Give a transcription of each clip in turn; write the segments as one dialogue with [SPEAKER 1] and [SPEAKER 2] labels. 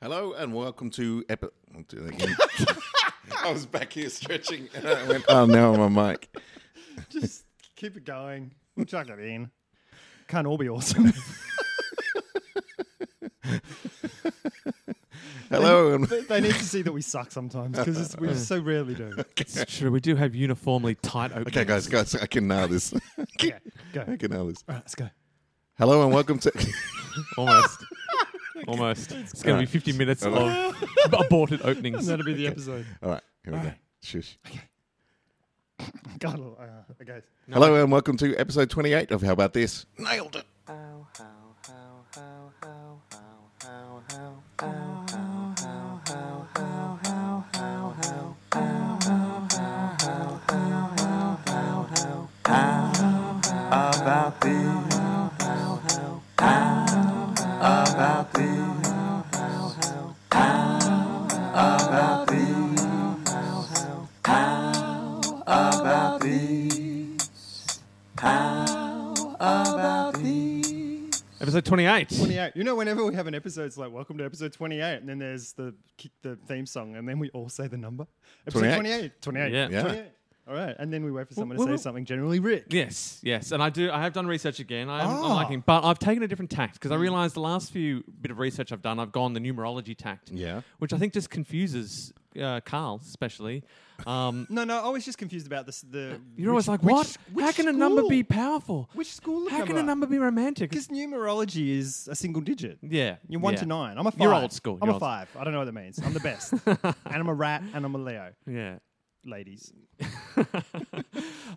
[SPEAKER 1] Hello and welcome to epi- I'll do that again. I was back here stretching and I went, oh, now I'm on my mic.
[SPEAKER 2] Just keep it going. Chuck it in. Can't all be awesome.
[SPEAKER 1] Hello and
[SPEAKER 2] they they need to see that we suck sometimes because we so rarely do.
[SPEAKER 3] It's true. We do have uniformly tight openings.
[SPEAKER 1] okay, guys, guys, I can nail this.
[SPEAKER 2] Okay, go.
[SPEAKER 1] I
[SPEAKER 2] All
[SPEAKER 1] can nail this.
[SPEAKER 2] right, let's go.
[SPEAKER 1] Hello and welcome to.
[SPEAKER 3] Almost. Almost. It's going to be 50 minutes of aborted
[SPEAKER 2] And
[SPEAKER 3] openings.
[SPEAKER 2] that'll be the episode.
[SPEAKER 1] All right, here we go.
[SPEAKER 2] right.
[SPEAKER 1] Shush.
[SPEAKER 2] God, uh, okay.
[SPEAKER 1] Hello and welcome to episode 28 of How About This? Nailed it.
[SPEAKER 3] Episode 28.
[SPEAKER 2] 28. You know, whenever we have an episode, it's like, welcome to episode 28. And then there's the kick the theme song. And then we all say the number. Episode
[SPEAKER 1] 28.
[SPEAKER 2] 28. 28.
[SPEAKER 3] Yeah.
[SPEAKER 1] Yeah.
[SPEAKER 2] 28. All right. And then we wait for someone
[SPEAKER 3] well,
[SPEAKER 2] to
[SPEAKER 3] well.
[SPEAKER 2] say something generally rich.
[SPEAKER 3] Yes, yes, and I do. I have done research again. I am,
[SPEAKER 2] Ah. Mm.
[SPEAKER 3] I'm liking, but I've taken a different tact because I realised the last few bit of research I've done, I've gone the numerology tact,
[SPEAKER 1] Yeah.
[SPEAKER 3] which I think just confuses uh, Carl especially. Um,
[SPEAKER 2] No, no, I was just confused about this. The
[SPEAKER 3] Uh, you're always
[SPEAKER 2] which-
[SPEAKER 3] like,
[SPEAKER 2] which-
[SPEAKER 3] what? How
[SPEAKER 2] which
[SPEAKER 3] can a number
[SPEAKER 2] school?
[SPEAKER 3] be powerful?
[SPEAKER 2] Which school?
[SPEAKER 3] How can a number be romantic?
[SPEAKER 2] Because numerology is a single digit.
[SPEAKER 3] Yeah,
[SPEAKER 2] You're one
[SPEAKER 3] yeah.
[SPEAKER 2] to nine. I'm a five.
[SPEAKER 3] You're old school.
[SPEAKER 2] I'm
[SPEAKER 3] You're
[SPEAKER 2] a
[SPEAKER 3] old-
[SPEAKER 2] five. I don't know what that means. I'm the best. and I'm a rat and I'm a Leo.
[SPEAKER 3] Yeah.
[SPEAKER 2] Ladies.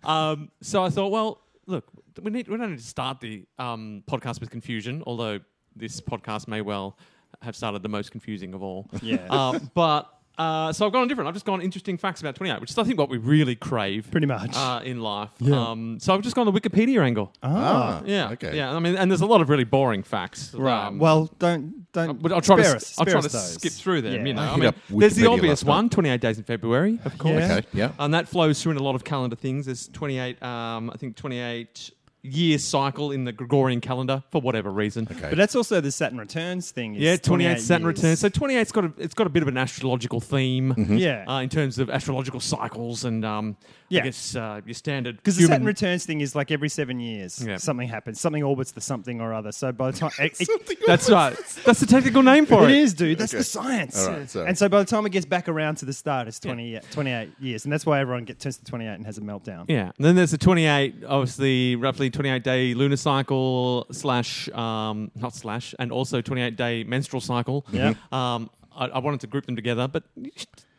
[SPEAKER 3] Um, so I thought, well, look, we need we don't need to start the um, podcast with confusion, although this podcast may well have started the most confusing of all.
[SPEAKER 2] Yeah.
[SPEAKER 3] Uh, but uh, so I've gone different. I've just gone interesting facts about 28, which is I think what we really crave
[SPEAKER 2] Pretty much.
[SPEAKER 3] uh, in life. Um, so I've just gone the Wikipedia angle.
[SPEAKER 1] Ah,
[SPEAKER 3] yeah.
[SPEAKER 1] Okay.
[SPEAKER 3] Yeah. I mean, and there's a lot of really boring facts.
[SPEAKER 2] right.
[SPEAKER 3] um,
[SPEAKER 2] well, don't don't.
[SPEAKER 3] but I'll try
[SPEAKER 2] spare
[SPEAKER 3] to,
[SPEAKER 2] us,
[SPEAKER 3] I'll
[SPEAKER 2] spare
[SPEAKER 3] try
[SPEAKER 2] us
[SPEAKER 3] to
[SPEAKER 2] those.
[SPEAKER 3] skip through them.
[SPEAKER 2] Yeah.
[SPEAKER 3] You know,
[SPEAKER 2] I
[SPEAKER 3] I
[SPEAKER 1] hit
[SPEAKER 3] mean,
[SPEAKER 1] up
[SPEAKER 3] there's the
[SPEAKER 1] Wikipedia
[SPEAKER 3] obvious
[SPEAKER 1] last night.
[SPEAKER 3] one: 28 days in February, of course.
[SPEAKER 2] Yeah.
[SPEAKER 1] Okay, yeah.
[SPEAKER 3] And Um, that flows through in a lot of calendar things. There's 28, um, I think 28 year cycle in the Gregorian calendar for whatever reason.
[SPEAKER 1] Okay.
[SPEAKER 2] But that's also the Saturn returns thing. Is
[SPEAKER 3] Yeah, 28
[SPEAKER 2] 28
[SPEAKER 3] Saturn
[SPEAKER 2] years.
[SPEAKER 3] returns. So 28's got a, it's got a bit of an astrological theme.
[SPEAKER 1] Mm-hmm.
[SPEAKER 2] Yeah.
[SPEAKER 3] Uh, in terms of astrological cycles and um,
[SPEAKER 2] Yeah.
[SPEAKER 3] I guess uh, your standard
[SPEAKER 2] because the
[SPEAKER 3] human-
[SPEAKER 2] Saturn returns thing is like every seven years,
[SPEAKER 3] Yeah.
[SPEAKER 2] something happens, something orbits the something or other. So by the time it, it,
[SPEAKER 3] That's right. That's the technical name for
[SPEAKER 2] it
[SPEAKER 3] it.
[SPEAKER 2] is, dude, that's
[SPEAKER 1] Okay.
[SPEAKER 2] the science.
[SPEAKER 1] All right, sorry.
[SPEAKER 2] And so by the time it gets back around to the start, it's 20, 28 years, and that's why everyone get, turns to twenty eight and has a meltdown.
[SPEAKER 3] Yeah. And then there's the 28, obviously, roughly 28 day lunar cycle slash, um, not slash, and also 28 day menstrual cycle.
[SPEAKER 2] Yeah.
[SPEAKER 1] Mm-hmm.
[SPEAKER 3] Um, I, I wanted to group them together, but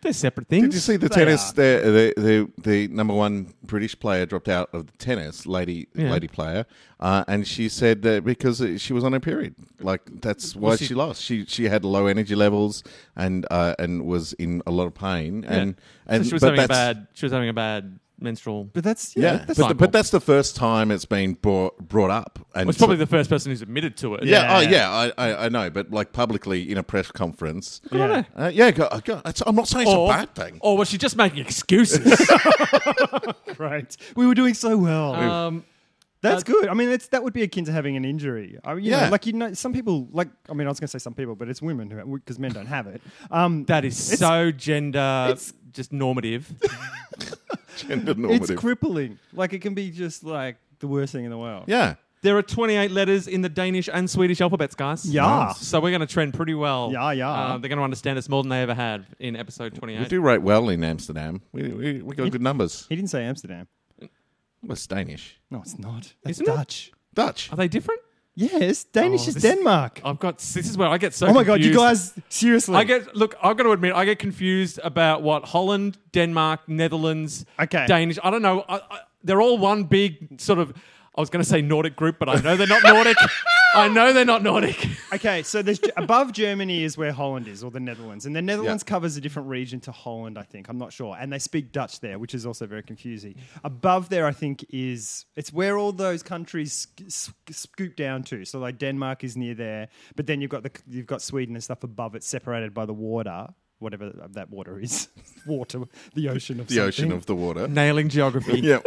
[SPEAKER 3] they're separate
[SPEAKER 1] Did you
[SPEAKER 3] things.
[SPEAKER 1] see the
[SPEAKER 2] They
[SPEAKER 1] tennis?
[SPEAKER 2] are.
[SPEAKER 1] The, the the the number one British player dropped out of the tennis, lady
[SPEAKER 3] Yeah.
[SPEAKER 1] lady player, uh, and she said that because she was on her period, like that's why she,
[SPEAKER 3] she-
[SPEAKER 1] lost. She she had low energy levels and uh, and was in a lot of pain, and
[SPEAKER 3] So
[SPEAKER 1] and
[SPEAKER 3] she was
[SPEAKER 1] but
[SPEAKER 3] having a
[SPEAKER 1] that's-
[SPEAKER 3] bad. She was having a bad menstrual.
[SPEAKER 2] But that's yeah,
[SPEAKER 1] Yeah,
[SPEAKER 2] that's
[SPEAKER 1] but, the,
[SPEAKER 3] fine.
[SPEAKER 1] but that's the first time it's been brought brought up, and
[SPEAKER 3] Well, it's
[SPEAKER 1] so-
[SPEAKER 3] probably the first person who's admitted to it.
[SPEAKER 1] yeah,
[SPEAKER 2] Yeah.
[SPEAKER 1] oh yeah, I, I I know, but like publicly in a press conference,
[SPEAKER 3] Good on
[SPEAKER 2] Yeah.
[SPEAKER 3] her.
[SPEAKER 1] uh, yeah, go, go, it's- I'm not saying it's a
[SPEAKER 3] Or,
[SPEAKER 1] bad thing.
[SPEAKER 3] or was she just making excuses?
[SPEAKER 2] Right. We were doing so well.
[SPEAKER 3] um,
[SPEAKER 2] That's good. I mean, it's, that would be akin to having an injury. I mean, you
[SPEAKER 1] Yeah.
[SPEAKER 2] know, like you know, some people like. I mean, I was going to say some people, but it's women who because men don't have it. Um,
[SPEAKER 3] that is
[SPEAKER 2] It's-
[SPEAKER 3] so gender
[SPEAKER 2] it's-
[SPEAKER 3] just normative.
[SPEAKER 1] Gender
[SPEAKER 2] it's
[SPEAKER 1] normative.
[SPEAKER 2] crippling. Like it can be just like the worst thing in the world.
[SPEAKER 1] yeah,
[SPEAKER 3] There are 28 letters in the Danish and Swedish alphabets, guys.
[SPEAKER 2] Yeah. Nice.
[SPEAKER 3] So we're going to trend pretty well.
[SPEAKER 2] Yeah, yeah.
[SPEAKER 3] Uh, they're going to understand us more than they ever had in episode 28.
[SPEAKER 1] we do rate well in Amsterdam. We we, we got good numbers.
[SPEAKER 2] He didn't say Amsterdam.
[SPEAKER 1] Well, it's Danish.
[SPEAKER 2] No, it's not. That's
[SPEAKER 3] Isn't it?
[SPEAKER 2] Dutch.
[SPEAKER 1] Dutch.
[SPEAKER 3] Are they different?
[SPEAKER 2] Yes, Danish
[SPEAKER 3] Oh,
[SPEAKER 2] is
[SPEAKER 3] this-
[SPEAKER 2] Denmark.
[SPEAKER 3] I've got. This is where I get so.
[SPEAKER 2] oh my god, you
[SPEAKER 3] confused.
[SPEAKER 2] guys seriously?
[SPEAKER 3] I get. Look, I've got to admit, I get confused about what Holland, Denmark, Netherlands,
[SPEAKER 2] Okay.
[SPEAKER 3] Danish. I don't know. I, I, they're all one big sort of. I was going to say Nordic group, but I know they're not Nordic. I know they're not Nordic.
[SPEAKER 2] okay, so there's above Germany is where Holland is, or the Netherlands, and the Netherlands
[SPEAKER 1] Yeah.
[SPEAKER 2] covers a different region to Holland, I think. I'm not sure, and they speak Dutch there, which is also very confusing. Above there, I think is it's where all those countries sc- sc- scoop down to. So like Denmark is near there, but then you've got the you've got Sweden and stuff above it, separated by the water, whatever that water is, water, the ocean of
[SPEAKER 1] the ocean
[SPEAKER 2] something.
[SPEAKER 1] of the water.
[SPEAKER 3] Nailing geography.
[SPEAKER 1] yeah,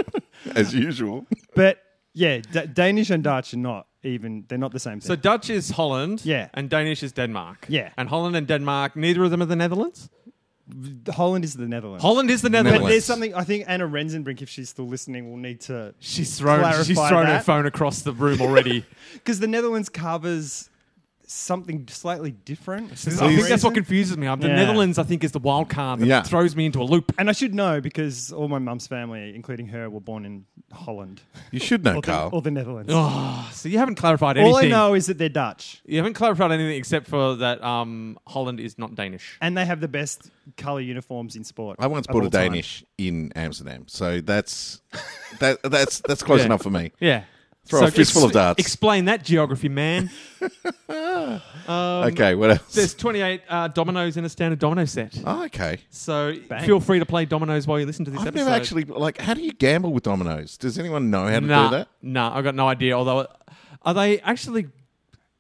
[SPEAKER 1] as usual.
[SPEAKER 2] But Yeah, D- Danish and Dutch are not even. They're not the same
[SPEAKER 3] So
[SPEAKER 2] thing.
[SPEAKER 3] Dutch is Holland,
[SPEAKER 2] Yeah.
[SPEAKER 3] and Danish is Denmark,
[SPEAKER 2] Yeah.
[SPEAKER 3] and Holland and Denmark, neither of them are the Netherlands.
[SPEAKER 2] Holland is the Netherlands.
[SPEAKER 3] Holland is the Netherlands.
[SPEAKER 2] But there's something I think Anna Renzenbrink, if she's still listening, will need to
[SPEAKER 3] She's thrown. she's
[SPEAKER 2] Clarify
[SPEAKER 3] thrown her
[SPEAKER 2] that.
[SPEAKER 3] phone across the room already.
[SPEAKER 2] because the Netherlands covers something slightly different. for
[SPEAKER 3] I
[SPEAKER 2] some
[SPEAKER 3] think that's what
[SPEAKER 2] reason.
[SPEAKER 3] confuses me. I'm- The
[SPEAKER 2] Yeah.
[SPEAKER 3] Netherlands, I think, is the wild card that
[SPEAKER 1] Yeah.
[SPEAKER 3] throws me into a loop.
[SPEAKER 2] And I should know because all my mum's family, including her, were born in Holland
[SPEAKER 1] You should know,
[SPEAKER 2] or, the,
[SPEAKER 1] Carl.
[SPEAKER 2] or the Netherlands.
[SPEAKER 3] Oh, so you haven't clarified anything.
[SPEAKER 2] all I know is that they're Dutch
[SPEAKER 3] You haven't clarified anything except for that um, Holland is not Danish.
[SPEAKER 2] and they have the best color uniforms in sport.
[SPEAKER 1] I once
[SPEAKER 2] of
[SPEAKER 1] bought a
[SPEAKER 2] all time.
[SPEAKER 1] Danish in Amsterdam, so that's that, that's that's close
[SPEAKER 3] Yeah.
[SPEAKER 1] enough for me.
[SPEAKER 3] Yeah.
[SPEAKER 1] Throw a fistful of darts.
[SPEAKER 3] Explain that geography, man. Um,
[SPEAKER 1] okay, what else?
[SPEAKER 3] There's 28 uh, dominoes in a standard domino set.
[SPEAKER 1] Oh, okay.
[SPEAKER 3] So
[SPEAKER 2] Bang.
[SPEAKER 3] feel free to play dominoes while you listen to this
[SPEAKER 1] I've
[SPEAKER 3] episode.
[SPEAKER 1] never actually like. How do you gamble with dominoes? Does anyone know how to
[SPEAKER 3] nah,
[SPEAKER 1] do that?
[SPEAKER 3] Nah, I've got no idea. Although, are they actually.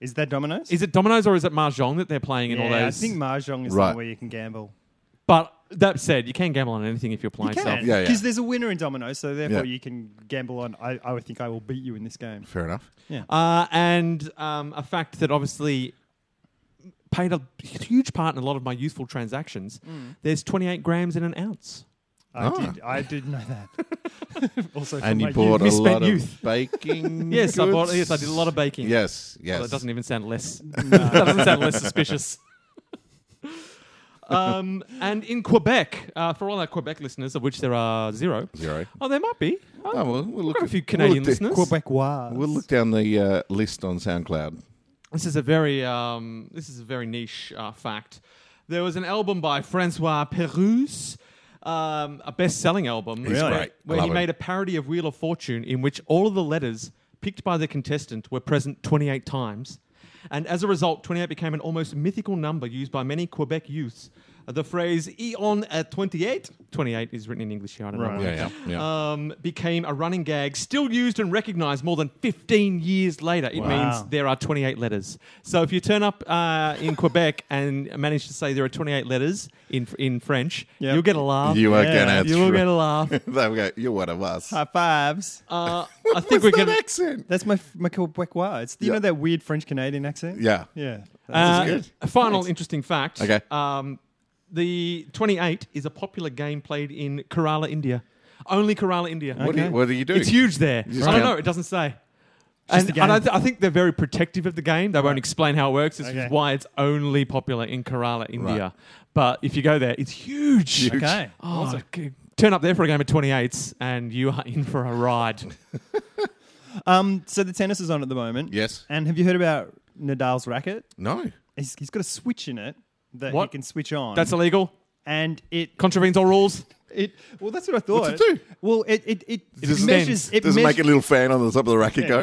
[SPEAKER 2] Is that Domino's?
[SPEAKER 3] Is it dominoes or is it mahjong that they're playing in all
[SPEAKER 2] Yeah,
[SPEAKER 3] those?
[SPEAKER 2] I think mahjong is the
[SPEAKER 1] Right.
[SPEAKER 2] one where you can gamble.
[SPEAKER 3] but that said, you can gamble on anything if you're playing stuff.
[SPEAKER 2] Because
[SPEAKER 1] Yeah, yeah.
[SPEAKER 2] there's a winner in Domino, so therefore
[SPEAKER 1] Yeah.
[SPEAKER 2] you can gamble on. I, I would think I will beat you in this game.
[SPEAKER 1] Fair enough.
[SPEAKER 3] Uh, and um, a fact that obviously played a huge part in a lot of my useful transactions.
[SPEAKER 2] Mm.
[SPEAKER 3] There's 28 grams in an ounce.
[SPEAKER 2] I
[SPEAKER 1] Ah.
[SPEAKER 2] did. I did know that. also, from
[SPEAKER 1] And you
[SPEAKER 2] my
[SPEAKER 1] bought a
[SPEAKER 2] youth.
[SPEAKER 1] lot
[SPEAKER 3] misspent
[SPEAKER 1] of
[SPEAKER 3] youth.
[SPEAKER 2] Mm.
[SPEAKER 1] baking.
[SPEAKER 3] Yes, I bought.
[SPEAKER 1] goods?
[SPEAKER 3] Yes, I did a lot of baking.
[SPEAKER 1] Yes, yes.
[SPEAKER 3] Well, that doesn't even sound less. that doesn't sound less suspicious. um, and in Quebec, uh, for all our Quebec listeners, of which there are zero.
[SPEAKER 1] Zero.
[SPEAKER 3] Oh, there might be. Oh,
[SPEAKER 1] Oh, well, we'll
[SPEAKER 3] we've
[SPEAKER 1] look
[SPEAKER 3] got a
[SPEAKER 1] at-
[SPEAKER 3] few Canadian
[SPEAKER 1] we'll look
[SPEAKER 3] listeners.
[SPEAKER 2] Quebecois.
[SPEAKER 1] We'll look down the uh, list on SoundCloud.
[SPEAKER 3] This is a very um, this is a very niche uh, fact. There was an album by Francois Pérusse, um, a best-selling album,
[SPEAKER 1] He's
[SPEAKER 3] where-
[SPEAKER 1] great.
[SPEAKER 3] where
[SPEAKER 1] Love
[SPEAKER 3] he
[SPEAKER 1] him.
[SPEAKER 3] made a parody of Wheel of Fortune in which all of the letters picked by the contestant were present 28 times, and as a result, 28 became an almost mythical number used by many Quebec youths. The phrase "E "eon at 28," 28 is written in English here. I don't know.
[SPEAKER 2] Right.
[SPEAKER 3] why
[SPEAKER 2] Yeah,
[SPEAKER 1] yeah, yeah.
[SPEAKER 3] Um, became a running gag, still used and recognized more than 15 years later. It
[SPEAKER 2] Wow.
[SPEAKER 3] means there are 28 letters. So if you turn up uh, in Quebec and manage to say there are 28 letters in in French,
[SPEAKER 2] Yep.
[SPEAKER 3] you'll get a laugh.
[SPEAKER 1] You are
[SPEAKER 2] Uh, yeah,
[SPEAKER 1] gonna.
[SPEAKER 3] You will
[SPEAKER 1] throw-
[SPEAKER 3] get a laugh.
[SPEAKER 1] They'll go. You're one of us.
[SPEAKER 2] high fives.
[SPEAKER 3] Uh, I think we
[SPEAKER 1] That
[SPEAKER 3] can.
[SPEAKER 1] accent.
[SPEAKER 2] That's my my Quebecois. It's you
[SPEAKER 1] Yeah.
[SPEAKER 2] know that weird French Canadian accent.
[SPEAKER 1] Yeah.
[SPEAKER 2] yeah.
[SPEAKER 3] Uh,
[SPEAKER 1] This is good.
[SPEAKER 3] A final interesting fact.
[SPEAKER 1] Okay.
[SPEAKER 3] Um, the 28 is a popular game played in Kerala, India. Only Kerala, India.
[SPEAKER 1] What, do you, what do you do?
[SPEAKER 3] It's huge there.
[SPEAKER 1] just
[SPEAKER 3] I don't
[SPEAKER 1] count-
[SPEAKER 3] know. It doesn't say.
[SPEAKER 2] Just
[SPEAKER 3] And,
[SPEAKER 2] the
[SPEAKER 3] and I,
[SPEAKER 2] game.
[SPEAKER 3] th- I think they're very protective of the game. They won't explain how it works. This
[SPEAKER 2] Okay.
[SPEAKER 3] is why it's only popular in Kerala, India. But if you go there, it's huge.
[SPEAKER 1] Huge.
[SPEAKER 2] okay.
[SPEAKER 3] Oh, okay. Turn up there for a game of 28s and you are in for a ride.
[SPEAKER 2] Um. So the tennis is on at the moment.
[SPEAKER 1] Yes.
[SPEAKER 2] And have you heard about Nadal's racket?
[SPEAKER 1] No.
[SPEAKER 2] He's, he's got a switch in it that
[SPEAKER 3] What?
[SPEAKER 2] he can switch on.
[SPEAKER 3] That's illegal.
[SPEAKER 2] and it
[SPEAKER 3] Contravenes all rules.
[SPEAKER 2] It well, that's what I thought.
[SPEAKER 1] What's it do?
[SPEAKER 2] Well, it it it,
[SPEAKER 1] Does it-
[SPEAKER 2] measures. It
[SPEAKER 1] Does it make a
[SPEAKER 2] measures-
[SPEAKER 1] little fan on the top of the racket go?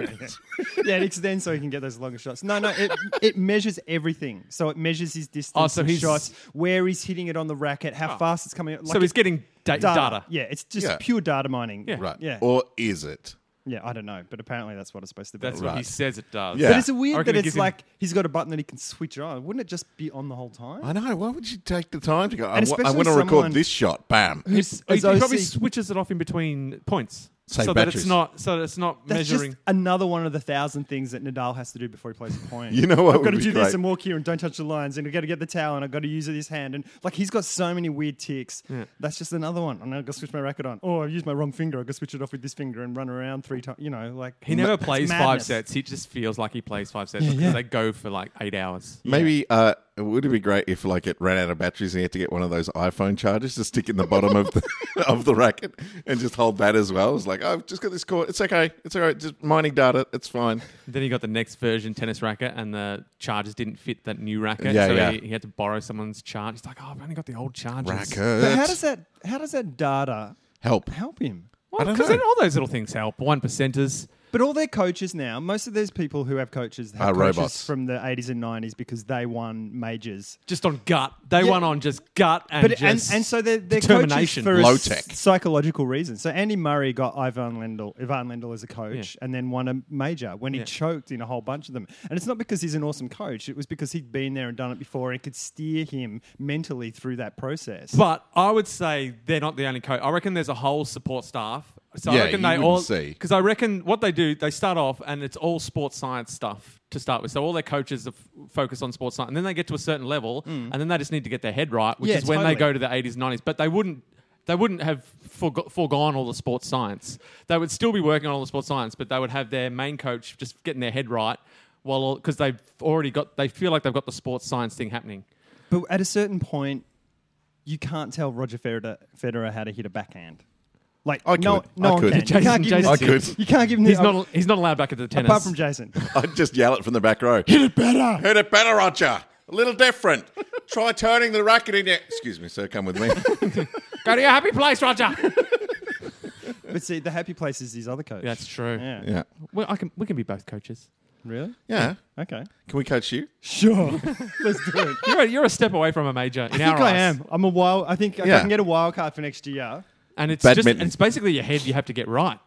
[SPEAKER 2] yeah, it extends so he can get those longer shots. No, no, it it measures everything. So it measures his distance,
[SPEAKER 3] Oh, so
[SPEAKER 2] of
[SPEAKER 3] he's- Oh.
[SPEAKER 2] shots, where he's hitting it on the racket, how fast it's coming. Like
[SPEAKER 3] so it's getting da- data.
[SPEAKER 2] Yeah, it's just
[SPEAKER 1] Yeah.
[SPEAKER 2] pure data mining.
[SPEAKER 3] Yeah.
[SPEAKER 1] Right.
[SPEAKER 2] Yeah.
[SPEAKER 1] Or is it?
[SPEAKER 2] yeah, I don't know, but apparently that's what it's supposed to be.
[SPEAKER 3] That's what he
[SPEAKER 1] Right.
[SPEAKER 3] says it does.
[SPEAKER 1] Yeah.
[SPEAKER 2] But it's
[SPEAKER 3] I
[SPEAKER 2] weird
[SPEAKER 3] reckon
[SPEAKER 2] that
[SPEAKER 3] it
[SPEAKER 2] it's
[SPEAKER 3] gives him-
[SPEAKER 2] like he's got a button that he can switch on. Wouldn't it just be on the whole time?
[SPEAKER 1] I know. Why would you take the time to go? I
[SPEAKER 2] And
[SPEAKER 1] wa- I
[SPEAKER 2] especially
[SPEAKER 1] want to
[SPEAKER 2] someone-
[SPEAKER 1] record this shot. Bam.
[SPEAKER 3] He,
[SPEAKER 2] Who's-
[SPEAKER 3] he
[SPEAKER 2] as
[SPEAKER 3] probably
[SPEAKER 2] OC
[SPEAKER 3] switches it off in between points.
[SPEAKER 1] Save
[SPEAKER 3] so that it's
[SPEAKER 1] batteries.
[SPEAKER 3] not so that it's not
[SPEAKER 2] That's
[SPEAKER 3] measuring.
[SPEAKER 2] just another one of the thousand things that Nadal has to do before he plays a point.
[SPEAKER 1] You know what
[SPEAKER 2] I've got to
[SPEAKER 1] would
[SPEAKER 2] do
[SPEAKER 1] be
[SPEAKER 2] this
[SPEAKER 1] great?
[SPEAKER 2] and walk here and don't touch the lines and I've got to get the towel and I've got to use this hand and like he's got so many weird ticks. That's just another one. And I've got to switch my racket on. Oh, I've used my wrong finger. I've got to switch it off with this finger and run around three times. You know, like
[SPEAKER 3] He never plays five
[SPEAKER 2] madness.
[SPEAKER 3] sets. He just feels like he plays five sets because
[SPEAKER 2] yeah.
[SPEAKER 3] they go for like eight hours.
[SPEAKER 1] Maybe uh, would it be great if like it ran out of batteries and you had to get one of those iPhone chargers to stick in the bottom of the of the racket and just hold that as well? It's like "Oh, I've just got this cord. It's okay. It's all right. Just mining data. It's fine.
[SPEAKER 3] Then he got the next version tennis racket, and the charges didn't fit that new racket,
[SPEAKER 1] Yeah,
[SPEAKER 3] so
[SPEAKER 1] yeah.
[SPEAKER 3] He, he had to borrow someone's charge. He's like, "Oh, I've only got the old charges."
[SPEAKER 2] But
[SPEAKER 1] Racket.
[SPEAKER 2] how does that how does that data
[SPEAKER 1] help?
[SPEAKER 2] help him?
[SPEAKER 1] I don't
[SPEAKER 3] Because
[SPEAKER 1] know.
[SPEAKER 3] all those little things help. One percenters.
[SPEAKER 2] But all their coaches now, most of those people who have coaches have
[SPEAKER 1] Are
[SPEAKER 2] coaches
[SPEAKER 1] robots.
[SPEAKER 2] from the 80s and 90s because they won majors
[SPEAKER 3] Just on gut, they
[SPEAKER 2] Yeah.
[SPEAKER 3] won on just gut and
[SPEAKER 2] but
[SPEAKER 3] just
[SPEAKER 2] and, and so they're, they're
[SPEAKER 3] determination.
[SPEAKER 2] coaches for
[SPEAKER 1] Low
[SPEAKER 2] s-
[SPEAKER 1] tech.
[SPEAKER 2] psychological reasons. So Andy Murray got Ivan Lendl, Ivan Lendl as a coach, and then won a major when he choked in a whole bunch of them. And it's not because he's an awesome coach; it was because he'd been there and done it before, and could steer him mentally through that process.
[SPEAKER 3] But I would say they're not the only coach. I reckon there's a whole support staff So
[SPEAKER 1] Yeah,
[SPEAKER 3] I reckon
[SPEAKER 1] you
[SPEAKER 3] they
[SPEAKER 1] wouldn't
[SPEAKER 3] all
[SPEAKER 1] see.
[SPEAKER 3] because I reckon what they do, they start off and it's all sports science stuff to start with. So all their coaches are f- focused on sports science, and then they get to a certain level, and then they just need to get their head right, which
[SPEAKER 2] Mm. Yeah,
[SPEAKER 3] is when they
[SPEAKER 2] totally.
[SPEAKER 3] go to the eighties, nineties. But they wouldn't. They wouldn't have forgo- foregone all the sports science. They would still be working on all the sports science, but they would have their main coach just getting their head right, while because they've already got, they feel like they've got the sports science thing happening.
[SPEAKER 2] But at a certain point, you can't tell Roger Federer, Federer how to hit a backhand. Like
[SPEAKER 1] I
[SPEAKER 2] no,
[SPEAKER 1] could.
[SPEAKER 2] no
[SPEAKER 1] I
[SPEAKER 2] one
[SPEAKER 1] could.
[SPEAKER 2] can.
[SPEAKER 1] Jason-
[SPEAKER 2] you can't give him
[SPEAKER 1] Jason-
[SPEAKER 2] the-
[SPEAKER 1] I could.
[SPEAKER 2] You can't give him
[SPEAKER 3] He's
[SPEAKER 2] the,
[SPEAKER 3] not. He's not allowed back at the tennis.
[SPEAKER 2] apart from Jason.
[SPEAKER 1] I'd just yell it from the back row. Hit it better. Hit it better, Roger. A little different. Try turning the racket in your. Excuse me, sir. Come with me.
[SPEAKER 3] Go to your happy place, Roger.
[SPEAKER 2] But see, the happy place is his other coach.
[SPEAKER 3] That's true.
[SPEAKER 2] yeah.
[SPEAKER 1] yeah.
[SPEAKER 3] Well, I can. We can be both coaches.
[SPEAKER 2] Really?
[SPEAKER 1] Yeah.
[SPEAKER 2] Okay.
[SPEAKER 1] Can we coach you?
[SPEAKER 2] Sure. Let's do it.
[SPEAKER 3] You're a, you're a step away from a major in
[SPEAKER 2] I
[SPEAKER 3] our
[SPEAKER 2] think I
[SPEAKER 3] eyes.
[SPEAKER 2] am. I'm a wild. I think if I
[SPEAKER 1] Yeah.
[SPEAKER 2] can get a wild card for next year.
[SPEAKER 3] and it's just
[SPEAKER 1] Badminton.
[SPEAKER 3] and it's basically your head you have to get right.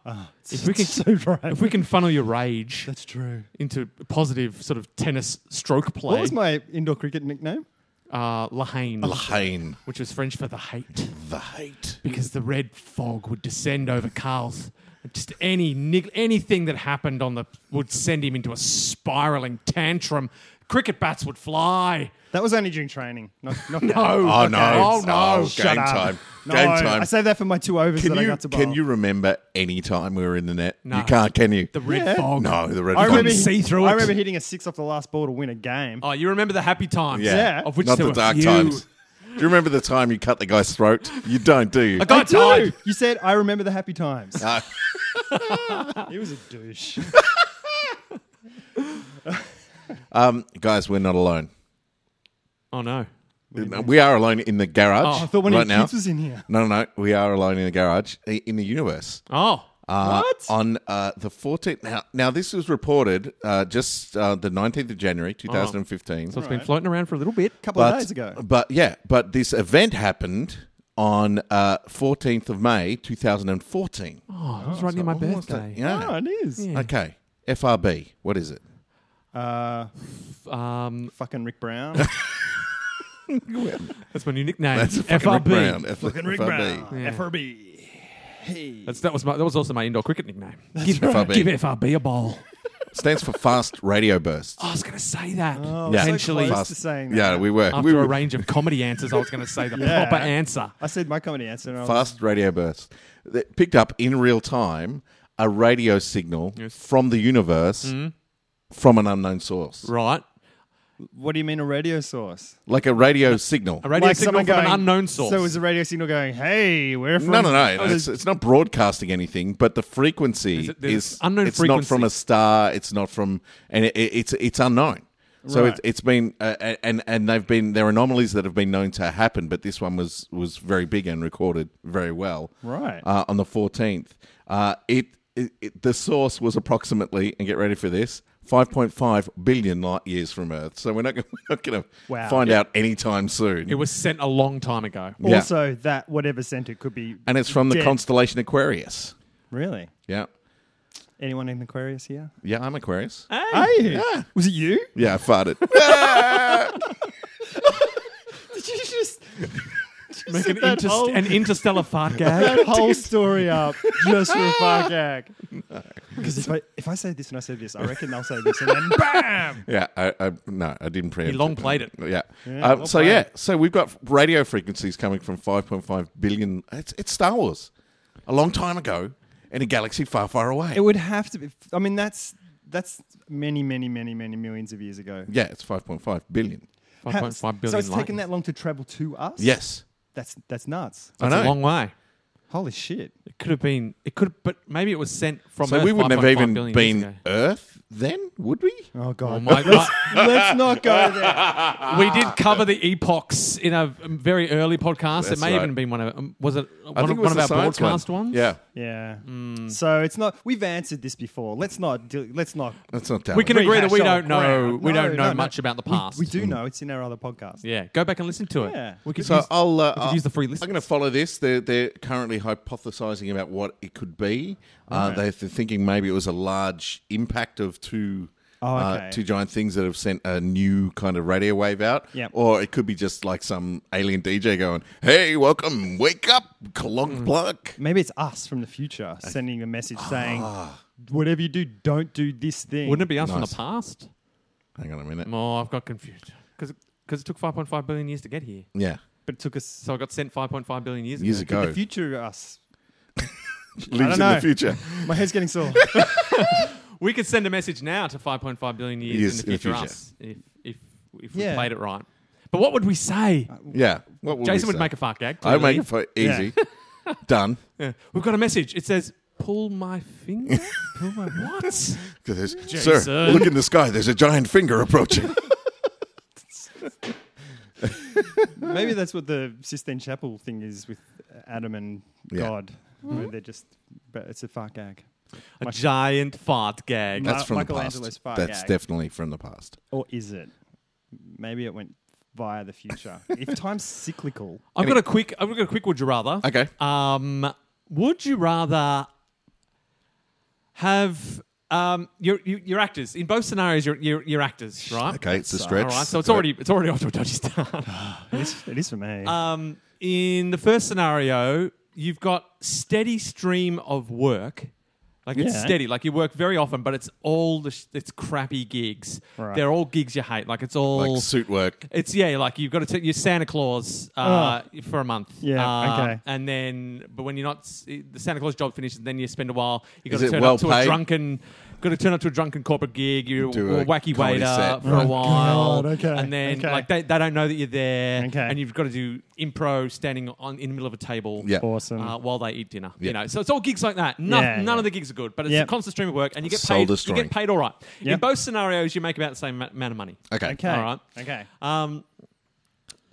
[SPEAKER 3] if we can,
[SPEAKER 2] Ah, so right.
[SPEAKER 3] if we can funnel your rage
[SPEAKER 2] That's true.
[SPEAKER 3] into positive sort of tennis stroke play,
[SPEAKER 2] What was my indoor cricket nickname?
[SPEAKER 3] uh, Lahane,
[SPEAKER 1] Lane.
[SPEAKER 3] which was French for the hate,
[SPEAKER 1] The hate.
[SPEAKER 3] because the red fog would descend over Carl's. and Just any nig- anything that happened on the would send him into a spiraling tantrum. Cricket bats would fly.
[SPEAKER 2] That was only during training. Not, not
[SPEAKER 3] No,
[SPEAKER 2] now.
[SPEAKER 1] Oh,
[SPEAKER 3] Okay.
[SPEAKER 1] no.
[SPEAKER 3] oh no,
[SPEAKER 1] Oh,
[SPEAKER 3] shut
[SPEAKER 1] game
[SPEAKER 3] up.
[SPEAKER 1] time.
[SPEAKER 2] No,
[SPEAKER 1] Game time.
[SPEAKER 2] I saved that for my two overs
[SPEAKER 1] Can
[SPEAKER 2] that I
[SPEAKER 1] you,
[SPEAKER 2] got to bowl.
[SPEAKER 1] can you remember any time we were in the net?
[SPEAKER 3] No.
[SPEAKER 1] You can't, can you?
[SPEAKER 3] The red
[SPEAKER 2] Yeah.
[SPEAKER 3] fog.
[SPEAKER 1] no, the red
[SPEAKER 3] I
[SPEAKER 1] fog.
[SPEAKER 3] remember- see through
[SPEAKER 2] I
[SPEAKER 3] it.
[SPEAKER 2] remember hitting a six off the last ball to win a game.
[SPEAKER 3] Oh, you remember the happy times?
[SPEAKER 1] Yeah.
[SPEAKER 2] Yeah.
[SPEAKER 3] Of which
[SPEAKER 1] Not
[SPEAKER 3] there
[SPEAKER 1] the
[SPEAKER 3] were
[SPEAKER 1] dark
[SPEAKER 3] few.
[SPEAKER 1] times. Do you remember the time you cut the guy's throat? You don't, do you?
[SPEAKER 3] I got died.
[SPEAKER 2] You said I remember the happy times.
[SPEAKER 1] No.
[SPEAKER 2] He was a douche.
[SPEAKER 1] um, guys, we're not alone.
[SPEAKER 3] Oh no.
[SPEAKER 1] We are alone in the garage
[SPEAKER 3] Oh, I
[SPEAKER 2] But when
[SPEAKER 1] right
[SPEAKER 2] his
[SPEAKER 1] now.
[SPEAKER 2] kids was in here,
[SPEAKER 1] No, no, no. We are alone in the garage i- in the universe.
[SPEAKER 3] Oh.
[SPEAKER 1] Uh,
[SPEAKER 3] what?
[SPEAKER 1] On uh, the 14th. Now, now this was reported uh, just uh, the 19th of January, 2015.
[SPEAKER 3] Oh. So it's been floating around for a little bit.
[SPEAKER 2] a couple
[SPEAKER 1] but,
[SPEAKER 2] of days ago.
[SPEAKER 1] But yeah, but this event happened on uh, 14th of May, 2014.
[SPEAKER 3] Oh, it was right near my birthday.
[SPEAKER 2] Oh,
[SPEAKER 1] Yeah.
[SPEAKER 2] it is.
[SPEAKER 1] Okay. FRB. What is it?
[SPEAKER 2] Uh,
[SPEAKER 3] Um,
[SPEAKER 2] fucking Rick Brown.
[SPEAKER 3] that's my new nickname.
[SPEAKER 1] That's a fucking
[SPEAKER 3] FRB.
[SPEAKER 1] Rick Brown. F- FRB.
[SPEAKER 3] Yeah.
[SPEAKER 2] FRB. Hey.
[SPEAKER 3] That's, that was my, that was also my indoor cricket nickname. Give,
[SPEAKER 1] FRB.
[SPEAKER 3] give FRB a bowl.
[SPEAKER 1] Stands for Fast Radio Bursts.
[SPEAKER 3] I was going to say that.
[SPEAKER 1] Yeah.
[SPEAKER 2] Oh, yeah. so
[SPEAKER 3] Potentially.
[SPEAKER 2] close
[SPEAKER 1] Fast-
[SPEAKER 2] to saying that.
[SPEAKER 1] Yeah, we were.
[SPEAKER 3] After
[SPEAKER 1] we
[SPEAKER 3] a
[SPEAKER 1] were
[SPEAKER 3] range of comedy answers, I was going to say the
[SPEAKER 2] Yeah.
[SPEAKER 3] proper answer.
[SPEAKER 2] I said my comedy answer. And I was,
[SPEAKER 1] fast radio bursts that picked up in real time a radio signal from the universe from an unknown source.
[SPEAKER 3] Right.
[SPEAKER 2] what do you mean a radio source?
[SPEAKER 1] Like a radio signal.
[SPEAKER 3] A radio
[SPEAKER 2] like
[SPEAKER 3] signal
[SPEAKER 2] someone
[SPEAKER 3] from an unknown source.
[SPEAKER 2] So it was the radio signal going, "Hey, we're from
[SPEAKER 1] no, no, no.
[SPEAKER 2] Oh,
[SPEAKER 1] It's, it's not broadcasting anything, but the frequency
[SPEAKER 3] Is
[SPEAKER 1] is,
[SPEAKER 3] it- there's unknown
[SPEAKER 1] It's
[SPEAKER 3] frequency.
[SPEAKER 1] not from a star. It's not from, and it, it- it's it's unknown. So
[SPEAKER 2] Right.
[SPEAKER 1] it's it's been uh, and and they've been there are anomalies that have been known to happen, but this one was was very big and recorded very well.
[SPEAKER 2] Right.
[SPEAKER 1] uh, on the fourteenth, uh, it, it, it the source was approximately and get ready for this. 5.5 billion light years from Earth. So we're not going to
[SPEAKER 2] Wow.
[SPEAKER 1] find out anytime soon.
[SPEAKER 3] It was sent a long time ago.
[SPEAKER 1] Yeah.
[SPEAKER 2] Also, that whatever sent it could be.
[SPEAKER 1] and it's from the
[SPEAKER 2] dead.
[SPEAKER 1] constellation Aquarius.
[SPEAKER 2] Really?
[SPEAKER 1] Yeah.
[SPEAKER 2] Anyone in Aquarius here?
[SPEAKER 1] Yeah, I'm Aquarius.
[SPEAKER 2] Hey. Was it you?
[SPEAKER 1] Yeah, I farted.
[SPEAKER 2] Did you just
[SPEAKER 3] Make an,
[SPEAKER 2] that
[SPEAKER 3] interst-
[SPEAKER 2] whole-
[SPEAKER 3] an interstellar fart gag.
[SPEAKER 2] that whole story up just for a fart gag? Because if I if I say this and I say this, I reckon they'll say this, and then bam.
[SPEAKER 1] yeah, I, I no, I didn't preempt.
[SPEAKER 3] He long played it.
[SPEAKER 1] Yeah.
[SPEAKER 2] Yeah,
[SPEAKER 1] um,
[SPEAKER 2] well
[SPEAKER 1] so
[SPEAKER 2] played.
[SPEAKER 1] yeah, so we've got radio frequencies coming from 5.5 billion. It's, it's Star Wars, a long time ago, in a galaxy far, far away.
[SPEAKER 2] It would have to be. I mean, that's that's many, many, many, many millions of years ago.
[SPEAKER 1] yeah, it's 5.5 billion.
[SPEAKER 2] How-
[SPEAKER 3] 5.5 billion
[SPEAKER 2] so it's
[SPEAKER 3] light
[SPEAKER 2] taken
[SPEAKER 3] years.
[SPEAKER 2] that long to travel to us.
[SPEAKER 1] Yes,
[SPEAKER 2] that's that's nuts.
[SPEAKER 1] I
[SPEAKER 3] That's a
[SPEAKER 1] know.
[SPEAKER 3] long way.
[SPEAKER 2] Holy shit!
[SPEAKER 3] It could have been. It could, but maybe it was sent from.
[SPEAKER 1] so
[SPEAKER 3] Earth
[SPEAKER 1] we wouldn't have
[SPEAKER 3] 5.5
[SPEAKER 1] even
[SPEAKER 3] billion years ago.
[SPEAKER 1] been Earth then, would we?
[SPEAKER 2] Oh
[SPEAKER 3] Oh
[SPEAKER 2] god,
[SPEAKER 3] my God.
[SPEAKER 2] let's not go there.
[SPEAKER 3] We did cover the epochs in a um, very early podcast. it
[SPEAKER 1] That's
[SPEAKER 3] may
[SPEAKER 1] right.
[SPEAKER 3] even been one of um, was it uh,
[SPEAKER 1] I
[SPEAKER 3] one, of,
[SPEAKER 1] think it
[SPEAKER 3] one
[SPEAKER 1] was
[SPEAKER 3] of
[SPEAKER 1] the
[SPEAKER 3] our
[SPEAKER 1] science
[SPEAKER 3] broadcast
[SPEAKER 1] one.
[SPEAKER 3] ones?
[SPEAKER 1] Yeah,
[SPEAKER 2] Yeah.
[SPEAKER 3] Hmm.
[SPEAKER 2] So it's not. We've answered this before. Let's not. Do, let's not.
[SPEAKER 1] that's not that.
[SPEAKER 3] We can agree
[SPEAKER 2] rehash
[SPEAKER 3] that we
[SPEAKER 2] our
[SPEAKER 3] don't know.
[SPEAKER 2] ground.
[SPEAKER 3] We
[SPEAKER 2] No,
[SPEAKER 3] don't know
[SPEAKER 2] no, no.
[SPEAKER 3] much about the
[SPEAKER 2] We-
[SPEAKER 3] past. Hmm.
[SPEAKER 2] We, do know. It's in our other podcast.
[SPEAKER 3] Yeah, go back and listen to it.
[SPEAKER 2] Yeah.
[SPEAKER 3] we could
[SPEAKER 1] So
[SPEAKER 3] use,
[SPEAKER 1] I'll uh,
[SPEAKER 3] we could
[SPEAKER 1] I'll-
[SPEAKER 3] use the free
[SPEAKER 1] I'm
[SPEAKER 3] list.
[SPEAKER 1] going to follow this. They're they're currently hypothesizing about what it could be. Uh, they- they're, thinking maybe it was a large impact of two
[SPEAKER 2] Oh, okay.
[SPEAKER 1] uh, two giant things that have sent a new kind of radio wave out.
[SPEAKER 2] Yep.
[SPEAKER 1] Or it could be just like some alien DJ going, hey, welcome, wake up,
[SPEAKER 3] Mm.
[SPEAKER 1] clonk block.
[SPEAKER 2] Maybe it's us from the future sending a message
[SPEAKER 3] Ah.
[SPEAKER 2] saying, whatever you do, don't do this thing.
[SPEAKER 3] Wouldn't it be us from the
[SPEAKER 1] Nice.
[SPEAKER 3] past?
[SPEAKER 1] Hang on a minute.
[SPEAKER 3] Oh, I've got confused because it took 5.5 billion years to get here.
[SPEAKER 1] Yeah.
[SPEAKER 2] But it took us
[SPEAKER 3] So I got sent 5.5 billion years ago.
[SPEAKER 1] Years ago.
[SPEAKER 2] the future. Us.
[SPEAKER 1] Lives in
[SPEAKER 2] know.
[SPEAKER 1] the future.
[SPEAKER 2] My head's getting sore.
[SPEAKER 3] We could send a message now to 5.5 billion years
[SPEAKER 1] Years
[SPEAKER 3] in the future, us if if, if we
[SPEAKER 2] Yeah.
[SPEAKER 3] played it right. But what would we say?
[SPEAKER 1] Yeah. What would
[SPEAKER 3] Jason
[SPEAKER 1] we
[SPEAKER 3] would
[SPEAKER 1] say?
[SPEAKER 3] make a fart gag.
[SPEAKER 1] I make
[SPEAKER 3] clearly.
[SPEAKER 1] it for easy. Done.
[SPEAKER 3] Yeah. We've got a message. It says, "Pull my finger." Pull my what?
[SPEAKER 1] 'Cause there's- Sir,
[SPEAKER 3] Jason.
[SPEAKER 1] look in the sky. There's a giant finger approaching.
[SPEAKER 2] Maybe that's what the Sistine Chapel thing is with Adam and
[SPEAKER 1] Yeah.
[SPEAKER 2] God.
[SPEAKER 3] Hmm.
[SPEAKER 2] Where they're just, but it's a fart gag.
[SPEAKER 3] a giant fart gag.
[SPEAKER 2] No.
[SPEAKER 1] That's from the
[SPEAKER 2] Michelangelo's
[SPEAKER 1] past.
[SPEAKER 2] fart
[SPEAKER 1] That's
[SPEAKER 2] gag.
[SPEAKER 1] definitely from the past.
[SPEAKER 2] Or is it? Maybe it went via the future. if time's cyclical,
[SPEAKER 3] I've got a quick. I've got a quick. Would you rather?
[SPEAKER 1] Okay.
[SPEAKER 3] Um, would you rather have um, your, your your actors in both scenarios? Your your, your actors, right?
[SPEAKER 1] Okay, it's a
[SPEAKER 2] So,
[SPEAKER 1] stretch.
[SPEAKER 3] All right. So it's already it's already off to a dodgy start.
[SPEAKER 2] it is, it is for me.
[SPEAKER 3] Um, in the first scenario, you've got steady stream of work. Like it's
[SPEAKER 2] Yeah.
[SPEAKER 3] steady, like you work very often, but it's all the sh- it's crappy gigs.
[SPEAKER 2] Right.
[SPEAKER 3] They're all gigs you hate. Like it's all
[SPEAKER 1] like suit work.
[SPEAKER 3] it's yeah, like you've got to take your Santa Claus uh, for a month.
[SPEAKER 2] Oh. Yeah,
[SPEAKER 3] Uh,
[SPEAKER 2] okay.
[SPEAKER 3] And then, but when you're not, s- the Santa Claus job finishes, then you spend a while. You got
[SPEAKER 1] Is
[SPEAKER 3] to
[SPEAKER 1] it
[SPEAKER 3] turn
[SPEAKER 1] well
[SPEAKER 3] up to a
[SPEAKER 1] paid?
[SPEAKER 3] drunken, got to turn up to a drunken corporate gig. You
[SPEAKER 1] Do
[SPEAKER 3] or
[SPEAKER 1] a
[SPEAKER 3] wacky
[SPEAKER 1] comedy
[SPEAKER 3] waiter
[SPEAKER 1] set.
[SPEAKER 3] for a
[SPEAKER 1] Oh,
[SPEAKER 3] while.
[SPEAKER 2] God, okay,
[SPEAKER 3] And then
[SPEAKER 2] okay.
[SPEAKER 3] like they, they don't know that you're there.
[SPEAKER 2] Okay.
[SPEAKER 3] And you've got to do impro standing on in the middle of a table.
[SPEAKER 1] Yeah.
[SPEAKER 2] awesome.
[SPEAKER 3] Uh, while they eat dinner, you
[SPEAKER 1] Yeah.
[SPEAKER 3] know, so it's all gigs like that. None,
[SPEAKER 2] Yeah,
[SPEAKER 3] none
[SPEAKER 2] yeah.
[SPEAKER 3] of the gigs are good, but it's
[SPEAKER 2] Yep.
[SPEAKER 3] a constant stream of work, and you get
[SPEAKER 1] Soul
[SPEAKER 3] paid. You
[SPEAKER 1] destroying.
[SPEAKER 3] get paid all right. In
[SPEAKER 2] Yep.
[SPEAKER 3] both scenarios, you make about the same ma- amount of money.
[SPEAKER 1] Okay.
[SPEAKER 2] okay.
[SPEAKER 3] all right.
[SPEAKER 2] Okay.
[SPEAKER 3] Um,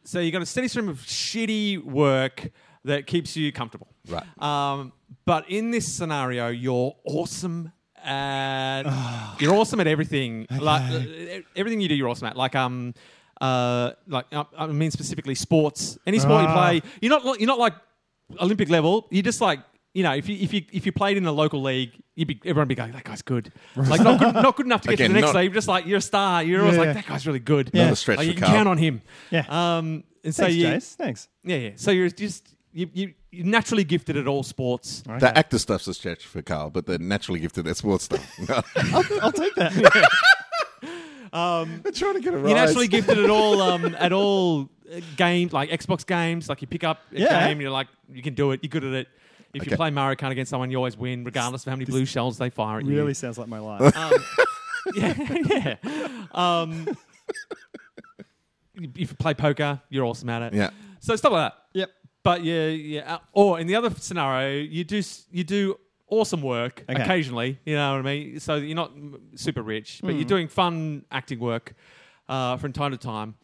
[SPEAKER 3] so you got a steady stream of shitty work that keeps you comfortable.
[SPEAKER 1] Right.
[SPEAKER 3] Um, but in this scenario, you're awesome at you're awesome at everything. Like uh, e- everything you do, you're awesome at. Like um. Uh, like I I mean specifically sports. Any sport you
[SPEAKER 2] Ah.
[SPEAKER 3] play, you're not li- you're not like Olympic level. You're just like you know if you if you if you played in a local league, you'd be everyone would be going that guy's good. Like not good, not good enough to get
[SPEAKER 1] Again,
[SPEAKER 3] to the next
[SPEAKER 1] not-
[SPEAKER 3] league. Just like you're a star. You're always
[SPEAKER 2] Yeah,
[SPEAKER 3] like
[SPEAKER 2] yeah.
[SPEAKER 3] that guy's really good.
[SPEAKER 2] Not a
[SPEAKER 1] stretch
[SPEAKER 3] Like,
[SPEAKER 1] for
[SPEAKER 3] you can
[SPEAKER 1] Carl.
[SPEAKER 3] count on him.
[SPEAKER 2] Yeah.
[SPEAKER 3] Um, and so
[SPEAKER 2] Thanks,
[SPEAKER 3] you,
[SPEAKER 2] Jace. Thanks.
[SPEAKER 3] yeah, yeah. So you're just you, you you're naturally gifted at all sports.
[SPEAKER 1] The actor stuff's a stretch for Carl, but the naturally gifted at sports stuff.
[SPEAKER 2] I'll take that. Um,
[SPEAKER 1] I'm trying to get a rise.
[SPEAKER 3] You're naturally gifted at all um, at all uh, game like Xbox games. Like you pick up a
[SPEAKER 2] Yeah.
[SPEAKER 3] game, you're like you can do it. You're good at it. If you
[SPEAKER 1] Okay.
[SPEAKER 3] play Mario Kart against someone, you always win, regardless of how many blue shells they fire at you. Um,
[SPEAKER 2] really sounds like my life.
[SPEAKER 3] yeah. Um, if you play poker, you're awesome at it.
[SPEAKER 1] Yeah.
[SPEAKER 3] So stuff like that.
[SPEAKER 2] yep.
[SPEAKER 3] But yeah, yeah. uh, Or in the other scenario, you do s- you do awesome work
[SPEAKER 2] Okay.
[SPEAKER 3] occasionally. You know what I mean. So that you're not mm, super rich, but you're
[SPEAKER 2] Hmm.
[SPEAKER 3] doing fun acting work uh, from time to time.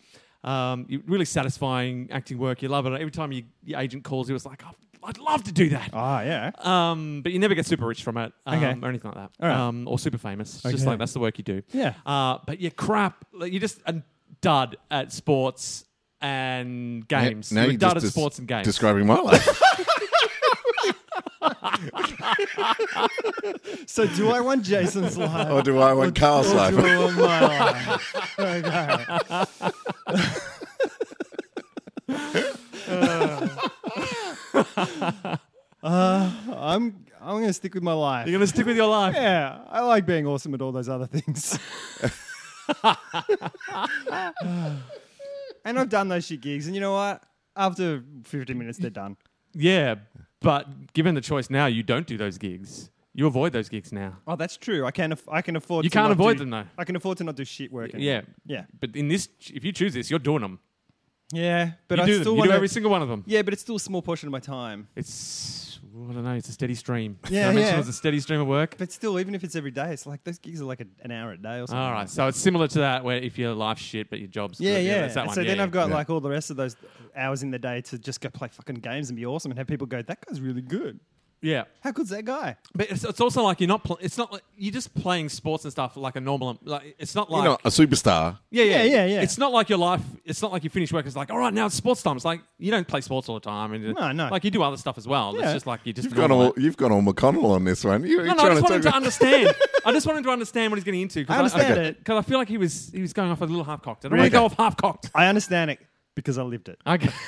[SPEAKER 3] Um, you- really satisfying acting work. You love it. Every time you, your agent calls you, it's like "Oh, I'd love to do that.
[SPEAKER 2] Ah, yeah.
[SPEAKER 3] Um, but you never get super rich from it, um,
[SPEAKER 2] Okay.
[SPEAKER 3] or anything like that,
[SPEAKER 2] All right.
[SPEAKER 3] um, or super famous. It's Just
[SPEAKER 2] Okay.
[SPEAKER 3] like that's the work you do.
[SPEAKER 2] Yeah.
[SPEAKER 3] Uh, but you're crap. Like, you're just a dud at sports and games.
[SPEAKER 1] Now
[SPEAKER 3] you're a
[SPEAKER 1] you're
[SPEAKER 3] dud
[SPEAKER 1] just
[SPEAKER 3] at
[SPEAKER 1] des-
[SPEAKER 3] sports and games.
[SPEAKER 1] Describing my life.
[SPEAKER 2] So do I want Jason's life?
[SPEAKER 1] or do I want Carl's
[SPEAKER 2] Or do
[SPEAKER 1] life?
[SPEAKER 2] I want my life? Okay. Uh, I'm I'm gonna stick with my life.
[SPEAKER 3] You're gonna stick with your life.
[SPEAKER 2] Yeah, I like being awesome at all those other things. and I've done those shit gigs, and you know what? After 15 minutes, they're done.
[SPEAKER 3] Yeah, but given the choice now, you don't do those gigs. You avoid those gigs now.
[SPEAKER 2] Oh, that's true. I can aff I can afford.
[SPEAKER 3] You
[SPEAKER 2] to
[SPEAKER 3] can't
[SPEAKER 2] not
[SPEAKER 3] avoid
[SPEAKER 2] do-
[SPEAKER 3] them, though.
[SPEAKER 2] I can afford to not do shit work. anymore.
[SPEAKER 3] Yeah,
[SPEAKER 2] yeah,
[SPEAKER 3] but in this, if you choose this, you're doing them.
[SPEAKER 2] yeah. But
[SPEAKER 3] you
[SPEAKER 2] I
[SPEAKER 3] do
[SPEAKER 2] still
[SPEAKER 3] them. You
[SPEAKER 2] want
[SPEAKER 3] do every single one of them.
[SPEAKER 2] Yeah, but it's still a small portion of my time.
[SPEAKER 3] It's I don't know. It's a steady stream.
[SPEAKER 2] Yeah,
[SPEAKER 3] Did I mention
[SPEAKER 2] yeah.
[SPEAKER 3] It's a steady stream of work.
[SPEAKER 2] But still, even if it's every day, it's like those gigs are like a, an hour a day or something.
[SPEAKER 3] All right, so it's similar to that where if your life's shit but your job's
[SPEAKER 2] Yeah,
[SPEAKER 3] good.
[SPEAKER 2] yeah.
[SPEAKER 3] that's that one.
[SPEAKER 2] so
[SPEAKER 3] Yeah,
[SPEAKER 2] then
[SPEAKER 3] yeah.
[SPEAKER 2] I've got
[SPEAKER 1] Yeah.
[SPEAKER 2] like all the rest of those hours in the day to just go play fucking games and be awesome and have people go, that guy's really good.
[SPEAKER 3] Yeah.
[SPEAKER 2] How good's that guy?
[SPEAKER 3] But it's, it's also like you're not. Pl- it's not. Like, you're just playing sports and stuff like a normal. Like it's not like
[SPEAKER 1] You're not a superstar.
[SPEAKER 3] yeah, yeah,
[SPEAKER 2] Yeah, yeah, yeah.
[SPEAKER 3] It's not like your life. It's not like you finish work. It's like all right now it's sports time. It's like you don't play sports all the time and
[SPEAKER 2] No, no.
[SPEAKER 3] Like you do other stuff as well. It's
[SPEAKER 2] Yeah.
[SPEAKER 3] just like you just
[SPEAKER 1] You've got
[SPEAKER 3] normal-
[SPEAKER 1] all. You've got all McConnell on this one. You,
[SPEAKER 3] No,
[SPEAKER 1] you're
[SPEAKER 3] no, I
[SPEAKER 1] trying
[SPEAKER 3] just
[SPEAKER 1] to talk
[SPEAKER 3] wanted to
[SPEAKER 1] about-
[SPEAKER 3] understand. I just wanted to understand what he's getting into.
[SPEAKER 2] I understand
[SPEAKER 3] I,
[SPEAKER 2] it.
[SPEAKER 3] Because I feel like he was he was going off a little half cocked. I don't
[SPEAKER 1] Really?
[SPEAKER 3] want to go off half cocked.
[SPEAKER 2] I understand it because I lived it.
[SPEAKER 3] Okay.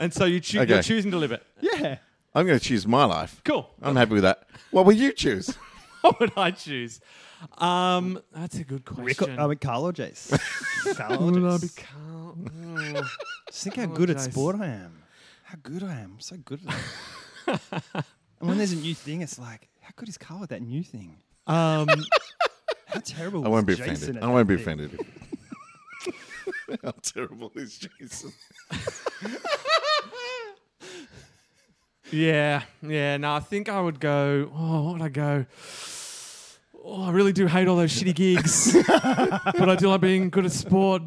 [SPEAKER 3] and so you choo- you're
[SPEAKER 1] Okay.
[SPEAKER 3] choosing to live it.
[SPEAKER 2] Yeah.
[SPEAKER 1] I'm going to choose my life.
[SPEAKER 3] Cool.
[SPEAKER 1] I'm happy with that. What will you choose?
[SPEAKER 3] What would I choose? Um, that's a good question.
[SPEAKER 2] Rick, uh, um, I mean, Carl or Jace? Carl or
[SPEAKER 3] Would I be
[SPEAKER 2] Jace?
[SPEAKER 3] Carl? Mm.
[SPEAKER 2] Just think how good at
[SPEAKER 3] Jace.
[SPEAKER 2] sport I am. How good I am. I'm so good at it. and when there's a new thing, it's like, how good is Carl at that new thing?
[SPEAKER 3] um,
[SPEAKER 2] How terrible
[SPEAKER 1] I won't be
[SPEAKER 2] was Jason
[SPEAKER 1] offended.
[SPEAKER 2] at
[SPEAKER 1] I
[SPEAKER 2] that
[SPEAKER 1] won't be
[SPEAKER 2] thing?
[SPEAKER 1] offended. How terrible is Jason?
[SPEAKER 3] yeah, yeah. No, I think I would go. Oh, what would I go? Oh, I really do hate all those shitty gigs, but I do like being good at sport.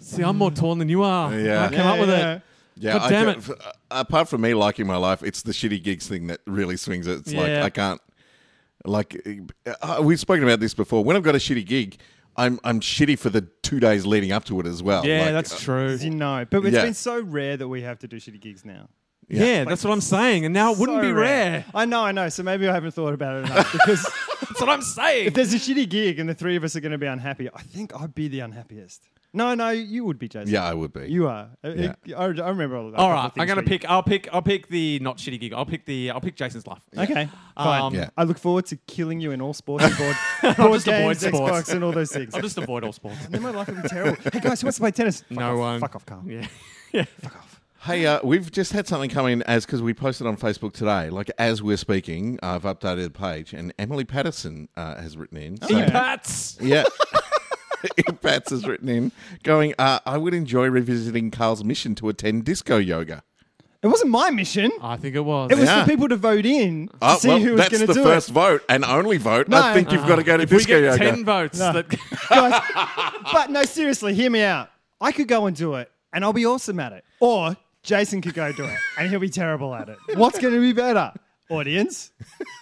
[SPEAKER 3] See, I'm more torn than you are.
[SPEAKER 1] Yeah.
[SPEAKER 3] I came up with
[SPEAKER 2] yeah.
[SPEAKER 3] it.
[SPEAKER 1] Yeah,
[SPEAKER 3] God
[SPEAKER 1] I
[SPEAKER 3] damn
[SPEAKER 1] don't-
[SPEAKER 3] it.
[SPEAKER 1] f- uh, apart from me liking my life, it's the shitty gigs thing that really swings it. It's like
[SPEAKER 3] Yeah.
[SPEAKER 1] I can't. Like uh, we've spoken about this before. When I've got a shitty gig, I'm I'm shitty for the two days leading up to it as well.
[SPEAKER 3] Yeah,
[SPEAKER 1] Like,
[SPEAKER 3] that's
[SPEAKER 1] uh,
[SPEAKER 3] true.
[SPEAKER 2] You know, but it's
[SPEAKER 1] Yeah.
[SPEAKER 2] been so rare that we have to do shitty gigs now.
[SPEAKER 3] Yeah, that's what I'm saying. And now Oh, it wouldn't
[SPEAKER 2] So
[SPEAKER 3] be rare.
[SPEAKER 2] I know, I know. So maybe I haven't thought about it enough because
[SPEAKER 3] That's what I'm saying.
[SPEAKER 2] if there's a shitty gig and the three of us are going to be unhappy, I think I'd be the unhappiest. No, no, you would be, Jason.
[SPEAKER 1] yeah, I would be.
[SPEAKER 2] You are. I-
[SPEAKER 1] Yeah.
[SPEAKER 2] I, I remember all of that.
[SPEAKER 3] All right, I'm gonna pick. I'll pick. I'll pick the not shitty gig. I'll pick the. I'll pick Jason's life.
[SPEAKER 2] Okay, fine.
[SPEAKER 3] Um,
[SPEAKER 1] Yeah.
[SPEAKER 2] I look forward to killing you in all sports, board, board
[SPEAKER 3] just avoid
[SPEAKER 2] games,
[SPEAKER 3] sports.
[SPEAKER 2] Xbox, and all those things.
[SPEAKER 3] I'll just avoid all sports.
[SPEAKER 2] And then my life would be terrible. Hey guys, who wants to play tennis? Fuck
[SPEAKER 3] No
[SPEAKER 2] off.
[SPEAKER 3] one.
[SPEAKER 2] Fuck off, Carl.
[SPEAKER 3] Yeah.
[SPEAKER 1] Hey, uh, we've just had something come in as because we posted on Facebook today. Like as we're speaking, I've updated the page, and Emily Patterson uh, has written in.
[SPEAKER 3] Oh,
[SPEAKER 1] So-
[SPEAKER 3] Impats.
[SPEAKER 1] Yeah. Pats has written in, going, uh, I would enjoy revisiting Carl's mission to attend disco yoga.
[SPEAKER 2] It wasn't my mission.
[SPEAKER 3] I think it was.
[SPEAKER 2] It was
[SPEAKER 1] Yeah.
[SPEAKER 2] for people to vote in to
[SPEAKER 1] Oh,
[SPEAKER 2] see
[SPEAKER 1] well,
[SPEAKER 2] who was
[SPEAKER 1] that's
[SPEAKER 2] going to
[SPEAKER 1] the
[SPEAKER 2] do
[SPEAKER 1] first
[SPEAKER 2] it.
[SPEAKER 1] vote and only vote. I
[SPEAKER 2] No.
[SPEAKER 1] think you've got to go to
[SPEAKER 3] if we
[SPEAKER 1] disco
[SPEAKER 3] get
[SPEAKER 1] yoga.
[SPEAKER 3] ten votes,
[SPEAKER 2] No.
[SPEAKER 3] that,
[SPEAKER 2] Guys, but no, seriously, hear me out. I could go and do it, and I'll be awesome at it. Or Jason could go do it, and he'll be terrible at it. What's going to be better? Audience?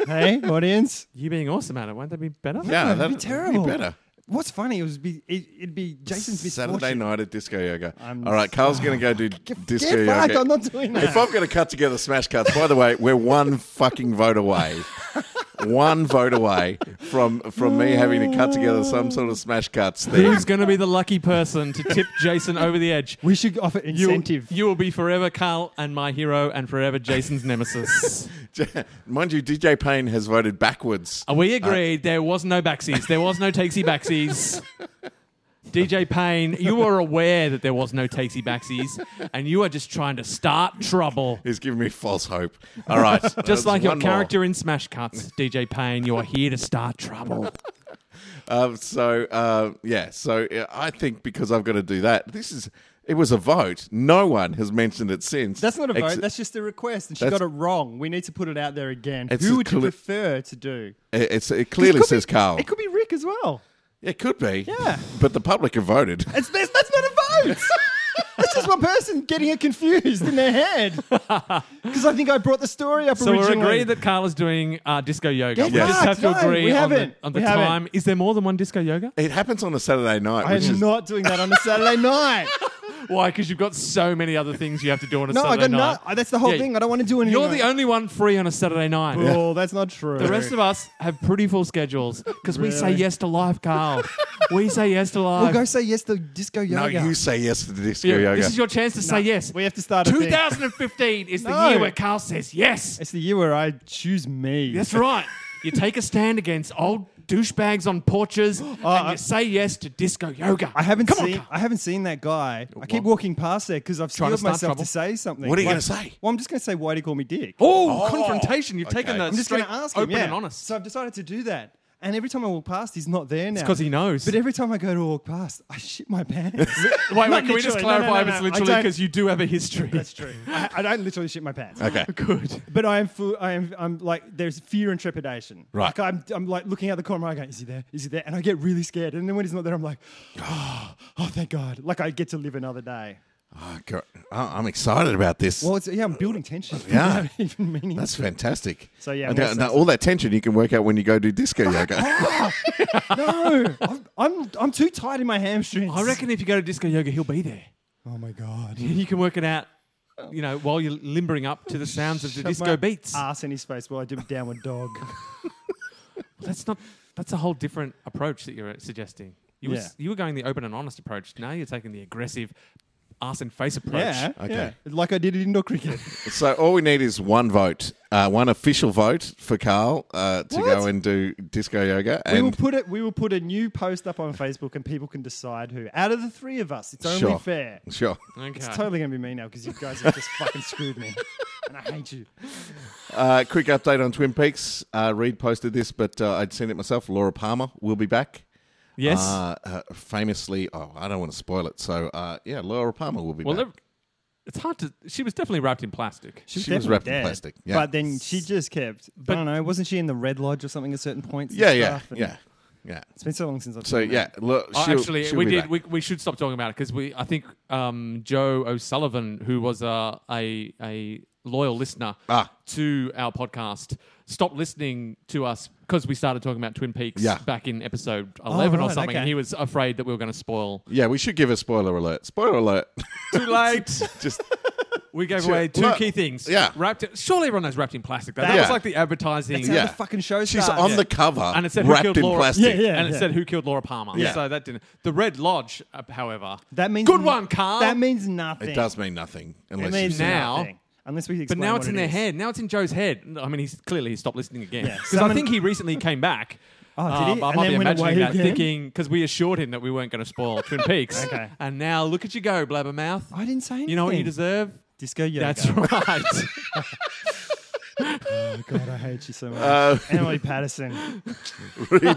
[SPEAKER 2] Hey, audience?
[SPEAKER 3] you being awesome at it, won't that be better?
[SPEAKER 1] yeah,
[SPEAKER 2] it'd be
[SPEAKER 1] that'd
[SPEAKER 2] terrible.
[SPEAKER 1] Be better.
[SPEAKER 2] What's funny? It was be it, it'd be Jason's misfortune.
[SPEAKER 1] Saturday night at disco yoga.
[SPEAKER 2] I'm-
[SPEAKER 1] All right, Carl's going to go do disco
[SPEAKER 2] Get back!
[SPEAKER 1] yoga.
[SPEAKER 2] I'm not doing that.
[SPEAKER 1] if I'm going to cut together smash cuts, by the way, we're one fucking vote away. One vote away from from me having to cut together some sort of smash cuts thing.
[SPEAKER 3] Who's going to be the lucky person to tip Jason over the edge?
[SPEAKER 2] we should offer
[SPEAKER 3] You,
[SPEAKER 2] incentive.
[SPEAKER 3] you will be forever Carl and my hero, and forever Jason's nemesis.
[SPEAKER 1] Mind you, DJ Payne has voted backwards.
[SPEAKER 3] we agreed there was no backsies. There was no takesy backsies. DJ Payne, you were aware that there was no takesy backsies, and you are just trying to start trouble.
[SPEAKER 1] He's giving me false hope. All right,
[SPEAKER 3] Just
[SPEAKER 1] there's
[SPEAKER 3] like your
[SPEAKER 1] one more.
[SPEAKER 3] character in Smash Cuts, DJ Payne, you are here to start trouble.
[SPEAKER 1] Um, so uh, yeah, so uh, I think because I've got to do that. This is it was a vote. No one has mentioned it since.
[SPEAKER 2] that's not a vote.
[SPEAKER 1] Ex-
[SPEAKER 2] that's just a request, and she
[SPEAKER 1] That's-
[SPEAKER 2] got it wrong. We need to put it out there again.
[SPEAKER 1] It's
[SPEAKER 2] Who
[SPEAKER 1] a
[SPEAKER 2] would you
[SPEAKER 1] cli-
[SPEAKER 2] prefer to do?
[SPEAKER 1] it- it's it clearly
[SPEAKER 2] It could
[SPEAKER 1] says
[SPEAKER 2] be-
[SPEAKER 1] Carl.
[SPEAKER 2] It could be Rick as well.
[SPEAKER 1] it could be.
[SPEAKER 2] Yeah.
[SPEAKER 1] but the public have voted.
[SPEAKER 2] It's, that's, that's not a vote. that's just one person getting it confused in their head. Because I think I brought the story up
[SPEAKER 3] So we're
[SPEAKER 2] originally.
[SPEAKER 3] agreed that Carl is doing uh, disco yoga.
[SPEAKER 2] Get
[SPEAKER 3] we just have
[SPEAKER 2] fucked.
[SPEAKER 3] to
[SPEAKER 2] No,
[SPEAKER 3] agree
[SPEAKER 2] we
[SPEAKER 3] on the,
[SPEAKER 2] haven't.
[SPEAKER 3] on the
[SPEAKER 2] We haven't.
[SPEAKER 3] time. Is there more than one disco yoga?
[SPEAKER 1] It happens on a Saturday night,
[SPEAKER 2] I
[SPEAKER 1] which
[SPEAKER 2] am
[SPEAKER 1] is
[SPEAKER 2] not doing that on a Saturday night.
[SPEAKER 3] Why? Because you've got so many other things you have to do on a
[SPEAKER 2] No,
[SPEAKER 3] Saturday
[SPEAKER 2] I got
[SPEAKER 3] night.
[SPEAKER 2] no. That's the whole
[SPEAKER 3] Yeah,
[SPEAKER 2] thing. I don't want to do anything.
[SPEAKER 3] You're the only one free on a Saturday night.
[SPEAKER 2] Oh, that's not true.
[SPEAKER 3] The rest of us have pretty full schedules because we say
[SPEAKER 2] Really?
[SPEAKER 3] yes to life, Carl. we say yes to life.
[SPEAKER 2] We'll go say yes to disco
[SPEAKER 1] no.
[SPEAKER 2] yoga.
[SPEAKER 1] You say yes to the disco
[SPEAKER 3] Yeah,
[SPEAKER 1] yoga.
[SPEAKER 3] This is your chance to say yes.
[SPEAKER 2] we have to start a thing.
[SPEAKER 3] 2015 is the
[SPEAKER 2] No.
[SPEAKER 3] year where Carl says yes.
[SPEAKER 2] It's the year where I choose me.
[SPEAKER 3] That's right. You take a stand against old douchebags on porches and
[SPEAKER 2] Oh, I-
[SPEAKER 3] you say yes to disco yoga.
[SPEAKER 2] I haven't
[SPEAKER 3] Come on,
[SPEAKER 2] seen.
[SPEAKER 3] Carl.
[SPEAKER 2] I haven't seen that guy. I keep
[SPEAKER 3] what?
[SPEAKER 2] walking past there because I've
[SPEAKER 3] Trying to
[SPEAKER 2] steeled
[SPEAKER 3] start
[SPEAKER 2] myself
[SPEAKER 3] trouble?
[SPEAKER 2] to say something.
[SPEAKER 1] What are you
[SPEAKER 2] Like-
[SPEAKER 1] gonna say?
[SPEAKER 2] Well, I'm just going to say, "Why do you call me dick?"
[SPEAKER 3] Oh,
[SPEAKER 1] Oh,
[SPEAKER 3] confrontation. You've taken
[SPEAKER 1] okay.
[SPEAKER 3] the
[SPEAKER 1] I'm
[SPEAKER 2] I'm just
[SPEAKER 3] straight
[SPEAKER 2] going to ask
[SPEAKER 3] open
[SPEAKER 2] him. Yeah.
[SPEAKER 3] and honest.
[SPEAKER 2] So I've decided to do that. And every time I walk past, he's not there now.
[SPEAKER 3] because he knows.
[SPEAKER 2] But every time I go to walk past, I shit my pants.
[SPEAKER 3] wait, wait,
[SPEAKER 2] Not
[SPEAKER 3] can we just
[SPEAKER 2] literally. No, no,
[SPEAKER 3] clarify
[SPEAKER 2] no,
[SPEAKER 3] if it's
[SPEAKER 2] no. I
[SPEAKER 3] literally
[SPEAKER 2] don't-
[SPEAKER 3] because you do have a history?
[SPEAKER 2] That's true. I, I don't literally shit my pants.
[SPEAKER 1] okay.
[SPEAKER 3] Good.
[SPEAKER 2] But I am, full, I am, I'm like, there's fear and trepidation.
[SPEAKER 1] Right.
[SPEAKER 2] Like I'm, I'm like looking out the corner. I go, is he there? Is he there? And I get really scared. And then when he's not there, I'm like, oh, oh thank God. Like I get to live another day.
[SPEAKER 1] Oh, God. I- I'm excited about this.
[SPEAKER 2] Well, it's, yeah, I'm building tension.
[SPEAKER 1] Yeah.
[SPEAKER 2] Without even meaning
[SPEAKER 1] That's fantastic.
[SPEAKER 2] So, yeah,
[SPEAKER 1] And now-
[SPEAKER 2] more
[SPEAKER 1] now
[SPEAKER 2] sense.
[SPEAKER 1] all that tension you can work out when you go do disco yoga.
[SPEAKER 2] no. I'm, I'm I'm too tight in my hamstrings.
[SPEAKER 3] I reckon if you go to disco yoga, he'll be there.
[SPEAKER 2] Oh my god.
[SPEAKER 3] You can work it out, you know, while you're limbering up to the sounds of the
[SPEAKER 2] Shove
[SPEAKER 3] disco
[SPEAKER 2] my
[SPEAKER 3] beats.
[SPEAKER 2] Ass in his face while I do a downward dog.
[SPEAKER 3] That's not. That's a whole different approach that you're suggesting. You,
[SPEAKER 2] Yeah.
[SPEAKER 3] was, you were going the open and honest approach. Now you're taking the aggressive ass and face approach.
[SPEAKER 2] yeah.
[SPEAKER 1] Okay.
[SPEAKER 2] yeah. Like I did in indoor cricket.
[SPEAKER 1] so all we need is one vote, uh, one official vote for Carl uh, to go
[SPEAKER 2] What?
[SPEAKER 1] and do disco yoga.
[SPEAKER 2] we will
[SPEAKER 1] And
[SPEAKER 2] put it. We will put a new post up on Facebook, and people can decide who. Out of the three of us, it's only
[SPEAKER 1] Sure.
[SPEAKER 2] fair.
[SPEAKER 1] sure.
[SPEAKER 3] Okay.
[SPEAKER 2] It's totally gonna be me now because you guys have just fucking screwed me, and I hate you.
[SPEAKER 1] Uh, quick update on Twin Peaks. Uh, Reed posted this, but uh, I'd seen it myself. Laura Palmer will be back.
[SPEAKER 3] yes.
[SPEAKER 1] Uh, uh, famously, oh, I don't want to spoil it. So, uh, yeah, Laura Palmer will be
[SPEAKER 3] well,
[SPEAKER 1] back.
[SPEAKER 3] it- it's hard to. She was definitely wrapped in plastic.
[SPEAKER 2] She's
[SPEAKER 1] She was
[SPEAKER 2] definitely
[SPEAKER 1] wrapped in
[SPEAKER 2] dead,
[SPEAKER 1] plastic, yeah.
[SPEAKER 2] But then she just kept. I don't know. Wasn't she in the Red Lodge or something at certain points? and
[SPEAKER 1] yeah, yeah,
[SPEAKER 2] stuff? And
[SPEAKER 1] yeah, yeah.
[SPEAKER 2] It's been so long since I've.
[SPEAKER 1] So,
[SPEAKER 2] seen that.
[SPEAKER 1] yeah, look,
[SPEAKER 3] Oh,
[SPEAKER 1] she'll-
[SPEAKER 3] actually,
[SPEAKER 1] she'll
[SPEAKER 3] we
[SPEAKER 1] be
[SPEAKER 3] did.
[SPEAKER 1] back.
[SPEAKER 3] We, we should stop talking about it because we. I think um, Joe O'Sullivan, who was uh, a a loyal listener
[SPEAKER 1] Ah.
[SPEAKER 3] to our podcast, stopped listening to us because we started talking about Twin Peaks
[SPEAKER 1] Yeah.
[SPEAKER 3] back in episode eleven or
[SPEAKER 2] Oh, right,
[SPEAKER 3] something,
[SPEAKER 2] okay.
[SPEAKER 3] and he was afraid that we were going to spoil.
[SPEAKER 1] yeah, we should give a spoiler alert. Spoiler alert.
[SPEAKER 3] Too late.
[SPEAKER 1] Just
[SPEAKER 3] we gave
[SPEAKER 1] Sure.
[SPEAKER 3] away two
[SPEAKER 1] Well,
[SPEAKER 3] key things.
[SPEAKER 1] yeah.
[SPEAKER 3] wrapped. In, surely everyone knows wrapped in plastic. Though. That
[SPEAKER 1] Yeah.
[SPEAKER 3] was like the advertising.
[SPEAKER 2] That's how
[SPEAKER 1] yeah.
[SPEAKER 2] the fucking show
[SPEAKER 1] she's
[SPEAKER 2] starts.
[SPEAKER 1] on
[SPEAKER 2] Yeah.
[SPEAKER 1] the cover
[SPEAKER 3] And it said who
[SPEAKER 1] wrapped
[SPEAKER 3] killed
[SPEAKER 1] in
[SPEAKER 3] Laura.
[SPEAKER 1] plastic.
[SPEAKER 2] Yeah, yeah.
[SPEAKER 3] and it said who killed Laura Palmer.
[SPEAKER 1] Yeah.
[SPEAKER 3] So that didn't. The Red Lodge, uh, however,
[SPEAKER 2] That means
[SPEAKER 3] good one, Carl.
[SPEAKER 2] That means nothing.
[SPEAKER 1] It does mean nothing unless
[SPEAKER 2] It means
[SPEAKER 1] you
[SPEAKER 3] Now-
[SPEAKER 2] nothing. Unless we.
[SPEAKER 3] But
[SPEAKER 2] explain
[SPEAKER 3] now
[SPEAKER 2] what
[SPEAKER 3] it's in
[SPEAKER 2] it
[SPEAKER 3] their
[SPEAKER 2] is.
[SPEAKER 3] head. Now it's in Joe's head. No, I mean, he's clearly he stopped listening again
[SPEAKER 2] Yeah.
[SPEAKER 3] because I
[SPEAKER 2] Someone-
[SPEAKER 3] think he recently came back. Uh,
[SPEAKER 2] Oh, did he?
[SPEAKER 3] but I
[SPEAKER 2] And
[SPEAKER 3] might
[SPEAKER 2] then
[SPEAKER 3] be
[SPEAKER 2] went away
[SPEAKER 3] imagining that,
[SPEAKER 2] again?
[SPEAKER 3] thinking because we assured him that we weren't going to spoil Twin Peaks.
[SPEAKER 2] Okay.
[SPEAKER 3] And now look at you go, blabbermouth.
[SPEAKER 2] I didn't say anything.
[SPEAKER 3] You know what you deserve?
[SPEAKER 2] Disco yoga.
[SPEAKER 3] That's right.
[SPEAKER 2] God, I hate you so much. Emily Patterson.
[SPEAKER 1] Reed,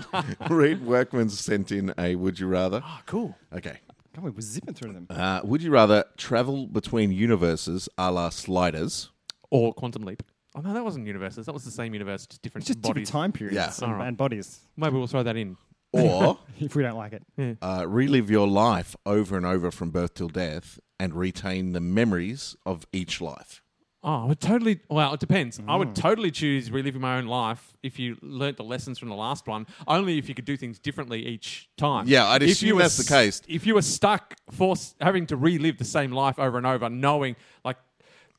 [SPEAKER 1] Reed Workman sent in a would you rather.
[SPEAKER 2] Ah,
[SPEAKER 3] oh, cool.
[SPEAKER 1] Okay.
[SPEAKER 2] God, we were zipping through them.
[SPEAKER 1] Uh, would you rather travel between universes a la sliders?
[SPEAKER 3] Or Quantum Leap. Oh no, that wasn't universes. That was the same universe, just different
[SPEAKER 2] Just different
[SPEAKER 3] bodies.
[SPEAKER 2] time periods
[SPEAKER 1] Yeah.
[SPEAKER 2] and,
[SPEAKER 3] Alright.
[SPEAKER 2] and bodies.
[SPEAKER 3] Maybe we'll throw that in.
[SPEAKER 1] Or
[SPEAKER 2] If we don't like it,
[SPEAKER 1] uh, relive your life over and over from birth till death and retain the memories of each life?
[SPEAKER 3] Oh, I would totally. Well, it depends. I
[SPEAKER 1] Mm.
[SPEAKER 3] would totally choose reliving my own life if you learnt the lessons from the last one. Only if you could do things differently each time.
[SPEAKER 1] Yeah, I'd
[SPEAKER 3] If
[SPEAKER 1] assume
[SPEAKER 3] you were
[SPEAKER 1] that's the
[SPEAKER 3] s-
[SPEAKER 1] case.
[SPEAKER 3] If you were stuck, forced having to relive the same life over and over, knowing like.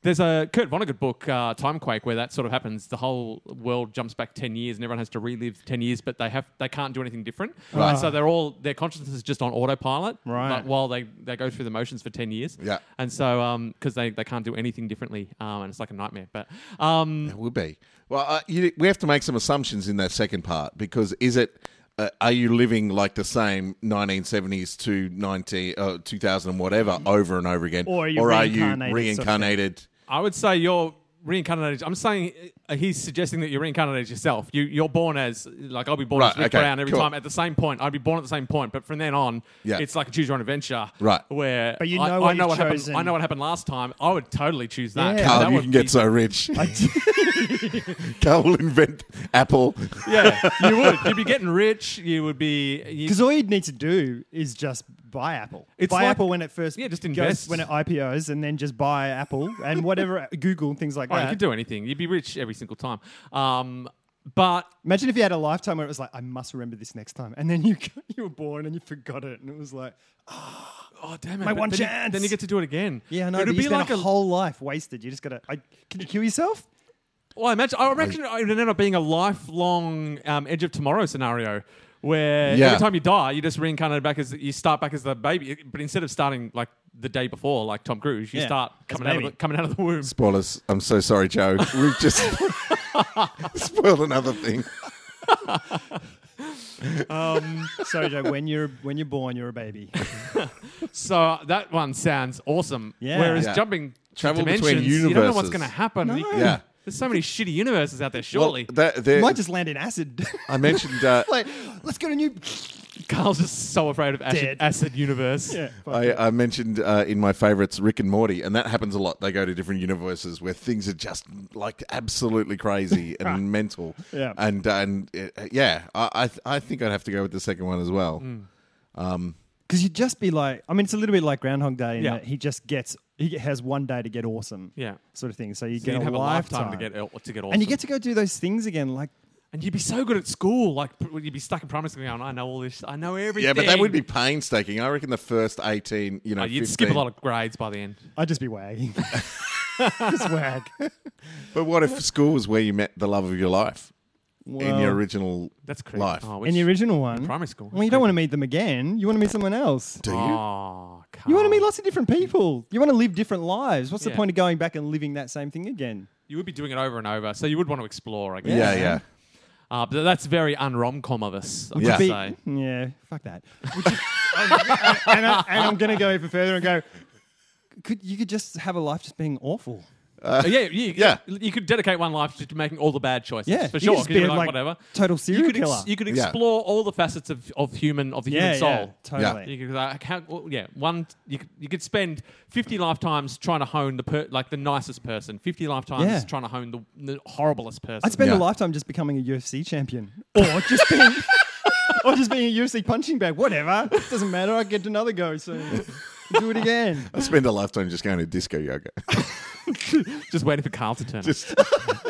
[SPEAKER 3] There's a Kurt Vonnegut book, uh, Timequake, where that sort of happens. The whole world jumps back ten years, and everyone has to relive ten years, but they have they can't do anything different. And so they're all their consciousness is just on autopilot,
[SPEAKER 2] Right.
[SPEAKER 3] like, while they, they go through the motions for ten years.
[SPEAKER 1] Yeah.
[SPEAKER 3] And so, because they, they can't do anything differently, um, and it's like a nightmare. But um,
[SPEAKER 1] It would be. Well, uh, you, we have to make some assumptions in that second part because is it. Uh, are you living like the same 1970s to 19, uh, 2000 and whatever over and over again?
[SPEAKER 2] Or are you reincarnated sort of thing?
[SPEAKER 1] reincarnated?
[SPEAKER 3] I would say you're reincarnated. I'm saying uh, he's suggesting that you're reincarnated yourself. You, you're born as, like, I'll be born
[SPEAKER 1] Right,
[SPEAKER 3] as Rick
[SPEAKER 1] okay,
[SPEAKER 3] Brown every
[SPEAKER 1] cool.
[SPEAKER 3] time at the same point. I'd be born at the same point. But from then on,
[SPEAKER 1] Yeah.
[SPEAKER 3] it's like a choose your own adventure.
[SPEAKER 1] Right.
[SPEAKER 3] Where
[SPEAKER 2] But you
[SPEAKER 3] I-
[SPEAKER 2] know
[SPEAKER 3] I,
[SPEAKER 2] what
[SPEAKER 3] know
[SPEAKER 2] you've
[SPEAKER 3] what happened.
[SPEAKER 2] chosen.
[SPEAKER 3] I know what happened last time. I would totally choose that.
[SPEAKER 2] Yeah.
[SPEAKER 3] That
[SPEAKER 1] Carl, Oh, you
[SPEAKER 3] would
[SPEAKER 1] can
[SPEAKER 3] be-
[SPEAKER 1] get so rich. Carl will invent Apple.
[SPEAKER 3] Yeah, you would. You'd be getting rich. You would be. you-
[SPEAKER 2] because all you'd need to do is just buy Apple.
[SPEAKER 3] It's
[SPEAKER 2] buy
[SPEAKER 3] like-
[SPEAKER 2] Apple when it first
[SPEAKER 3] Yeah, just
[SPEAKER 2] goes-
[SPEAKER 3] invest.
[SPEAKER 2] when it IPOs, and then just buy Apple and whatever Google things like
[SPEAKER 3] Oh,
[SPEAKER 2] that.
[SPEAKER 3] you could do anything. You'd be rich every single time. Um, but
[SPEAKER 2] Imagine if you had a lifetime where it was like, I must remember this next time, and then you you were born and you forgot it, and it was like,
[SPEAKER 3] Oh damn it!
[SPEAKER 2] My
[SPEAKER 3] But
[SPEAKER 2] one
[SPEAKER 3] then You,
[SPEAKER 2] chance.
[SPEAKER 3] then you get to do it again.
[SPEAKER 2] yeah, no,
[SPEAKER 3] It'd
[SPEAKER 2] but
[SPEAKER 3] be
[SPEAKER 2] you spent
[SPEAKER 3] like
[SPEAKER 2] a
[SPEAKER 3] a
[SPEAKER 2] whole life wasted. You just gotta, I, can you kill yourself?
[SPEAKER 3] Well, I Oh, imagine. I reckon it would end up being a lifelong um, edge of tomorrow scenario. Where
[SPEAKER 1] Yeah.
[SPEAKER 3] every time you die, you just reincarnated back as you start back as the baby, but instead of starting like the day before, like Tom Cruise, you
[SPEAKER 2] Yeah,
[SPEAKER 3] start
[SPEAKER 2] as a
[SPEAKER 3] coming out of
[SPEAKER 2] baby.
[SPEAKER 3] the, coming out of the womb.
[SPEAKER 1] Spoilers. I'm so sorry, Joe. We've just spoiled another thing.
[SPEAKER 2] Um, so Joe, when you're when you're born, you're a baby.
[SPEAKER 3] So uh, that one sounds awesome.
[SPEAKER 2] Yeah.
[SPEAKER 3] Whereas
[SPEAKER 1] Yeah.
[SPEAKER 3] jumping
[SPEAKER 1] Travel between
[SPEAKER 3] dimensions, you don't know what's
[SPEAKER 1] universes.
[SPEAKER 3] going to happen.
[SPEAKER 2] No.
[SPEAKER 1] Yeah.
[SPEAKER 3] there's so many shitty universes out there. Surely,
[SPEAKER 1] Well, that- there-
[SPEAKER 2] You might just land in acid.
[SPEAKER 1] I mentioned. Uh,
[SPEAKER 2] like, let's get a new.
[SPEAKER 3] Carl's just so afraid of acid,
[SPEAKER 2] Dead.
[SPEAKER 3] acid universe.
[SPEAKER 2] Yeah, fuck
[SPEAKER 1] I,
[SPEAKER 2] it.
[SPEAKER 1] I mentioned uh, in my favorites Rick and Morty, and that happens a lot. They go to different universes where things are just like absolutely crazy and mental.
[SPEAKER 2] Yeah.
[SPEAKER 3] Mm.
[SPEAKER 1] and and uh, yeah, I I, th- I think I'd have to go with the second one as well. Um,
[SPEAKER 2] Because you'd just be like, I mean, it's a little bit like Groundhog Day in
[SPEAKER 3] Yeah.
[SPEAKER 2] that he just gets, he has one day to get awesome,
[SPEAKER 3] Yeah.
[SPEAKER 2] sort of thing. So you
[SPEAKER 3] So
[SPEAKER 2] get
[SPEAKER 3] you'd
[SPEAKER 2] a,
[SPEAKER 3] have
[SPEAKER 2] lifetime.
[SPEAKER 3] a lifetime to get el- to get awesome.
[SPEAKER 2] and you get to go do those things again. Like,
[SPEAKER 3] and you'd be so good at school. Like pr- you'd be stuck in primary school going, I know all this. I know everything.
[SPEAKER 1] Yeah, but that would be painstaking. I reckon the first 18, you know,
[SPEAKER 3] Oh, you'd
[SPEAKER 1] 15
[SPEAKER 3] skip a lot of grades by the end.
[SPEAKER 2] I'd just be wagging, just wag.
[SPEAKER 1] But what if school was where you met the love of your life in
[SPEAKER 2] Well,
[SPEAKER 1] your original
[SPEAKER 3] That's creepy.
[SPEAKER 1] life?
[SPEAKER 3] Oh,
[SPEAKER 2] in the original one,
[SPEAKER 3] primary school.
[SPEAKER 2] Well, you don't want to meet them again. You want to meet someone else.
[SPEAKER 1] Do you?
[SPEAKER 3] Oh,
[SPEAKER 2] You want to
[SPEAKER 3] Carl.
[SPEAKER 2] meet lots of different people. You want to live different lives. What's
[SPEAKER 3] Yeah.
[SPEAKER 2] the point of going back and living that same thing again?
[SPEAKER 3] You would be doing it over and over, so you would want to explore, I guess.
[SPEAKER 1] yeah, yeah.
[SPEAKER 3] Uh, but that's very unrom com of us. I
[SPEAKER 1] Yeah.
[SPEAKER 3] must
[SPEAKER 2] Be-
[SPEAKER 3] say.
[SPEAKER 2] yeah, fuck that. Would you- and, I, and I'm going to go even further and go. Could you could just have a life just being awful?
[SPEAKER 3] Uh, yeah, you,
[SPEAKER 1] yeah.
[SPEAKER 3] You could dedicate one life to making all the bad choices.
[SPEAKER 2] Yeah,
[SPEAKER 3] for
[SPEAKER 2] you
[SPEAKER 3] sure.
[SPEAKER 2] just
[SPEAKER 3] 'cause you'd
[SPEAKER 2] be
[SPEAKER 3] be like,
[SPEAKER 2] like
[SPEAKER 3] whatever.
[SPEAKER 2] Total serial
[SPEAKER 3] you could ex-
[SPEAKER 2] killer.
[SPEAKER 3] you could
[SPEAKER 1] Yeah.
[SPEAKER 3] explore all the facets of, of human of the
[SPEAKER 2] yeah,
[SPEAKER 3] human soul.
[SPEAKER 2] yeah, totally.
[SPEAKER 3] You could, uh, how, well, yeah, one. You could, you could spend fifty lifetimes trying to hone the per, like the nicest person. Fifty lifetimes
[SPEAKER 2] Yeah.
[SPEAKER 3] trying to hone the, the horriblest person.
[SPEAKER 2] I'd spend
[SPEAKER 1] Yeah.
[SPEAKER 2] a lifetime just becoming a UFC champion, or just being, or just being a UFC punching bag. Whatever, doesn't matter. I get another go soon. Do it again.
[SPEAKER 1] I spend a lifetime just going to disco yoga.
[SPEAKER 3] just waiting for Carl to turn.
[SPEAKER 1] just,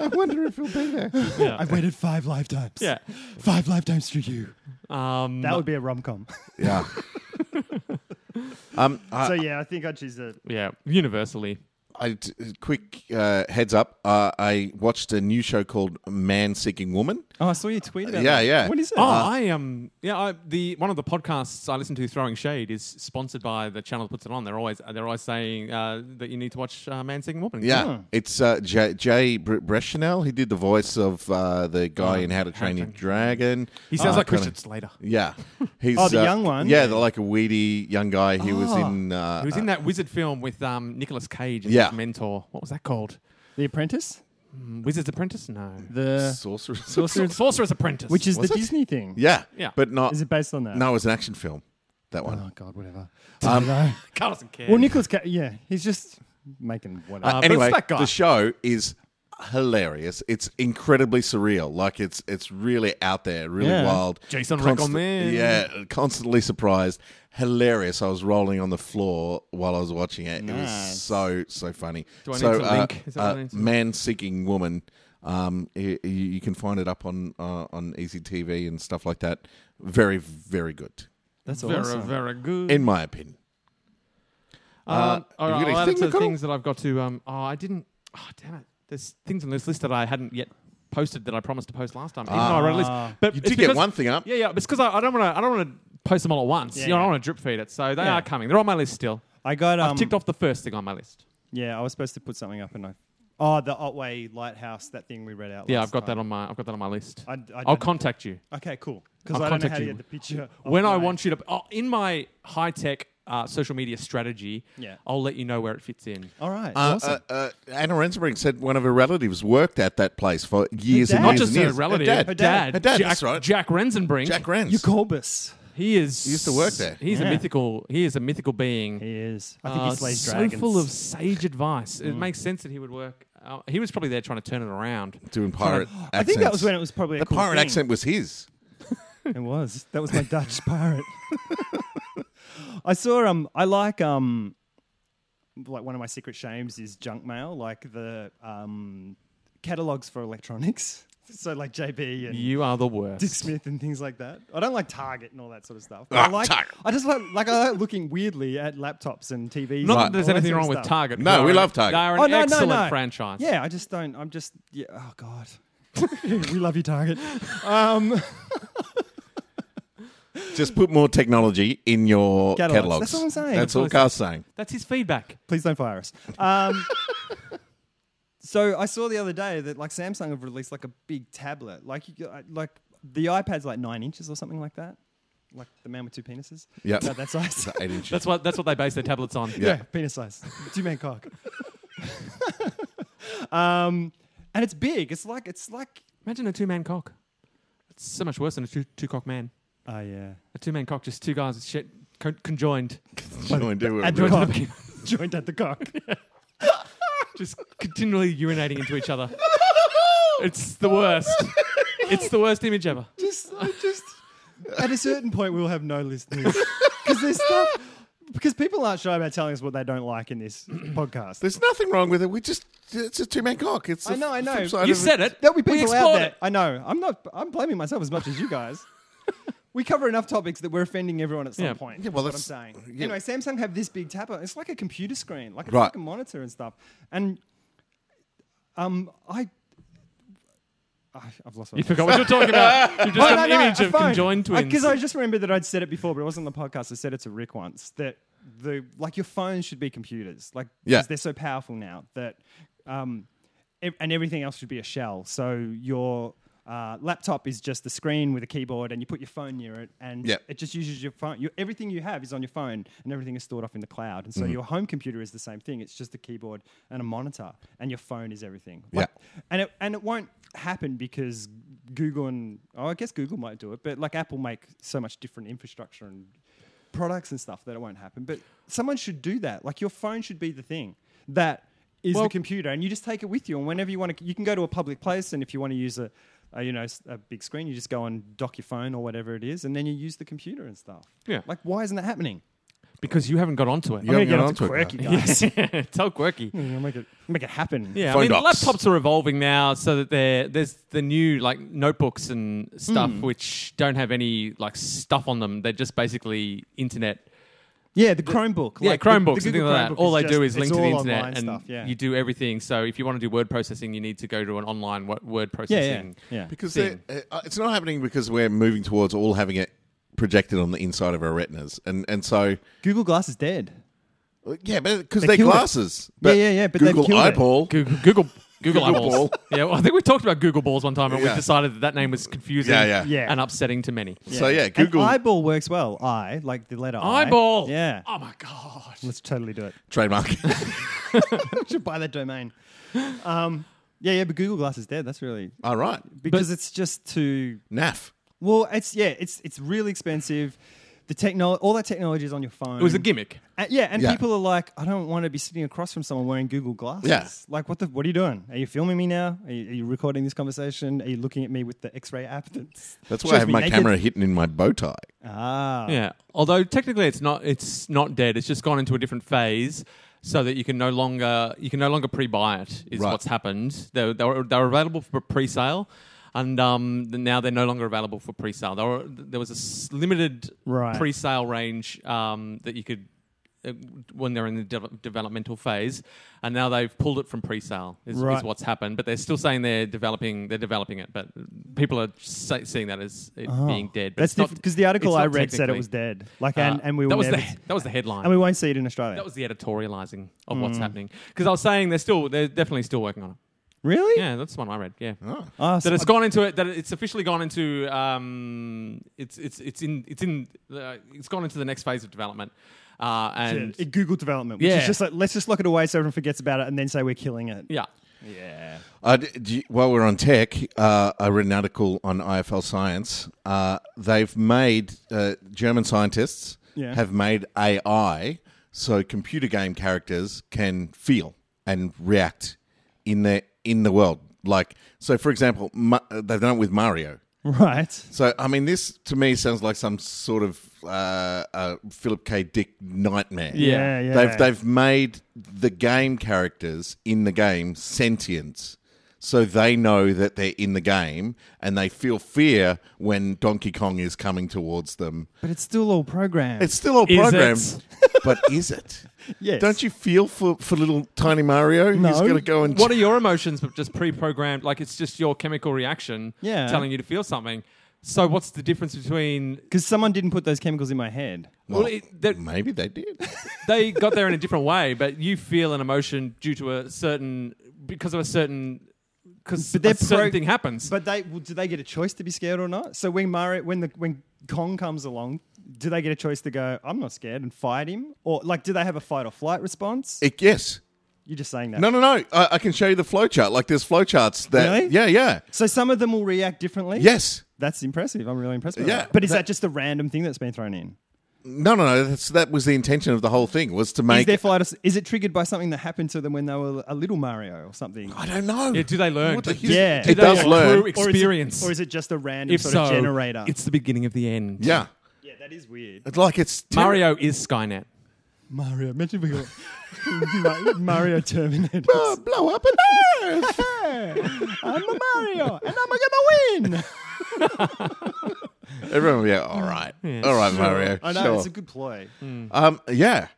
[SPEAKER 1] I wonder if he'll be there.
[SPEAKER 3] up. yeah.
[SPEAKER 2] waited five lifetimes.
[SPEAKER 3] yeah.
[SPEAKER 2] five lifetimes for you.
[SPEAKER 3] Um,
[SPEAKER 1] Mm.
[SPEAKER 2] That would be a rom com.
[SPEAKER 1] Yeah. um, I,
[SPEAKER 2] so yeah, I think I'd choose the.
[SPEAKER 3] yeah. Universally.
[SPEAKER 1] I d- quick uh, heads up. Uh, I watched a new show called Man Seeking Woman.
[SPEAKER 2] Oh, I saw you tweet about
[SPEAKER 1] Yeah,
[SPEAKER 2] that.
[SPEAKER 1] yeah.
[SPEAKER 2] What is it?
[SPEAKER 3] Oh, I Um, yeah, I, the one of the podcasts I listen to, Throwing Shade, is sponsored by the channel that puts it on. They're always they're always saying uh, that you need to watch uh, Man Singing Woman.
[SPEAKER 1] Yeah, it's uh, Jay, Jay Br- Breschanel. He did the voice of uh, the guy in How to Train Your Dragon.
[SPEAKER 3] he sounds
[SPEAKER 1] Uh,
[SPEAKER 3] like
[SPEAKER 1] kinda-
[SPEAKER 3] Christian Slater.
[SPEAKER 1] Yeah, he's uh,
[SPEAKER 2] Oh, the young one?
[SPEAKER 1] Yeah, the, like a weedy young guy. He was
[SPEAKER 2] Oh.
[SPEAKER 1] in. Uh,
[SPEAKER 3] He was in that wizard film with um, Nicolas Cage as
[SPEAKER 1] Yeah.
[SPEAKER 3] his mentor. What was that called?
[SPEAKER 2] The Apprentice,
[SPEAKER 3] Wizard's Apprentice? No.
[SPEAKER 1] uh,
[SPEAKER 2] the
[SPEAKER 1] sorceress.
[SPEAKER 2] Sorcerer's,
[SPEAKER 3] Sorcerer's Apprentice.
[SPEAKER 2] which is
[SPEAKER 1] Was
[SPEAKER 2] the
[SPEAKER 1] it?
[SPEAKER 2] Disney thing.
[SPEAKER 1] Yeah,
[SPEAKER 3] Yeah.
[SPEAKER 1] but not.
[SPEAKER 2] Is it based on that?
[SPEAKER 1] no, it was an action film. That one.
[SPEAKER 2] Oh God, whatever.
[SPEAKER 1] Um,
[SPEAKER 2] well,
[SPEAKER 3] Carl doesn't care.
[SPEAKER 2] Nicholas, Ca- yeah, he's just making whatever.
[SPEAKER 3] Uh, but it's
[SPEAKER 1] anyway,
[SPEAKER 3] that guy.
[SPEAKER 1] the show is hilarious. It's incredibly surreal. Like it's it's really out there, really
[SPEAKER 2] Yeah.
[SPEAKER 1] wild.
[SPEAKER 3] Jason
[SPEAKER 1] Recommend.
[SPEAKER 3] Recommend.
[SPEAKER 1] Yeah, constantly surprised. Hilarious. I was rolling on the floor while I was watching it. It was
[SPEAKER 2] Nice.
[SPEAKER 1] so so funny.
[SPEAKER 3] Do I
[SPEAKER 1] so,
[SPEAKER 3] need to
[SPEAKER 1] uh,
[SPEAKER 3] link? Is that what I
[SPEAKER 1] uh,
[SPEAKER 3] need to-
[SPEAKER 1] man seeking woman. Um, you, you can find it up on uh, on Easy TV and stuff like that. Very very good,
[SPEAKER 2] That's
[SPEAKER 3] very,
[SPEAKER 2] awesome.
[SPEAKER 3] very good.
[SPEAKER 1] in my opinion. uh,
[SPEAKER 3] um, all
[SPEAKER 1] have you got
[SPEAKER 3] right, I'll add it
[SPEAKER 1] anything,
[SPEAKER 3] to the
[SPEAKER 1] Nicole?
[SPEAKER 3] things that I've got to. Um, oh, I didn't. Oh, damn it. There's things on this list that I hadn't yet posted that I promised to post last time. Even though I wrote a
[SPEAKER 2] Ah,
[SPEAKER 3] list. But
[SPEAKER 1] Ah. You
[SPEAKER 3] it's
[SPEAKER 1] did get
[SPEAKER 3] because-
[SPEAKER 1] one thing up.
[SPEAKER 3] Yeah, yeah. It's because I, I don't want to. I don't want to post them all at once.
[SPEAKER 2] Yeah,
[SPEAKER 3] you know, I
[SPEAKER 2] yeah.
[SPEAKER 3] want to drip feed it. So they
[SPEAKER 2] Yeah.
[SPEAKER 3] are coming. They're on my list still.
[SPEAKER 2] I got um,
[SPEAKER 3] I've ticked off the first thing on my list.
[SPEAKER 2] Yeah, I was supposed to put something up, and I. Oh, the Otway Lighthouse, that thing we read out.
[SPEAKER 3] Yeah,
[SPEAKER 2] last
[SPEAKER 3] I've got
[SPEAKER 2] time.
[SPEAKER 3] that on my. I've got that on my list.
[SPEAKER 2] I d- I
[SPEAKER 3] will
[SPEAKER 2] don't-
[SPEAKER 3] contact you
[SPEAKER 2] Okay, cool. Because
[SPEAKER 3] I'll
[SPEAKER 2] I don't know
[SPEAKER 3] contact
[SPEAKER 2] how to
[SPEAKER 3] you.
[SPEAKER 2] get the picture. of
[SPEAKER 3] when I
[SPEAKER 2] my-
[SPEAKER 3] want you to. Oh, in my high tech uh, social media strategy,
[SPEAKER 2] Yeah.
[SPEAKER 3] I'll let you know where it fits in.
[SPEAKER 2] All right.
[SPEAKER 1] Uh,
[SPEAKER 2] awesome.
[SPEAKER 1] uh, uh, Anna Rensbrink said one of her relatives worked at that place for years and
[SPEAKER 2] dad.
[SPEAKER 1] years.
[SPEAKER 3] Not just
[SPEAKER 1] and
[SPEAKER 3] her
[SPEAKER 1] years.
[SPEAKER 3] relative,
[SPEAKER 1] Her dad.
[SPEAKER 2] Her dad.
[SPEAKER 1] Her dad,
[SPEAKER 3] Jack,
[SPEAKER 1] that's right.
[SPEAKER 3] Jack Rensenbrink.
[SPEAKER 1] Jack Renz.
[SPEAKER 2] Eucolbus.
[SPEAKER 3] He is.
[SPEAKER 1] He used to work there.
[SPEAKER 3] He's a
[SPEAKER 2] Yeah.
[SPEAKER 3] mythical. He is a mythical being.
[SPEAKER 2] He is. I think
[SPEAKER 3] Uh,
[SPEAKER 2] he slays
[SPEAKER 3] so
[SPEAKER 2] dragons.
[SPEAKER 3] full of sage advice.
[SPEAKER 1] Mm.
[SPEAKER 3] It makes sense that he would work. Uh, he was probably there trying to turn it around.
[SPEAKER 1] doing pirate accents.
[SPEAKER 2] I think that was when it was probably
[SPEAKER 1] the
[SPEAKER 2] a cool
[SPEAKER 1] pirate
[SPEAKER 2] thing.
[SPEAKER 1] accent was his.
[SPEAKER 2] It was. That was my Dutch pirate. I saw um I like um like one of my secret shames is junk mail, like the um catalogs for electronics. So like JB and
[SPEAKER 3] You are the worst.
[SPEAKER 2] Dick Smith and things like that. I don't like Target and all that sort of stuff. But I
[SPEAKER 1] Ah,
[SPEAKER 2] like
[SPEAKER 1] Target.
[SPEAKER 2] I just like like I like looking weirdly at laptops and TVs.
[SPEAKER 3] Not
[SPEAKER 1] Right.
[SPEAKER 2] and
[SPEAKER 3] that there's
[SPEAKER 2] all that sort
[SPEAKER 3] anything
[SPEAKER 2] of
[SPEAKER 3] wrong with
[SPEAKER 2] stuff.
[SPEAKER 3] Target.
[SPEAKER 1] No,
[SPEAKER 3] They're
[SPEAKER 1] we
[SPEAKER 3] an-
[SPEAKER 1] love Target.
[SPEAKER 3] They're an
[SPEAKER 2] Oh, no, no,
[SPEAKER 3] excellent
[SPEAKER 2] no.
[SPEAKER 3] franchise.
[SPEAKER 2] Yeah, I just don't. I'm just. Yeah. Oh God. we love you, Target. Um,
[SPEAKER 1] Just put more technology in your catalogs.
[SPEAKER 2] Catalogs. That's what I'm saying.
[SPEAKER 1] That's
[SPEAKER 2] That's
[SPEAKER 1] all
[SPEAKER 3] what I'm
[SPEAKER 1] Carl's saying.
[SPEAKER 3] That's his feedback.
[SPEAKER 2] please don't fire us. Um, so I saw the other day that like Samsung have released like a big tablet, like you, go- uh, like the iPad's like nine inches or something like that, like the man with two penises.
[SPEAKER 1] Yeah.
[SPEAKER 2] no, that size.
[SPEAKER 1] Eight inches.
[SPEAKER 3] That's what. That's what they base their tablets on.
[SPEAKER 2] yeah. penis size, two man cock. um, and it's big. It's like it's like.
[SPEAKER 3] Imagine a two-man cock. It's so much worse than a two, two-cock man.
[SPEAKER 2] Oh yeah.
[SPEAKER 3] A two-man cock, just two guys shit, con- conjoined,
[SPEAKER 1] Joined to a
[SPEAKER 2] At the
[SPEAKER 1] real-
[SPEAKER 2] cock. Joined at the cock.
[SPEAKER 3] just continually urinating into each other. It's the worst. It's the worst image ever.
[SPEAKER 2] just, I just. At a certain point, we'll have no listeners because this stuff? Because people aren't shy about telling us what they don't like in this podcast.
[SPEAKER 1] There's nothing wrong with it. We just it's a two man cock. It's
[SPEAKER 2] I know,
[SPEAKER 1] I
[SPEAKER 2] I know.
[SPEAKER 3] You said it.
[SPEAKER 2] There'll be
[SPEAKER 3] We
[SPEAKER 2] people out
[SPEAKER 3] explored
[SPEAKER 2] there.
[SPEAKER 3] it.
[SPEAKER 2] I know. I'm not. I'm blaming myself as much as you guys. we cover enough topics that we're offending everyone at some
[SPEAKER 3] Yeah.
[SPEAKER 2] point.
[SPEAKER 1] Yeah, well,
[SPEAKER 2] is what I'm
[SPEAKER 1] that's-
[SPEAKER 2] saying.
[SPEAKER 1] yeah.
[SPEAKER 2] Anyway, Samsung have this big tapper. It's like a computer screen, like a
[SPEAKER 1] Right.
[SPEAKER 2] fucking monitor and stuff. And um, I. I- I've lost. Oh, what
[SPEAKER 3] You
[SPEAKER 2] I'm
[SPEAKER 3] forgot what you're talking about. You just got an image of conjoined twins.
[SPEAKER 2] Because Uh, I just remembered that I'd said it before, but it wasn't on the podcast. I said it to Rick once that the like your phones should be computers, like 'cause
[SPEAKER 1] Yeah.
[SPEAKER 2] they're so powerful now that, um, ev- and everything else should be a shell. So your uh, laptop is just the screen with a keyboard, and you put your phone near it, and
[SPEAKER 1] Yeah.
[SPEAKER 2] it just uses your phone. Your, everything you have is on your phone, and everything is stored off in the cloud. And so your home computer is the same thing. It's just a keyboard and a monitor, and your phone is everything. Like, and it and it won't happen because Google and oh, I guess Google might do it, but like Apple make so much different infrastructure and products and stuff that it won't happen. But someone should do that. Like your phone should be the thing that is the
[SPEAKER 3] Well-
[SPEAKER 2] computer, and you just take it with you. And whenever you want to, you can go to a public place, and if you want to use a, a you know s- a big screen, you just go and dock your phone or whatever it is, and then you use the computer and stuff.
[SPEAKER 3] Yeah.
[SPEAKER 2] Like why isn't that happening?
[SPEAKER 3] because you haven't got onto it.
[SPEAKER 1] You haven't
[SPEAKER 2] I'm gonna
[SPEAKER 1] got
[SPEAKER 2] get
[SPEAKER 1] onto
[SPEAKER 2] onto
[SPEAKER 1] it.
[SPEAKER 2] quirky
[SPEAKER 1] now.
[SPEAKER 2] guys.
[SPEAKER 3] it's so quirky.
[SPEAKER 2] I'm gonna make it make it happen.
[SPEAKER 3] Yeah,
[SPEAKER 1] Phone
[SPEAKER 3] I mean,
[SPEAKER 1] docs.
[SPEAKER 3] laptops are evolving now, so that they're, there's the new like notebooks and stuff
[SPEAKER 1] Hmm.
[SPEAKER 3] which don't have any like stuff on them. They're just basically internet.
[SPEAKER 2] Yeah, the Chromebook.
[SPEAKER 3] Yeah,
[SPEAKER 2] like the- the
[SPEAKER 3] Chromebooks and
[SPEAKER 2] Google
[SPEAKER 3] things like that.
[SPEAKER 2] Chromebook
[SPEAKER 3] All they do
[SPEAKER 2] just-
[SPEAKER 3] is link
[SPEAKER 2] it's
[SPEAKER 3] to the
[SPEAKER 2] all
[SPEAKER 3] internet
[SPEAKER 2] online
[SPEAKER 3] and
[SPEAKER 2] stuff, yeah.
[SPEAKER 3] you do everything. So if you want to do word processing, you need to go to an online wo- word processing.
[SPEAKER 2] yeah.
[SPEAKER 1] because
[SPEAKER 3] thing.
[SPEAKER 1] they're- uh, it's not happening because we're moving towards all having it projected on the inside of our retinas, and and so
[SPEAKER 2] Google Glass is dead.
[SPEAKER 1] uh, yeah, but because
[SPEAKER 2] They
[SPEAKER 1] they are
[SPEAKER 2] killed it.
[SPEAKER 1] glasses, but
[SPEAKER 2] yeah, yeah, but they've
[SPEAKER 1] Google
[SPEAKER 2] killed it.
[SPEAKER 1] eyeball.
[SPEAKER 3] Google Google,
[SPEAKER 1] Google
[SPEAKER 3] Google eyeballs.
[SPEAKER 1] ball.
[SPEAKER 3] Yeah, well, I think we talked about Google balls one time, and
[SPEAKER 1] Yeah.
[SPEAKER 3] we decided that that name was confusing
[SPEAKER 1] Yeah, yeah.
[SPEAKER 2] Yeah.
[SPEAKER 3] and upsetting to many.
[SPEAKER 1] So yeah,
[SPEAKER 2] And
[SPEAKER 1] Google
[SPEAKER 2] eyeball works well. I like the letter I.
[SPEAKER 3] Eyeball.
[SPEAKER 2] Yeah.
[SPEAKER 3] Oh my god.
[SPEAKER 2] Let's totally do it.
[SPEAKER 1] trademark.
[SPEAKER 2] We should buy that domain. Um, yeah, yeah, but Google Glass is dead. That's really
[SPEAKER 1] all right,
[SPEAKER 2] because it's just too
[SPEAKER 1] naff.
[SPEAKER 2] well. It's yeah, it's it's really expensive. The technology, all that technology is on your phone.
[SPEAKER 3] It was a gimmick.
[SPEAKER 2] And- yeah, and
[SPEAKER 1] Yeah.
[SPEAKER 2] people are like, I don't want to be sitting across from someone wearing Google glasses.
[SPEAKER 1] Yeah.
[SPEAKER 2] Like, what the? What are you doing? Are you filming me now? Are you, are you recording this conversation? Are you looking at me with the X-ray app? That's,
[SPEAKER 1] That's why
[SPEAKER 2] shows
[SPEAKER 1] I have
[SPEAKER 2] me
[SPEAKER 1] my
[SPEAKER 2] naked?
[SPEAKER 1] camera hidden in my bow tie.
[SPEAKER 2] Ah,
[SPEAKER 3] Yeah. Although technically it's not it's not dead. It's just gone into a different phase so that you can no longer you can no longer pre-buy it is
[SPEAKER 1] Right.
[SPEAKER 3] what's happened. They they were, they were available for pre-sale and um, now they're no longer available for pre-sale. There, were, there was a s- limited
[SPEAKER 2] Right.
[SPEAKER 3] pre-sale range um, that you could uh, when they're in the de- developmental phase and now they've pulled it from pre-sale is,
[SPEAKER 2] Right.
[SPEAKER 3] is what's happened but they're still saying they're developing they're developing it but people are say, seeing that as it being dead
[SPEAKER 2] Oh.
[SPEAKER 3] but
[SPEAKER 2] That's
[SPEAKER 3] it's not-
[SPEAKER 2] because the article
[SPEAKER 3] it's
[SPEAKER 2] I
[SPEAKER 3] not
[SPEAKER 2] read said it
[SPEAKER 3] technically-
[SPEAKER 2] was dead. Like,
[SPEAKER 3] uh,
[SPEAKER 2] and, and we
[SPEAKER 3] that
[SPEAKER 2] will
[SPEAKER 3] was
[SPEAKER 2] never,
[SPEAKER 3] the, that was the headline.
[SPEAKER 2] and we Mm. won't see it in Australia.
[SPEAKER 3] that was the editorializing of what's happening because I was saying they're still they're definitely still working on it.
[SPEAKER 2] really?
[SPEAKER 3] Yeah, that's the one I read. Yeah.
[SPEAKER 1] Oh.
[SPEAKER 2] Ah, so-
[SPEAKER 3] That it's gone into it. That it's officially gone into. Um, it's it's it's in it's in uh, it's gone into the next phase of development, uh, and
[SPEAKER 2] Yeah, Google development, which is
[SPEAKER 3] Yeah.
[SPEAKER 2] just like let's just lock it away so everyone forgets about it, and then say we're killing it.
[SPEAKER 3] yeah,
[SPEAKER 2] Yeah.
[SPEAKER 1] Uh, d- do you- while we're on tech, uh, I read an article on IFL Science. Uh, they've made uh, German scientists
[SPEAKER 2] Yeah.
[SPEAKER 1] have made AI so computer game characters can feel and react in the in the world. Like so, for example, Ma- they've done it with Mario.
[SPEAKER 2] Right.
[SPEAKER 1] So I mean, this to me sounds like some sort of uh, uh, Philip K. Dick nightmare.
[SPEAKER 2] Yeah. Yeah.
[SPEAKER 3] Yeah.
[SPEAKER 1] They've they've made the game characters in the game sentient, so they know that they're in the game and they feel fear when Donkey Kong is coming towards them.
[SPEAKER 2] but it's still all programmed.
[SPEAKER 1] It's still all
[SPEAKER 3] Is it?
[SPEAKER 1] programmed, but is it?
[SPEAKER 2] Yes.
[SPEAKER 1] Don't you feel for, for little tiny Mario?
[SPEAKER 2] No.
[SPEAKER 1] He's going to go and
[SPEAKER 3] what are your emotions? But just pre-programmed, like it's just your chemical reaction,
[SPEAKER 2] Yeah.
[SPEAKER 3] telling you to feel something. So what's the difference between?
[SPEAKER 2] Because someone didn't put those chemicals in my head.
[SPEAKER 1] Well,
[SPEAKER 3] Well, it, that-
[SPEAKER 1] maybe they did.
[SPEAKER 3] they got there in a different way, but you feel an emotion due to a certain because of a certain because
[SPEAKER 2] But they're
[SPEAKER 3] a certain
[SPEAKER 2] pro-
[SPEAKER 3] thing happens.
[SPEAKER 2] But they well, do they get a choice to be scared or not? So when Mario, when the when Kong comes along, do they get a choice to go? I'm not scared and fight him, or like do they have a fight or flight response?
[SPEAKER 1] it yes.
[SPEAKER 2] You're just saying that.
[SPEAKER 1] No, no, no. I, I can show you the flowchart. Like there's flowcharts that.
[SPEAKER 2] Really?
[SPEAKER 1] Yeah, yeah.
[SPEAKER 2] So some of them will react differently.
[SPEAKER 1] Yes.
[SPEAKER 2] That's impressive. I'm really impressed with
[SPEAKER 1] Yeah,
[SPEAKER 2] that. But is that,
[SPEAKER 1] that-
[SPEAKER 2] just a random thing that's been thrown in?
[SPEAKER 1] No, no, no. That's, that was the intention of the whole thing was to
[SPEAKER 2] Is
[SPEAKER 1] make.
[SPEAKER 2] their flight? Is, is it triggered by something that happened to them when they were a little Mario or something?
[SPEAKER 1] I don't know.
[SPEAKER 3] Yeah, do they learn?
[SPEAKER 1] What the
[SPEAKER 3] Do-
[SPEAKER 1] hell-
[SPEAKER 2] Yeah.
[SPEAKER 1] It
[SPEAKER 2] Do
[SPEAKER 3] they
[SPEAKER 1] does
[SPEAKER 3] accrue
[SPEAKER 1] learn.
[SPEAKER 2] Or is it-
[SPEAKER 3] experience.
[SPEAKER 2] or is it just a random
[SPEAKER 3] if
[SPEAKER 2] sort
[SPEAKER 3] so,
[SPEAKER 2] of generator?
[SPEAKER 3] it's the beginning of the end.
[SPEAKER 1] Yeah.
[SPEAKER 2] yeah, Yeah, that is weird.
[SPEAKER 1] It's like it's ter-
[SPEAKER 4] Mario is Skynet.
[SPEAKER 2] Mario. Imagine we got Ma- Mario Terminator.
[SPEAKER 1] Oh, blow up an earth.
[SPEAKER 2] I'm a Mario, and I'm gonna win.
[SPEAKER 1] Everyone will be like, all right, all right, Mario.
[SPEAKER 2] I know
[SPEAKER 1] sure.
[SPEAKER 2] it's a good play.
[SPEAKER 1] Um, yeah.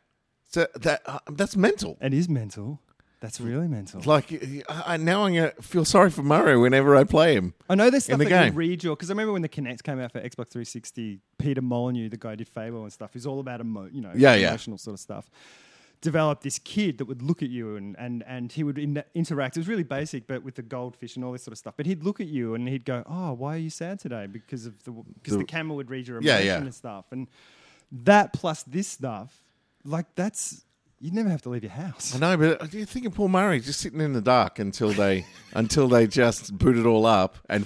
[SPEAKER 1] So that uh, that's mental.
[SPEAKER 2] It is mental. That's really mental.
[SPEAKER 1] Like I, I, now, I'm gonna feel sorry for Mario whenever I play him.
[SPEAKER 2] I know there's stuff
[SPEAKER 1] the
[SPEAKER 2] that you
[SPEAKER 1] game.
[SPEAKER 2] read your because I remember when the Kinect came out for Xbox 360, Peter Molyneux, the guy who did Fable and stuff, who's all about emo, you know,
[SPEAKER 1] Yeah, yeah.
[SPEAKER 2] emotional sort of stuff. Developed this kid that would look at you and and and he would in- interact. It was really basic, but with the goldfish and all this sort of stuff. But he'd look at you and he'd go, "Oh, why are you sad today?" Because of the because the, camera would read your
[SPEAKER 1] Yeah,
[SPEAKER 2] emotion
[SPEAKER 1] yeah.
[SPEAKER 2] and stuff. And that plus this stuff, like that's you'd never have to leave your house.
[SPEAKER 1] I know, but do you think of Paul Murray just sitting in the dark until they until they just boot it all up and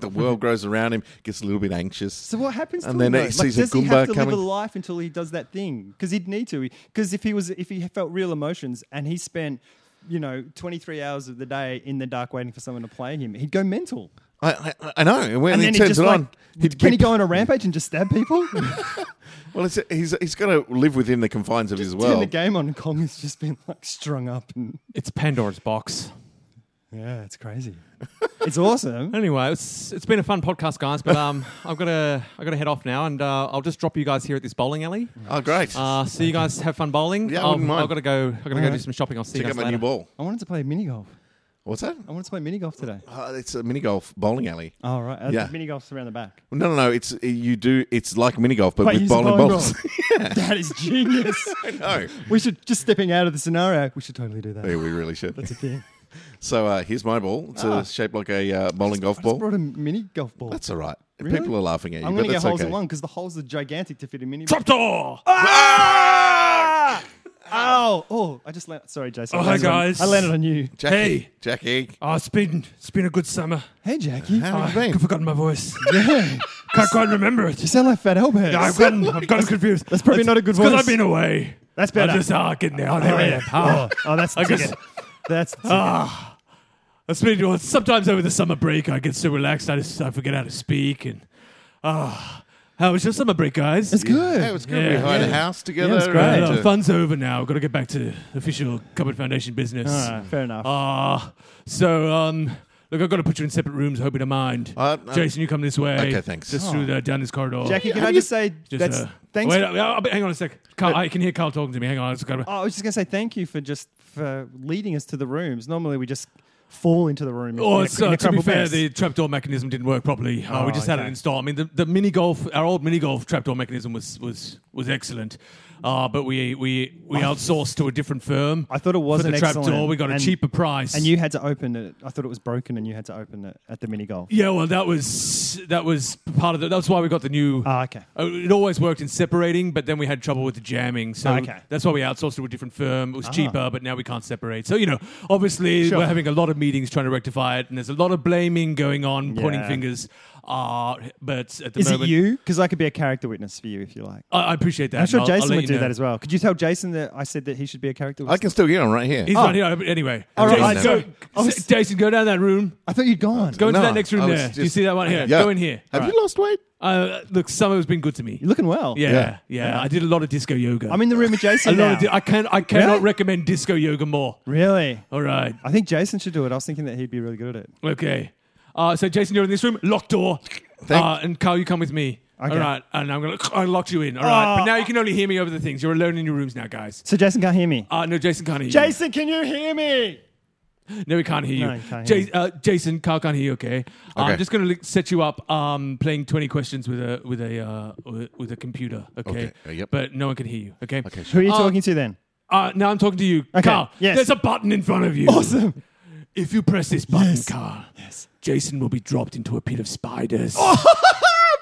[SPEAKER 1] the world grows around him, gets a little bit anxious.
[SPEAKER 2] So what happens?
[SPEAKER 1] And
[SPEAKER 2] to
[SPEAKER 1] then
[SPEAKER 2] him,
[SPEAKER 1] he
[SPEAKER 2] though?
[SPEAKER 1] sees a
[SPEAKER 2] like, does he
[SPEAKER 1] Goomba
[SPEAKER 2] have to
[SPEAKER 1] coming-
[SPEAKER 2] live a life until he does that thing? Because he'd need to. Because if he was, if he felt real emotions, and he spent, you know, twenty three hours of the day in the dark waiting for someone to play him, he'd go mental.
[SPEAKER 1] I, I, I know. And when
[SPEAKER 2] And
[SPEAKER 1] he
[SPEAKER 2] then
[SPEAKER 1] turns
[SPEAKER 2] just
[SPEAKER 1] it
[SPEAKER 2] like,
[SPEAKER 1] on, he'd be-
[SPEAKER 2] can he go on a rampage and just stab people?
[SPEAKER 1] Well, it's, he's he's got to live within the confines of his
[SPEAKER 2] Turn
[SPEAKER 1] world.
[SPEAKER 2] the game on, and Kong has just been like strung up, and
[SPEAKER 4] It's Pandora's box.
[SPEAKER 2] yeah, it's crazy. it's awesome.
[SPEAKER 4] Anyway, it's, it's been a fun podcast, guys. But um, I've got to I got to head off now, and uh, I'll just drop you guys here at this bowling alley.
[SPEAKER 1] Oh, great!
[SPEAKER 2] Ah,
[SPEAKER 4] Uh, so you guys have fun bowling.
[SPEAKER 1] Yeah, I
[SPEAKER 4] I'll-
[SPEAKER 1] wouldn't mind.
[SPEAKER 4] I've got to go. I've got to go do
[SPEAKER 2] Alright.
[SPEAKER 4] some shopping. I'll see
[SPEAKER 1] Check
[SPEAKER 4] you
[SPEAKER 1] out
[SPEAKER 4] guys
[SPEAKER 1] my
[SPEAKER 4] later.
[SPEAKER 1] new ball.
[SPEAKER 2] I wanted to play mini golf.
[SPEAKER 1] What's that?
[SPEAKER 2] I wanted to play mini golf today.
[SPEAKER 1] Uh, it's a mini golf bowling alley.
[SPEAKER 2] All right, oh,
[SPEAKER 1] Yeah.
[SPEAKER 2] mini golf's around the back.
[SPEAKER 1] No, no, no. It's you do. It's like mini golf, but,
[SPEAKER 2] But
[SPEAKER 1] with
[SPEAKER 2] use a
[SPEAKER 1] bowling
[SPEAKER 2] bowling
[SPEAKER 1] balls.
[SPEAKER 2] That is genius.
[SPEAKER 1] no,
[SPEAKER 2] we should just stepping out of the scenario. We should totally do that.
[SPEAKER 1] yeah, we really should.
[SPEAKER 2] That's Ah. a thing.
[SPEAKER 1] So uh, here's my ball. It's uh, shaped like a uh, bowling golf
[SPEAKER 2] I
[SPEAKER 1] ball.
[SPEAKER 2] just brought a mini golf ball.
[SPEAKER 1] That's all right.
[SPEAKER 2] Really?
[SPEAKER 1] People are laughing at you,
[SPEAKER 2] I'm
[SPEAKER 1] but
[SPEAKER 2] going to get
[SPEAKER 1] that's
[SPEAKER 2] holes
[SPEAKER 1] okay.
[SPEAKER 2] in one because the holes are gigantic to fit a mini.
[SPEAKER 4] door.
[SPEAKER 1] Ah!
[SPEAKER 2] Ow! Oh, I just landed. Sorry, Jason. I
[SPEAKER 4] Oh, hi,
[SPEAKER 2] landed on-
[SPEAKER 4] guys.
[SPEAKER 2] I landed on you.
[SPEAKER 1] Jackie,
[SPEAKER 4] Hey.
[SPEAKER 1] Jackie,
[SPEAKER 4] Oh, it's been it's been a good summer.
[SPEAKER 2] Hey, Jackie.
[SPEAKER 4] Oh,
[SPEAKER 1] how have you been?
[SPEAKER 4] forgotten my voice.
[SPEAKER 2] yeah.
[SPEAKER 4] Can't quite remember it.
[SPEAKER 2] You sound like Fat Albert.
[SPEAKER 4] Yeah, I've gotten, I've gotten confused.
[SPEAKER 2] That's probably not a good
[SPEAKER 4] Because
[SPEAKER 2] voice.
[SPEAKER 4] I've been away.
[SPEAKER 2] That's better.
[SPEAKER 4] I'm just ah, getting out
[SPEAKER 2] oh,
[SPEAKER 4] there.
[SPEAKER 2] yeah. oh,
[SPEAKER 4] Ah,
[SPEAKER 2] oh, that's the
[SPEAKER 4] I guess-
[SPEAKER 2] ticket. That's the
[SPEAKER 4] ah. That's been, well, sometimes over the summer break, I get so relaxed, I just I forget how to speak. And ah, how was your summer break, guys?
[SPEAKER 2] It's good.
[SPEAKER 1] Hey, it's good. We
[SPEAKER 4] Yeah.
[SPEAKER 1] hired a
[SPEAKER 4] Yeah.
[SPEAKER 1] house together.
[SPEAKER 2] it's great.
[SPEAKER 1] and,
[SPEAKER 4] Uh,
[SPEAKER 1] uh,
[SPEAKER 4] fun's over now. Got to get back to official Cupboard Foundation business.
[SPEAKER 2] All right, fair enough.
[SPEAKER 4] Ah, so um, look, I've got to put you in separate rooms. Hope you don't mind.
[SPEAKER 1] Uh, uh,
[SPEAKER 4] Jason, you come this way.
[SPEAKER 1] Okay, thanks.
[SPEAKER 4] Just through the down this corridor.
[SPEAKER 2] Jackie, can
[SPEAKER 1] Have
[SPEAKER 2] I
[SPEAKER 1] you-
[SPEAKER 2] just say
[SPEAKER 4] Just,
[SPEAKER 2] that's
[SPEAKER 4] uh,
[SPEAKER 2] thanks.
[SPEAKER 4] Wait, uh, uh, hang on a sec. Carl, I can hear Carl talking to me. Hang on. I just gotta,
[SPEAKER 2] oh, I was just going to say thank you for just for leading us to the rooms. Normally we just fall into the room.
[SPEAKER 4] Oh,
[SPEAKER 2] in a,
[SPEAKER 4] so
[SPEAKER 2] in a
[SPEAKER 4] to be
[SPEAKER 2] crumpled
[SPEAKER 4] fair,
[SPEAKER 2] mess.
[SPEAKER 4] the trapdoor mechanism didn't work properly. Uh, we
[SPEAKER 2] Oh,
[SPEAKER 4] just had
[SPEAKER 2] okay.
[SPEAKER 4] it installed. I mean, the, the mini golf, our old mini golf trapdoor mechanism was was was excellent, uh, but we we we outsourced to a different firm.
[SPEAKER 2] I thought it was
[SPEAKER 4] for the
[SPEAKER 2] an excellent-
[SPEAKER 4] trapdoor. We got a
[SPEAKER 2] and-
[SPEAKER 4] cheaper price.
[SPEAKER 2] And you had to open it. I thought it was broken, and you had to open it at the mini golf.
[SPEAKER 4] Yeah, well, that was that was part of the. That's why we got the new.
[SPEAKER 2] Ah, okay.
[SPEAKER 4] Uh, It always worked in separating, but then we had trouble with the jamming. So
[SPEAKER 2] Ah, Okay. Ah.
[SPEAKER 4] that's why we outsourced to a different firm. It was cheaper, but now we can't separate. So, you know, obviously
[SPEAKER 2] Sure.
[SPEAKER 4] we're having a lot of meetings trying to rectify it, and there's a lot of blaming going on, pointing
[SPEAKER 2] Yeah.
[SPEAKER 4] fingers. Uh, but at the
[SPEAKER 2] Is it
[SPEAKER 4] moment,
[SPEAKER 2] you? Because I could be a character witness for you if you like.
[SPEAKER 4] I, I appreciate that.
[SPEAKER 2] I'm sure
[SPEAKER 4] and I'll- I'll
[SPEAKER 2] Jason
[SPEAKER 4] let
[SPEAKER 2] would
[SPEAKER 4] you
[SPEAKER 2] do
[SPEAKER 4] know.
[SPEAKER 2] that as well. Could you tell Jason that I said that he should be a character
[SPEAKER 1] I
[SPEAKER 2] witness?
[SPEAKER 1] can still hear him right here.
[SPEAKER 4] He's
[SPEAKER 1] Oh,
[SPEAKER 4] not here. but Anyway,
[SPEAKER 2] All right,
[SPEAKER 4] Jason,
[SPEAKER 2] so-
[SPEAKER 4] go,
[SPEAKER 2] I was-
[SPEAKER 4] Jason, go down that room.
[SPEAKER 2] I thought you'd gone.
[SPEAKER 4] Go into
[SPEAKER 1] No,
[SPEAKER 4] that next room
[SPEAKER 1] I was
[SPEAKER 4] there. Do you
[SPEAKER 1] just-
[SPEAKER 4] see that one here?
[SPEAKER 1] yeah.
[SPEAKER 4] Go in here.
[SPEAKER 1] Have
[SPEAKER 4] All
[SPEAKER 1] you lost weight?
[SPEAKER 4] right. uh, look, summer's been good to me.
[SPEAKER 2] You're looking well.
[SPEAKER 4] Yeah,
[SPEAKER 1] Yeah.
[SPEAKER 4] yeah, I did a lot of disco yoga.
[SPEAKER 2] I'm in the room with
[SPEAKER 4] a
[SPEAKER 2] Jason
[SPEAKER 4] lot
[SPEAKER 2] now.
[SPEAKER 4] of di- I can I cannot
[SPEAKER 2] Really?
[SPEAKER 4] recommend disco yoga more.
[SPEAKER 2] really?
[SPEAKER 4] All right,
[SPEAKER 2] I think Jason should do it. I was thinking that he'd be really good at it.
[SPEAKER 4] okay. Uh, so Jason, you're in this room, locked door, uh,
[SPEAKER 1] Thank-
[SPEAKER 4] and Carl, you come with me.
[SPEAKER 2] Okay.
[SPEAKER 4] All right, and I'm gonna I locked you in. All right,
[SPEAKER 2] Oh.
[SPEAKER 4] but now you can only hear me over the things. You're alone in your rooms now, guys.
[SPEAKER 2] So Jason can't hear me.
[SPEAKER 4] Uh, no, Jason can't hear
[SPEAKER 2] Jason, can you hear me?
[SPEAKER 4] you. No, he can't hear you.
[SPEAKER 2] No, he can't hear
[SPEAKER 4] Ja- uh, Jason, Carl can't hear you. Okay, Uh,
[SPEAKER 1] Okay.
[SPEAKER 4] I'm just gonna li- set you up. Um, playing 20 questions with a with a uh, with- with a computer. Okay,
[SPEAKER 1] Okay, uh, yep.
[SPEAKER 4] but no one can hear you. Okay, okay.
[SPEAKER 2] Who are you
[SPEAKER 4] Uh,
[SPEAKER 2] talking to then?
[SPEAKER 4] Uh, now I'm talking to you, Carl.
[SPEAKER 2] yes.
[SPEAKER 4] There's a button in front of you.
[SPEAKER 2] Awesome.
[SPEAKER 4] If you press this button,
[SPEAKER 2] Yes.
[SPEAKER 4] Carl,
[SPEAKER 2] Yes. Oh,
[SPEAKER 4] Jason will be dropped into a pit of spiders.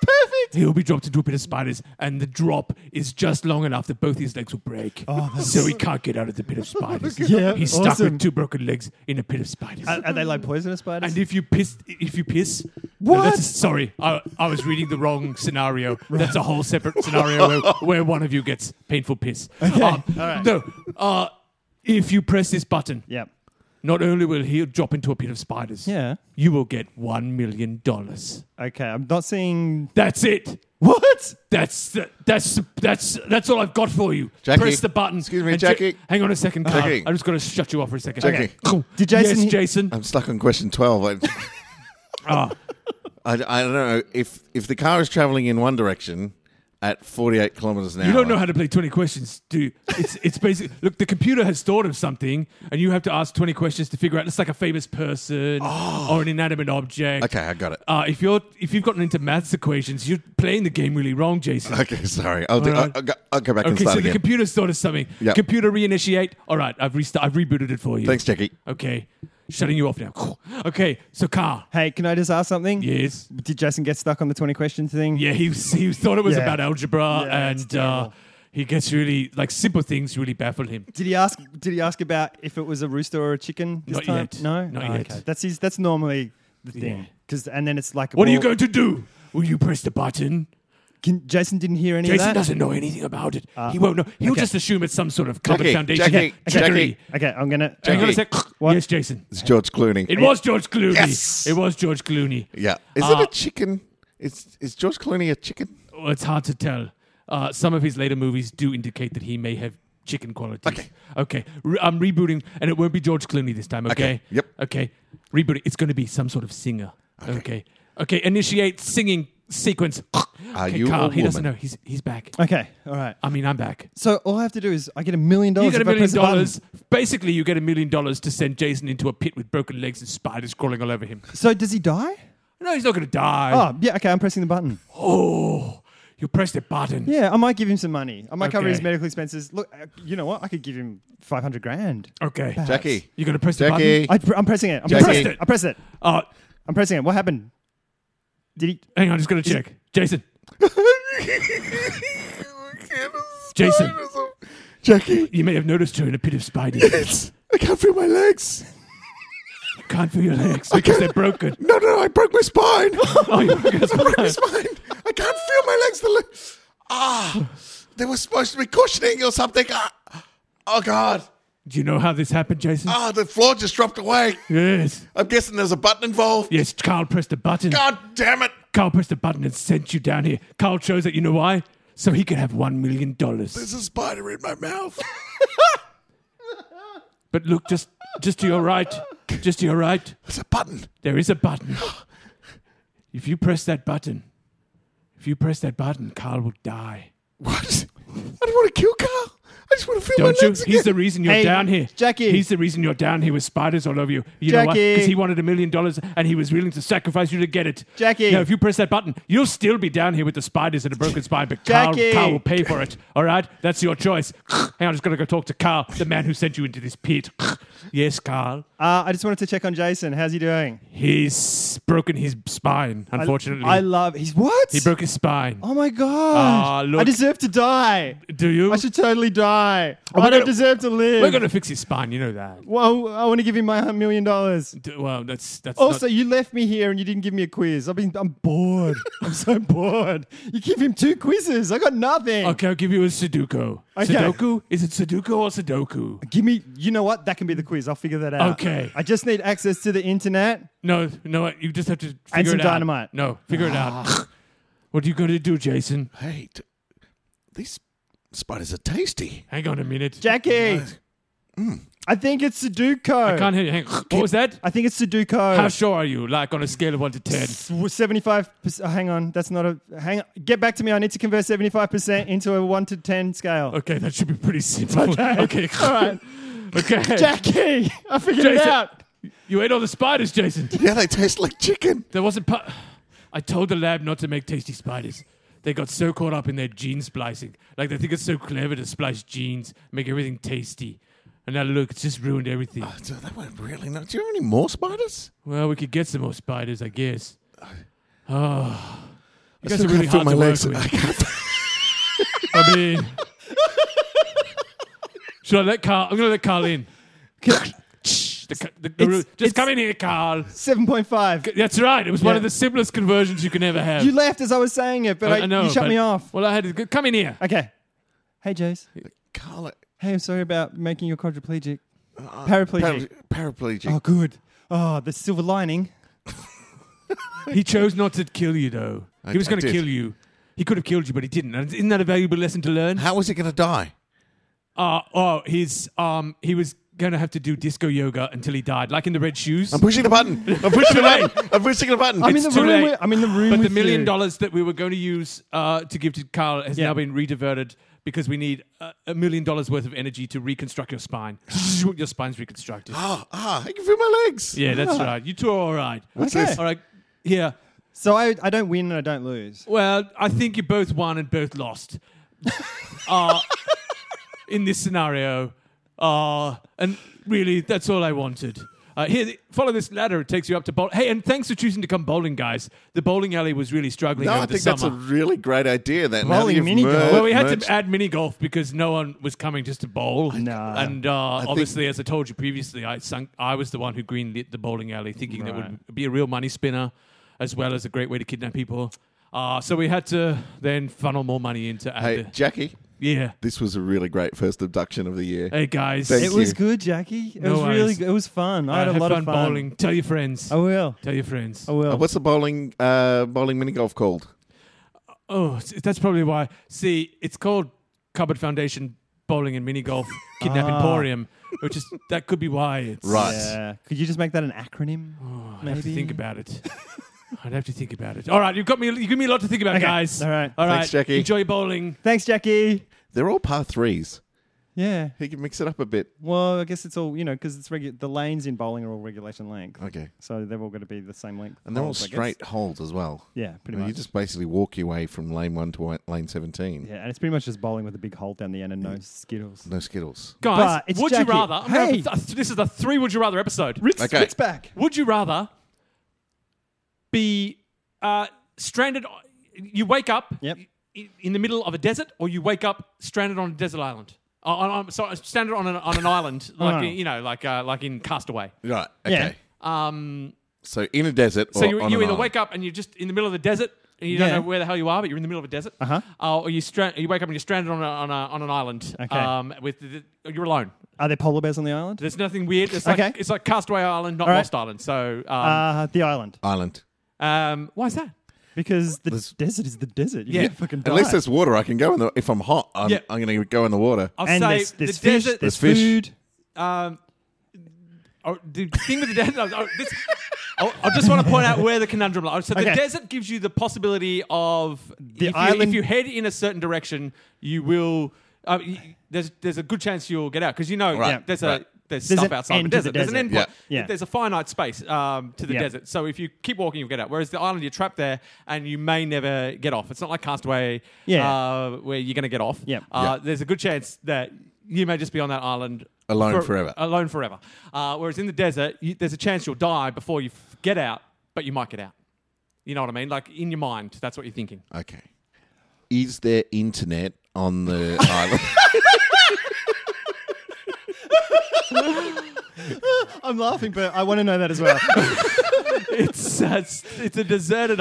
[SPEAKER 2] Perfect.
[SPEAKER 4] He'll be dropped into a pit of spiders, and the drop is just long enough that both his legs will break.
[SPEAKER 2] Oh,
[SPEAKER 4] so he can't get out of the pit of spiders.
[SPEAKER 2] Yeah,
[SPEAKER 4] He's stuck
[SPEAKER 2] awesome. Uh,
[SPEAKER 4] with two broken legs in a pit of spiders.
[SPEAKER 2] Are, are they like poisonous spiders?
[SPEAKER 4] and if you piss, if you piss,
[SPEAKER 2] What?
[SPEAKER 4] that's- sorry, I, I was reading the wrong scenario. That's a whole separate scenario where, where one of you gets painful piss. Um, No, uh, if you press this button,
[SPEAKER 2] yeah.
[SPEAKER 4] not only will he drop into a pit of spiders,
[SPEAKER 2] Yeah.
[SPEAKER 4] you will get one million dollars.
[SPEAKER 2] Okay. I'm not seeing.
[SPEAKER 4] That's it.
[SPEAKER 2] What?
[SPEAKER 4] That's the, that's that's that's all I've got for you.
[SPEAKER 1] Jackie.
[SPEAKER 4] Press the button.
[SPEAKER 1] Excuse me,
[SPEAKER 4] and check-
[SPEAKER 1] Jackie.
[SPEAKER 4] hang on a second, Carl.
[SPEAKER 1] Jackie.
[SPEAKER 4] I just got to shut you off for a second.
[SPEAKER 1] Jackie.
[SPEAKER 4] Okay.
[SPEAKER 2] Did Jason-
[SPEAKER 4] Yes, Jason.
[SPEAKER 1] I'm stuck on question 12. I,
[SPEAKER 4] Ah,
[SPEAKER 1] I, I don't know. If, if the car is traveling in one direction at 48 kilometers an hour.
[SPEAKER 4] you don't know how to play twenty questions, do you? It's it's basically look. The computer has thought of something, and you have to ask twenty questions to figure out. It's like a famous person or an inanimate object.
[SPEAKER 1] Oh. Okay, I got it.
[SPEAKER 4] Uh, if you're if you've gotten into maths equations, you're playing the game really wrong, Jason.
[SPEAKER 1] Okay, sorry. I'll, do,
[SPEAKER 4] All right.
[SPEAKER 1] I'll, I'll, go, I'll go back and
[SPEAKER 4] Okay,
[SPEAKER 1] start
[SPEAKER 4] so the
[SPEAKER 1] again.
[SPEAKER 4] computer's thought of something.
[SPEAKER 1] Yeah.
[SPEAKER 4] Computer reinitiate. All right, I've resta- I've rebooted it for you.
[SPEAKER 1] Thanks, Jackie.
[SPEAKER 4] Okay, shutting you off now. Okay, so car.
[SPEAKER 2] Hey, can I just ask something?
[SPEAKER 4] Yes.
[SPEAKER 2] Did Jason get stuck on the 20 questions thing?
[SPEAKER 4] Yeah, he was, he thought it was
[SPEAKER 2] Yeah.
[SPEAKER 4] about algebra,
[SPEAKER 2] Yeah, it's
[SPEAKER 4] and uh,
[SPEAKER 2] terrible.
[SPEAKER 4] he gets really like simple things really baffle him.
[SPEAKER 2] Did he ask? Did he ask about if it was a rooster or a chicken this
[SPEAKER 4] Not
[SPEAKER 2] time?
[SPEAKER 4] yet.
[SPEAKER 2] No,
[SPEAKER 4] Not
[SPEAKER 2] Oh,
[SPEAKER 4] yet.
[SPEAKER 2] Okay. That's his. That's normally the
[SPEAKER 4] Yeah.
[SPEAKER 2] thing. Because and then it's like,
[SPEAKER 4] What are you
[SPEAKER 2] well,
[SPEAKER 4] going to do? Will you press the button?
[SPEAKER 2] Can, Jason didn't hear any
[SPEAKER 4] Jason
[SPEAKER 2] of that.
[SPEAKER 4] doesn't know anything about it. he won't know. He'll just assume it's some sort of common
[SPEAKER 1] Uh, Jackie,
[SPEAKER 4] foundation.
[SPEAKER 1] Jackie,
[SPEAKER 4] trickery.
[SPEAKER 1] Jackie.
[SPEAKER 2] Okay, I'm gonna.
[SPEAKER 4] Hang on a
[SPEAKER 1] Jackie.
[SPEAKER 4] sec.
[SPEAKER 2] What?
[SPEAKER 4] Yes, Jason.
[SPEAKER 1] It's George Clooney.
[SPEAKER 4] It was George Clooney.
[SPEAKER 1] Yes.
[SPEAKER 4] It was George Clooney.
[SPEAKER 1] yeah. Is
[SPEAKER 4] Uh,
[SPEAKER 1] it a chicken? Is, is George Clooney a chicken?
[SPEAKER 4] Well, it's hard to tell. Uh, some of his later movies do indicate that he may have chicken qualities.
[SPEAKER 1] Okay.
[SPEAKER 4] Okay. Re- I'm rebooting, and it won't be George Clooney this time. Okay.
[SPEAKER 1] Okay. Yep.
[SPEAKER 4] Okay. Rebooting. It's going to be some sort of singer. Okay. Okay. Initiate singing sequence. Are
[SPEAKER 1] you a
[SPEAKER 4] He doesn't
[SPEAKER 1] woman?
[SPEAKER 4] know. He's he's back.
[SPEAKER 2] Okay, all right.
[SPEAKER 4] I mean, I'm back.
[SPEAKER 2] So all I have to do is I get a million
[SPEAKER 4] You
[SPEAKER 2] dollars.
[SPEAKER 4] get a
[SPEAKER 2] if I
[SPEAKER 4] million
[SPEAKER 2] press button.
[SPEAKER 4] dollars. Basically, you get a million dollars to send Jason into a pit with broken legs and spiders crawling all over him.
[SPEAKER 2] So does he die?
[SPEAKER 4] No, he's not going to die.
[SPEAKER 2] Oh yeah. Okay, I'm pressing the button.
[SPEAKER 4] Oh, you pressed a button.
[SPEAKER 2] Yeah, I might give him some money. I might cover
[SPEAKER 4] Okay.
[SPEAKER 2] his medical expenses. Look, uh, you know what? I could give him five hundred grand.
[SPEAKER 4] Okay.
[SPEAKER 1] Jackie.
[SPEAKER 4] You're going to press the button.
[SPEAKER 1] Jackie.
[SPEAKER 2] I, I'm pressing it. I'm
[SPEAKER 1] Jackie.
[SPEAKER 2] pressing it. I press it.
[SPEAKER 4] Uh,
[SPEAKER 2] I'm pressing it. What happened? Did he?
[SPEAKER 4] hang on, I'm just gonna check. Jason, Jason.
[SPEAKER 1] Jason. Jackie.
[SPEAKER 4] you may have noticed her in a pit of spiders.
[SPEAKER 1] I can't feel my legs.
[SPEAKER 4] you can't feel your legs because they're broken.
[SPEAKER 1] No, no, I broke my spine.
[SPEAKER 4] Oh, you broke your
[SPEAKER 1] I broke my
[SPEAKER 4] spine.
[SPEAKER 1] spine. I can't feel my legs. The le- ah, there was supposed to be cushioning or something. Ah, oh God!
[SPEAKER 4] Do you know how this happened, Jason?
[SPEAKER 1] Ah, the floor just dropped away.
[SPEAKER 4] Yes.
[SPEAKER 1] I'm guessing there's a button involved.
[SPEAKER 4] Yes, Carl pressed a button.
[SPEAKER 1] God damn it!
[SPEAKER 4] Carl pressed a button and sent you down here. Carl chose that you know why? So he could have one million dollars.
[SPEAKER 1] There's a spider in my mouth.
[SPEAKER 4] But look, just just to your right. Just to your right,
[SPEAKER 1] There's a button.
[SPEAKER 4] there is a button. If you press that button, if you press that button, Carl will die.
[SPEAKER 1] What? I don't want to kill Carl. I just want to feel
[SPEAKER 4] Don't
[SPEAKER 1] my
[SPEAKER 4] you?
[SPEAKER 1] legs
[SPEAKER 4] He's the
[SPEAKER 1] again.
[SPEAKER 4] reason you're
[SPEAKER 2] Hey,
[SPEAKER 4] down here.
[SPEAKER 2] Jackie.
[SPEAKER 4] He's the reason you're down here with spiders all over you. You know why?
[SPEAKER 2] Jackie.
[SPEAKER 4] Because he wanted a million dollars and he was willing to sacrifice you to get it.
[SPEAKER 2] Jackie.
[SPEAKER 4] Now, if you press that button, you'll still be down here with the spiders and a broken spine, but Carl,
[SPEAKER 2] Jackie.
[SPEAKER 4] Carl will pay for it. All right? That's your choice. Hang on, I'm just going to go talk to Carl, the man who sent you into this pit. yes, Carl.
[SPEAKER 2] Uh, I just wanted to check on Jason. How's he doing?
[SPEAKER 4] He's broken his spine,
[SPEAKER 2] I-
[SPEAKER 4] unfortunately.
[SPEAKER 2] I, love. He's what?
[SPEAKER 4] he broke his spine.
[SPEAKER 2] Oh my god!
[SPEAKER 4] Ah, look.
[SPEAKER 2] I deserve to die.
[SPEAKER 4] Do you?
[SPEAKER 2] I should totally die. I
[SPEAKER 4] Oh, we're
[SPEAKER 2] don't
[SPEAKER 4] gonna-
[SPEAKER 2] deserve to live.
[SPEAKER 4] We're going to fix his spine. You know that.
[SPEAKER 2] Well, I want to give him my million dollars.
[SPEAKER 4] D- Well, that's that's not-
[SPEAKER 2] Also, you left me here and you didn't give me a quiz. I've been, I'm bored. I'm so bored. You give him two quizzes. I got nothing.
[SPEAKER 4] Okay, I'll give you a Sudoku.
[SPEAKER 2] Okay.
[SPEAKER 4] Sudoku? Is it Sudoku or Sudoku?
[SPEAKER 2] Give me. You know what? That can be the quiz. I'll figure that out.
[SPEAKER 4] Okay.
[SPEAKER 2] I just need access to the internet.
[SPEAKER 4] No, no, you just have to figure
[SPEAKER 2] some
[SPEAKER 4] it out.
[SPEAKER 2] dynamite. Ah.
[SPEAKER 4] No, figure it out. What are you going to do, Jason?
[SPEAKER 1] Hey, t- these spiders are tasty.
[SPEAKER 4] Hang on a minute.
[SPEAKER 2] Jackie, I think it's Sudoku.
[SPEAKER 4] Hmm. I can't hear you. Hang What was that?
[SPEAKER 2] I think it's
[SPEAKER 4] How
[SPEAKER 2] Sudoku.
[SPEAKER 4] sure are you? Like on a scale of 1 to 10?
[SPEAKER 2] Seventy-five. percent hang on, that's not a hang. Get back to me. I need to convert seventy-five percent into a one to ten scale.
[SPEAKER 4] Okay, that should be pretty simple. Okay.
[SPEAKER 2] All right,
[SPEAKER 4] Okay.
[SPEAKER 2] Jackie, I figured it
[SPEAKER 4] Jason.
[SPEAKER 2] out.
[SPEAKER 4] You ate all the spiders, Jason.
[SPEAKER 1] Yeah, they taste like chicken.
[SPEAKER 4] There wasn't. Pa- I told the lab not to make tasty spiders. They got so caught up in their gene splicing. Like, they think it's so clever to splice genes, make everything tasty. And now, look, it's just ruined everything.
[SPEAKER 1] So they weren't really. Not- Do you have any more spiders?
[SPEAKER 4] Well, we could get some more spiders, I guess. Oh, you guys
[SPEAKER 1] still
[SPEAKER 4] are really
[SPEAKER 1] can't feel
[SPEAKER 4] hard
[SPEAKER 1] my
[SPEAKER 4] to work
[SPEAKER 1] legs.
[SPEAKER 4] with.
[SPEAKER 1] I can't
[SPEAKER 4] I mean, should I let Carl? I'm going to let Carl in. Shh, the, ca- the, the,
[SPEAKER 2] It's-
[SPEAKER 4] room-
[SPEAKER 2] it's-
[SPEAKER 4] just come in here, Carl.
[SPEAKER 2] Seven point five.
[SPEAKER 4] That's right. It was one
[SPEAKER 2] Yeah.
[SPEAKER 4] of the simplest conversions you can ever have.
[SPEAKER 2] You left as I was saying it, but I, you shut
[SPEAKER 4] but-
[SPEAKER 2] me off.
[SPEAKER 4] Well, I had to go- come in here.
[SPEAKER 2] Okay. Hey, Jace.
[SPEAKER 1] Carl,
[SPEAKER 2] Hey, I'm sorry about making you quadriplegic.
[SPEAKER 4] Uh,
[SPEAKER 2] Paraplegic.
[SPEAKER 1] para- paraplegic.
[SPEAKER 2] oh, good. Oh, the silver lining.
[SPEAKER 4] He chose not to kill you, though.
[SPEAKER 1] I-
[SPEAKER 4] he was
[SPEAKER 1] I
[SPEAKER 4] going to
[SPEAKER 1] did.
[SPEAKER 4] kill you. He could have killed you, but he didn't. And isn't that a valuable lesson to learn?
[SPEAKER 1] How was he going to die?
[SPEAKER 4] Uh, oh, his um, he was gonna have to do disco yoga until he died, like in the red shoes.
[SPEAKER 1] I'm pushing the button. I'm pushing the button. I'm pushing the button.
[SPEAKER 2] I'm in the
[SPEAKER 4] too
[SPEAKER 2] room.
[SPEAKER 4] late.
[SPEAKER 2] With, I'm in the room.
[SPEAKER 4] but the
[SPEAKER 2] with
[SPEAKER 4] million
[SPEAKER 2] you.
[SPEAKER 4] dollars that we were going to use uh, to give to Carl has
[SPEAKER 2] Yeah.
[SPEAKER 4] now been rediverted because we need uh, a million dollars worth of energy to reconstruct your spine. your spine's reconstructed.
[SPEAKER 1] Ah, ah, I can feel my legs.
[SPEAKER 4] yeah, that's right. You two are all right.
[SPEAKER 1] What's
[SPEAKER 2] Okay.
[SPEAKER 1] this?
[SPEAKER 4] All right. Yeah.
[SPEAKER 2] So I, I don't win and I don't lose.
[SPEAKER 4] Well, I think you both won and both lost. uh, in this scenario, uh, and really, that's all I wanted. Uh, here, follow this ladder; it takes you up to bowl. Hey, and thanks for choosing to come bowling, guys. The bowling alley was really struggling
[SPEAKER 1] No,
[SPEAKER 4] over
[SPEAKER 1] I
[SPEAKER 4] the
[SPEAKER 1] think
[SPEAKER 4] summer.
[SPEAKER 1] that's a really great idea. That now that
[SPEAKER 2] Bowling
[SPEAKER 1] you've
[SPEAKER 2] mini
[SPEAKER 1] mer-
[SPEAKER 2] golf.
[SPEAKER 4] well, we had
[SPEAKER 1] merged-
[SPEAKER 4] to add mini golf because no one was coming just to bowl.
[SPEAKER 2] Nah.
[SPEAKER 4] And uh,
[SPEAKER 1] think-
[SPEAKER 4] obviously, as I told you previously, I sunk, I was the one who greenlit the bowling alley, thinking that
[SPEAKER 2] Right.
[SPEAKER 4] would be a real money spinner, as well as a great way to kidnap people. Uh, so we had to then funnel more money into. add
[SPEAKER 1] Hey,
[SPEAKER 4] the-
[SPEAKER 1] Jackie,
[SPEAKER 4] yeah.
[SPEAKER 1] this was a really great first abduction of the year. Uh,
[SPEAKER 4] Hey guys,
[SPEAKER 1] Thank
[SPEAKER 2] It
[SPEAKER 1] you.
[SPEAKER 2] was good, Jackie. It
[SPEAKER 4] No
[SPEAKER 2] was really
[SPEAKER 4] worries.
[SPEAKER 2] good. It was fun. Oh. I
[SPEAKER 4] Uh,
[SPEAKER 2] had a
[SPEAKER 4] have
[SPEAKER 2] lot
[SPEAKER 4] fun
[SPEAKER 2] of fun.
[SPEAKER 4] bowling. Tell your friends.
[SPEAKER 2] I will.
[SPEAKER 4] Tell your friends.
[SPEAKER 2] I
[SPEAKER 4] Oh,
[SPEAKER 2] will.
[SPEAKER 1] Uh, what's the bowling uh, bowling mini golf called?
[SPEAKER 4] Oh, s- that's probably why. See, it's called Cupboard Foundation Bowling and Mini Golf Kidnap
[SPEAKER 2] Ah.
[SPEAKER 4] Emporium, which is that could be why it's
[SPEAKER 1] Right.
[SPEAKER 2] Yeah. Could you just make that an acronym?
[SPEAKER 4] Oh, I'd have to
[SPEAKER 2] Maybe.
[SPEAKER 4] think about it. I'd have to think about it. All right, you've got me. You give me a lot to think about,
[SPEAKER 2] Okay.
[SPEAKER 4] guys.
[SPEAKER 2] All right.
[SPEAKER 4] All right.
[SPEAKER 1] Thanks, Jackie.
[SPEAKER 4] Enjoy bowling.
[SPEAKER 2] Thanks, Jackie.
[SPEAKER 1] They're all par threes.
[SPEAKER 2] Yeah.
[SPEAKER 1] He can mix it up a bit.
[SPEAKER 2] Well, I guess it's all you know because it's regu- the lanes in bowling are all regulation length,
[SPEAKER 1] Okay,
[SPEAKER 2] so they've all got to be the same length.
[SPEAKER 1] and they're all
[SPEAKER 2] holes, I guess.
[SPEAKER 1] straight holes as well.
[SPEAKER 2] Yeah, pretty
[SPEAKER 1] You
[SPEAKER 2] much.
[SPEAKER 1] just basically walk your way from lane one to wa- lane seventeen.
[SPEAKER 2] yeah, and it's pretty much just bowling with a big hole down the end and no skittles.
[SPEAKER 1] No skittles.
[SPEAKER 4] Guys,
[SPEAKER 2] But it's
[SPEAKER 4] would
[SPEAKER 2] Jackie.
[SPEAKER 4] you rather? I'm gonna have
[SPEAKER 2] Hey.
[SPEAKER 4] a th- this is the three would you rather episode.
[SPEAKER 2] Ritz,
[SPEAKER 1] Okay. Ritz
[SPEAKER 2] back.
[SPEAKER 4] Would you rather be uh, stranded? o- You wake up
[SPEAKER 2] Yep.
[SPEAKER 4] i- in the middle of a desert, or you wake up stranded on a desert island. Uh, on, on, sorry, stranded on an, on an island, like
[SPEAKER 2] Oh.
[SPEAKER 4] you know, like uh, like in Castaway.
[SPEAKER 1] Right. Okay.
[SPEAKER 2] Yeah.
[SPEAKER 4] Um,
[SPEAKER 1] So in a desert.
[SPEAKER 4] So
[SPEAKER 1] or
[SPEAKER 4] you,
[SPEAKER 1] on
[SPEAKER 4] you
[SPEAKER 1] an
[SPEAKER 4] either
[SPEAKER 1] island.
[SPEAKER 4] wake up and you're just in the middle of the desert and you don't
[SPEAKER 2] Yeah.
[SPEAKER 4] know where the hell you are, but you're in the middle of a desert.
[SPEAKER 2] Uh-huh.
[SPEAKER 4] Uh, or you, stra- you wake up and you're stranded on, a, on, a, on an island.
[SPEAKER 2] Okay.
[SPEAKER 4] Um, with the, the- you're alone.
[SPEAKER 2] Are there polar bears on the island?
[SPEAKER 4] There's nothing weird. It's like,
[SPEAKER 2] Okay.
[SPEAKER 4] it's like Castaway Island, not
[SPEAKER 2] All right.
[SPEAKER 4] Lost Island. So um,
[SPEAKER 2] Uh, the island,
[SPEAKER 1] island.
[SPEAKER 4] um, why is that?
[SPEAKER 2] because the
[SPEAKER 1] There's-
[SPEAKER 2] desert is the desert. You
[SPEAKER 4] Yeah.
[SPEAKER 2] yeah, fucking die.
[SPEAKER 1] At least there's water. I can go in the. If I'm hot, I'm,
[SPEAKER 4] Yeah.
[SPEAKER 1] I'm going to go in the water.
[SPEAKER 4] I'll
[SPEAKER 2] and
[SPEAKER 4] say
[SPEAKER 2] there's, there's
[SPEAKER 4] the
[SPEAKER 2] fish,
[SPEAKER 4] desert.
[SPEAKER 2] there's,
[SPEAKER 1] There's fish.
[SPEAKER 2] food.
[SPEAKER 4] um, oh, the thing with the desert. oh, this, oh, I just want to point out where the conundrum lies. So the
[SPEAKER 2] Okay.
[SPEAKER 4] desert gives you the possibility of if, you, if
[SPEAKER 2] island-
[SPEAKER 4] you head in a certain direction, you will. Uh, y there's there's a good chance you'll get out because you know
[SPEAKER 1] Right,
[SPEAKER 4] yeah, there's
[SPEAKER 1] right.
[SPEAKER 4] a there's,
[SPEAKER 2] There's
[SPEAKER 4] stuff
[SPEAKER 2] an
[SPEAKER 4] outside the
[SPEAKER 2] end to
[SPEAKER 4] desert.
[SPEAKER 2] the
[SPEAKER 4] There's an end
[SPEAKER 2] desert.
[SPEAKER 4] point.
[SPEAKER 2] Yeah. Yeah.
[SPEAKER 4] There's a finite space um, to the
[SPEAKER 2] Yeah.
[SPEAKER 4] desert. So if you keep walking, you'll get out. Whereas the island, you're trapped there and you may never get off. It's not like Castaway,
[SPEAKER 2] Yeah.
[SPEAKER 4] uh, where you're going to get off.
[SPEAKER 2] Yep.
[SPEAKER 4] Uh,
[SPEAKER 1] Yeah.
[SPEAKER 4] There's a good chance that you may just be on that island
[SPEAKER 1] Alone forever.
[SPEAKER 4] Alone forever. Uh, whereas in the desert, you, there's a chance you'll die before you f- get out, but you might get out. You know what I mean? Like in your mind, that's what you're thinking.
[SPEAKER 1] Okay. Is there internet on the island?
[SPEAKER 2] I'm laughing, but I want to know that as well.
[SPEAKER 4] it's uh, it's, it's a deserted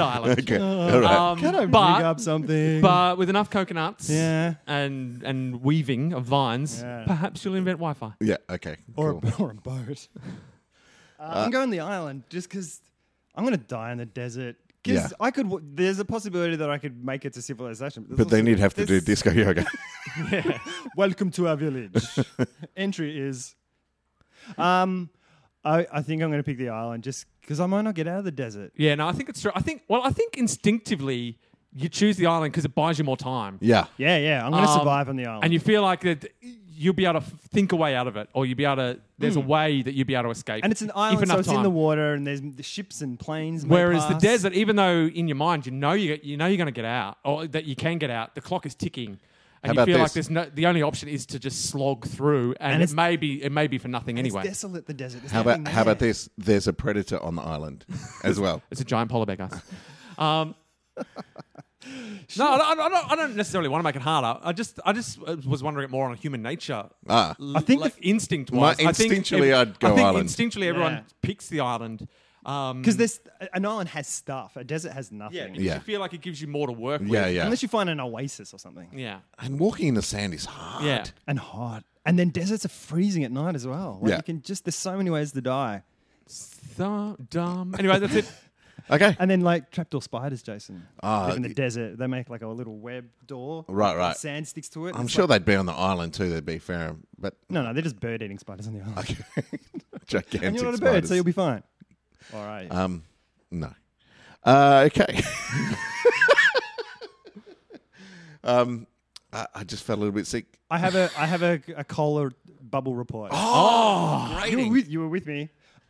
[SPEAKER 4] island.
[SPEAKER 2] Uh,
[SPEAKER 1] okay. All right.
[SPEAKER 4] Um,
[SPEAKER 2] Can I rig
[SPEAKER 4] but,
[SPEAKER 2] up something?
[SPEAKER 4] but with enough coconuts
[SPEAKER 2] yeah,
[SPEAKER 4] and and weaving of vines,
[SPEAKER 2] Yeah.
[SPEAKER 4] perhaps you'll invent Wi-Fi.
[SPEAKER 1] yeah. Okay.
[SPEAKER 2] or
[SPEAKER 1] cool.
[SPEAKER 2] a, or a boat. Uh, I'm going the island just because I'm going to die in the desert. Because
[SPEAKER 1] Yeah.
[SPEAKER 2] I could. W- there's a possibility that I could make it to civilization, but, there's
[SPEAKER 1] But
[SPEAKER 2] also-
[SPEAKER 1] then you'd have to do
[SPEAKER 2] there's-
[SPEAKER 1] disco yoga.
[SPEAKER 2] Welcome to our village. Entry is. Um, I, I think I'm going to pick the island just because I might not get out of the desert.
[SPEAKER 4] Yeah, no, I think it's true. I think well, I think instinctively you choose the island because it buys you more time.
[SPEAKER 1] yeah.
[SPEAKER 2] Yeah, yeah. I'm going to
[SPEAKER 4] Um,
[SPEAKER 2] survive on the island.
[SPEAKER 4] and you feel like that you'll be able to f- think a way out of it, or you'll be able to. There's a way that you'll be able to escape.
[SPEAKER 2] Hmm. and it's an
[SPEAKER 4] if
[SPEAKER 2] island, so
[SPEAKER 4] enough
[SPEAKER 2] it's in the water, and there's the ships and planes. may
[SPEAKER 4] Whereas the
[SPEAKER 2] pass.
[SPEAKER 4] desert, even though in your mind you know you you know you're going to get out, or that you can get out, the clock is ticking. And you
[SPEAKER 1] about
[SPEAKER 4] feel like
[SPEAKER 1] this?
[SPEAKER 4] there's no, the only option is to just slog through, and,
[SPEAKER 2] And
[SPEAKER 4] it
[SPEAKER 2] it's-
[SPEAKER 4] may be it may be for nothing
[SPEAKER 2] It's
[SPEAKER 4] anyway. It's,
[SPEAKER 2] desolate. The desert. There's
[SPEAKER 1] How about
[SPEAKER 2] nothing
[SPEAKER 1] how about
[SPEAKER 2] there.
[SPEAKER 1] this? There's a predator on the island as well.
[SPEAKER 4] a giant polar bear, guys. um, No, I don't, I, don't, I don't necessarily want to make it harder. I just I just uh, was wondering more on human nature.
[SPEAKER 1] Ah.
[SPEAKER 4] L-
[SPEAKER 2] I think
[SPEAKER 4] like
[SPEAKER 2] the-
[SPEAKER 4] instinct wise.
[SPEAKER 1] My- instinctually,
[SPEAKER 4] I think,
[SPEAKER 1] I'd go
[SPEAKER 4] I think
[SPEAKER 1] island.
[SPEAKER 4] Instinctually, everyone
[SPEAKER 2] Yeah.
[SPEAKER 4] picks the island. Because
[SPEAKER 2] Because this an island has stuff. A desert has nothing.
[SPEAKER 4] Yeah, because
[SPEAKER 1] Yeah.
[SPEAKER 4] you feel like it gives you more to work with.
[SPEAKER 1] Yeah, yeah.
[SPEAKER 2] Unless you find an oasis or something.
[SPEAKER 4] Yeah.
[SPEAKER 1] And walking in the sand is hard.
[SPEAKER 4] Yeah.
[SPEAKER 2] And hot. And then deserts are freezing at night as well. Like
[SPEAKER 1] Yeah.
[SPEAKER 2] You can just. There's so many ways to die.
[SPEAKER 4] So dumb. Anyway, that's it.
[SPEAKER 1] Okay.
[SPEAKER 2] And then like trapdoor spiders, Jason.
[SPEAKER 1] Ah,
[SPEAKER 2] Live in the
[SPEAKER 1] y-
[SPEAKER 2] desert, they make like a little web door.
[SPEAKER 1] Right,
[SPEAKER 2] with
[SPEAKER 1] right.
[SPEAKER 2] Sand sticks to it.
[SPEAKER 1] I'm
[SPEAKER 2] It's
[SPEAKER 1] sure
[SPEAKER 2] like-
[SPEAKER 1] they'd be on the island too. They'd be fair, but
[SPEAKER 2] No, no, they're just bird eating spiders on the island.
[SPEAKER 1] okay. gigantic.
[SPEAKER 2] And you're not a bird,
[SPEAKER 1] spiders.
[SPEAKER 2] so you'll be fine. All right.
[SPEAKER 1] Um, no. Uh, okay. um, I, I just felt a little bit sick.
[SPEAKER 2] I have a I have a, a cola bubble report.
[SPEAKER 1] Oh,
[SPEAKER 2] you were with you were with me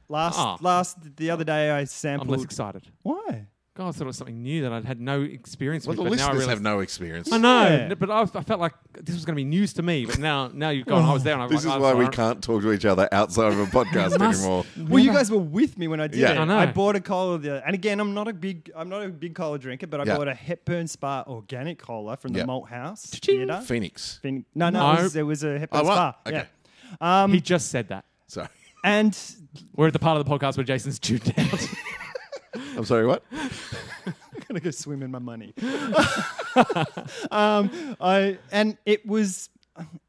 [SPEAKER 2] last
[SPEAKER 4] Ah.
[SPEAKER 2] last the other day. I
[SPEAKER 4] I'm
[SPEAKER 2] sampled.
[SPEAKER 4] less excited.
[SPEAKER 2] Why?
[SPEAKER 4] God, I thought it was something new that I'd had no experience
[SPEAKER 1] well, the
[SPEAKER 4] with. but now I
[SPEAKER 1] listeners
[SPEAKER 4] realize,
[SPEAKER 1] have no experience.
[SPEAKER 4] I know,
[SPEAKER 2] Yeah.
[SPEAKER 4] n- but I, I felt like this was going to be news to me. But now, now you've gone. I was there, and I was
[SPEAKER 1] This is
[SPEAKER 4] like, oh,
[SPEAKER 1] why we
[SPEAKER 4] sorry.
[SPEAKER 1] can't talk to each other outside of a podcast
[SPEAKER 4] Must-
[SPEAKER 1] anymore.
[SPEAKER 2] Well, you guys were with me when I did
[SPEAKER 1] Yeah.
[SPEAKER 2] it.
[SPEAKER 1] I
[SPEAKER 4] know.
[SPEAKER 2] bought a cola the and again, I'm not a big I'm not a big cola drinker, but I
[SPEAKER 1] Yeah.
[SPEAKER 2] bought a Hepburn Spa organic cola from the
[SPEAKER 1] Yeah.
[SPEAKER 2] Malt House
[SPEAKER 4] Cha-ching.
[SPEAKER 2] Theatre.
[SPEAKER 1] Phoenix.
[SPEAKER 2] Fin- no, no,
[SPEAKER 4] No.
[SPEAKER 2] It, was, it was a Hepburn
[SPEAKER 1] Oh,
[SPEAKER 2] Spa.
[SPEAKER 1] wow.
[SPEAKER 2] Yeah.
[SPEAKER 1] Okay.
[SPEAKER 2] Um,
[SPEAKER 4] He just said that.
[SPEAKER 1] Sorry.
[SPEAKER 2] And
[SPEAKER 4] We're at the part of the podcast where Jason's tuned out.
[SPEAKER 1] I'm sorry, what?
[SPEAKER 2] I'm gonna go swim in my money. um, I and it was,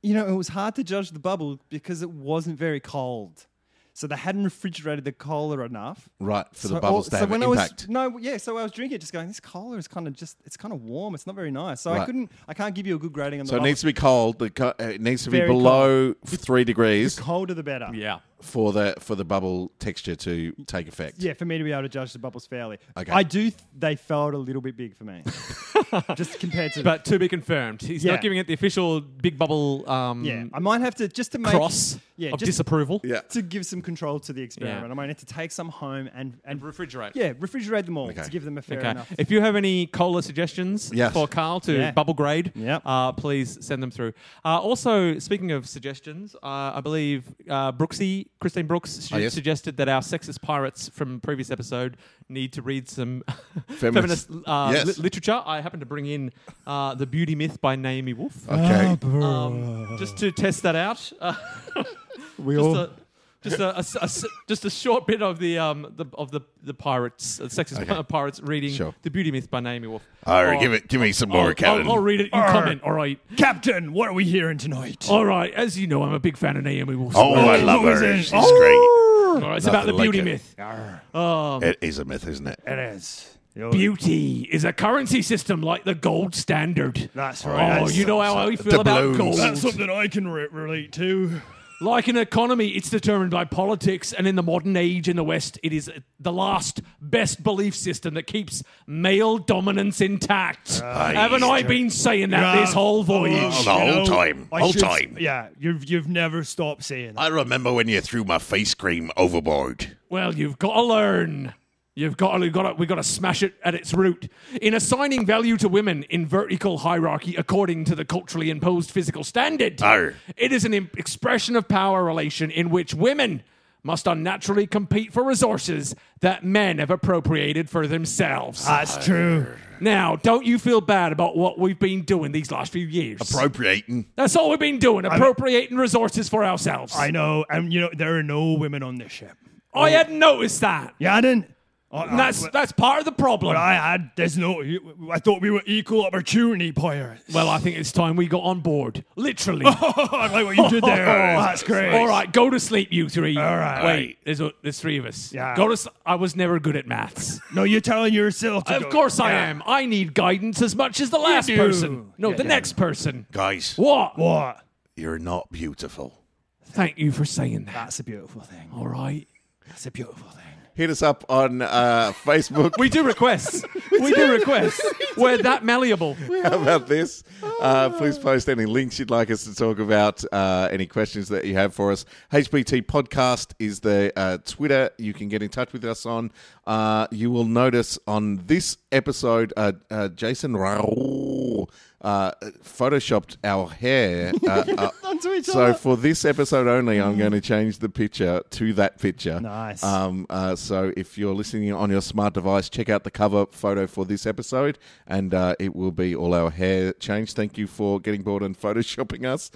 [SPEAKER 2] you know, it was hard to judge the bubble because it wasn't very cold. So they hadn't refrigerated the cola enough.
[SPEAKER 1] Right, for
[SPEAKER 2] So
[SPEAKER 1] the bubbles
[SPEAKER 2] all-
[SPEAKER 1] to have
[SPEAKER 2] when
[SPEAKER 1] an
[SPEAKER 2] I was-
[SPEAKER 1] impact.
[SPEAKER 2] no, yeah. So I was drinking it, just going, this cola is kind of just, it's kind of warm. It's not very nice. So I
[SPEAKER 1] Right.
[SPEAKER 2] couldn't, I can't give you a good grading on the.
[SPEAKER 1] so it
[SPEAKER 2] bubble.
[SPEAKER 1] needs to be cold. The co- uh, it needs to be
[SPEAKER 2] Very
[SPEAKER 1] below three degrees
[SPEAKER 2] colder the better.
[SPEAKER 4] yeah.
[SPEAKER 1] for the for the bubble texture to take effect.
[SPEAKER 2] Yeah, for me to be able to judge the bubbles fairly.
[SPEAKER 1] Okay.
[SPEAKER 2] I do. Th- they felt a little bit big for me, just compared to.
[SPEAKER 4] But to be confirmed, he's
[SPEAKER 2] Yeah.
[SPEAKER 4] not giving it the official big bubble um,
[SPEAKER 2] yeah,
[SPEAKER 1] mm,
[SPEAKER 2] I might have to just to make
[SPEAKER 4] cross
[SPEAKER 2] Yeah,
[SPEAKER 4] of
[SPEAKER 2] just-
[SPEAKER 4] disapproval.
[SPEAKER 1] Yeah.
[SPEAKER 2] to give some control to the experiment.
[SPEAKER 4] Yeah.
[SPEAKER 2] I might need to take some home and and
[SPEAKER 4] Refrigerate.
[SPEAKER 2] yeah, refrigerate them all
[SPEAKER 1] Okay.
[SPEAKER 2] to give them a fair
[SPEAKER 4] Okay.
[SPEAKER 2] enough.
[SPEAKER 4] If you have any cola suggestions
[SPEAKER 1] Yes.
[SPEAKER 4] for Carl to
[SPEAKER 2] Yeah.
[SPEAKER 4] bubble grade,
[SPEAKER 2] Yep.
[SPEAKER 1] Oh,
[SPEAKER 4] uh, please send them through. Uh, also, speaking of suggestions, uh, I believe uh, Brooksy, Christine Brooks, su-
[SPEAKER 1] Oh, yes.
[SPEAKER 4] suggested that our sexist pirates from previous episode need to read some
[SPEAKER 1] Feminist-
[SPEAKER 4] feminist, uh,
[SPEAKER 1] Yes.
[SPEAKER 4] li- literature. I happened to bring in uh, The Beauty Myth by Naomi Wolf
[SPEAKER 1] Okay.
[SPEAKER 4] um, just to test that out. Uh,
[SPEAKER 2] we
[SPEAKER 4] just a, just a- a s- a s- just a short bit of the um the, of the the pirates, uh, sexist
[SPEAKER 1] Okay.
[SPEAKER 4] pirates reading
[SPEAKER 1] Sure.
[SPEAKER 4] the Beauty Myth by Naomi Wolf.
[SPEAKER 1] All right,
[SPEAKER 4] Oh,
[SPEAKER 1] give it. Give me some
[SPEAKER 4] I'll,
[SPEAKER 1] more, Cannon.
[SPEAKER 4] I'll, I'll read it. You
[SPEAKER 2] Arr.
[SPEAKER 4] comment. All right.
[SPEAKER 2] Captain, what are we hearing tonight?
[SPEAKER 4] All right. As you know, I'm a big fan of Naomi Wolf.
[SPEAKER 1] Oh,
[SPEAKER 4] All
[SPEAKER 1] I
[SPEAKER 4] right,
[SPEAKER 1] love
[SPEAKER 2] who is
[SPEAKER 1] her.
[SPEAKER 2] it?
[SPEAKER 1] She's
[SPEAKER 4] it's
[SPEAKER 1] nothing
[SPEAKER 4] about the
[SPEAKER 1] like
[SPEAKER 4] Beauty
[SPEAKER 1] it.
[SPEAKER 4] Myth.
[SPEAKER 1] great. It is a myth, isn't it?
[SPEAKER 2] It is.
[SPEAKER 4] Beauty is a currency system like the gold standard.
[SPEAKER 2] That's
[SPEAKER 4] Oh,
[SPEAKER 2] right.
[SPEAKER 4] you know how I
[SPEAKER 1] the
[SPEAKER 4] feel about
[SPEAKER 1] balloons.
[SPEAKER 4] gold.
[SPEAKER 1] That's
[SPEAKER 2] something I can re- relate to.
[SPEAKER 4] Like an economy, it's determined by politics, and in the modern age in the West, it is the last best belief system that keeps male dominance intact. Haven't I been saying that
[SPEAKER 2] Yeah.
[SPEAKER 4] this whole voyage?
[SPEAKER 1] The whole time. Whole time.
[SPEAKER 2] Yeah, you've you've never stopped saying that.
[SPEAKER 1] I remember when you threw my face cream overboard.
[SPEAKER 4] Well, you've got to learn. You've got to, we've got to, we've got to smash it at its root. In assigning value to women in vertical hierarchy according to the culturally imposed physical standard,
[SPEAKER 1] Arr.
[SPEAKER 4] it is an im- expression of power relation in which women must unnaturally compete for resources that men have appropriated for themselves.
[SPEAKER 2] That's true.
[SPEAKER 4] now, don't you feel bad about what we've been doing these last few years?
[SPEAKER 1] Appropriating.
[SPEAKER 4] That's all we've been doing, appropriating resources for ourselves. I,
[SPEAKER 2] know, and you know there are no women on this ship.
[SPEAKER 4] hadn't noticed that.
[SPEAKER 2] Yeah, I didn't.
[SPEAKER 4] And that's, that's part of the problem.
[SPEAKER 2] had there's no. I thought we were equal opportunity players.
[SPEAKER 4] Well, I think it's time we got on board. Literally.
[SPEAKER 2] I like what you did there.
[SPEAKER 1] Oh,
[SPEAKER 2] That's great.
[SPEAKER 4] All right, go to sleep, you three. All
[SPEAKER 2] right.
[SPEAKER 4] Wait, there's, a, there's three of us.
[SPEAKER 2] Yeah.
[SPEAKER 4] Go to. s- I was never good at maths.
[SPEAKER 2] No, you're telling yourself. To
[SPEAKER 4] of
[SPEAKER 2] go-
[SPEAKER 4] course I
[SPEAKER 2] Yeah.
[SPEAKER 4] am. I need guidance as much as the last
[SPEAKER 2] do.
[SPEAKER 4] person. No,
[SPEAKER 2] Yeah,
[SPEAKER 4] the
[SPEAKER 2] yeah.
[SPEAKER 4] next person.
[SPEAKER 1] Guys,
[SPEAKER 4] What?
[SPEAKER 2] What?
[SPEAKER 1] you're not beautiful.
[SPEAKER 4] Thank you for saying that.
[SPEAKER 2] That's a beautiful thing.
[SPEAKER 4] All right.
[SPEAKER 2] That's a beautiful thing.
[SPEAKER 1] Hit us up on uh, Facebook.
[SPEAKER 4] We do requests. we do requests. We're that malleable.
[SPEAKER 1] How about this? Uh, please post any links you'd like us to talk about, uh, any questions that you have for us. HBT Podcast is the uh, Twitter you can get in touch with us on. Uh, you will notice on this episode, uh, uh, Jason Raul uh, photoshopped our hair. Uh, uh,
[SPEAKER 2] Onto each
[SPEAKER 1] So
[SPEAKER 2] other. Mm.
[SPEAKER 1] for this episode only, I'm going to change the picture to that picture.
[SPEAKER 2] Nice.
[SPEAKER 1] Um, uh, so if you're listening on your smart device, check out the cover photo for this episode, and uh, it will be all our hair changed. Thank you for getting bored and photoshopping us.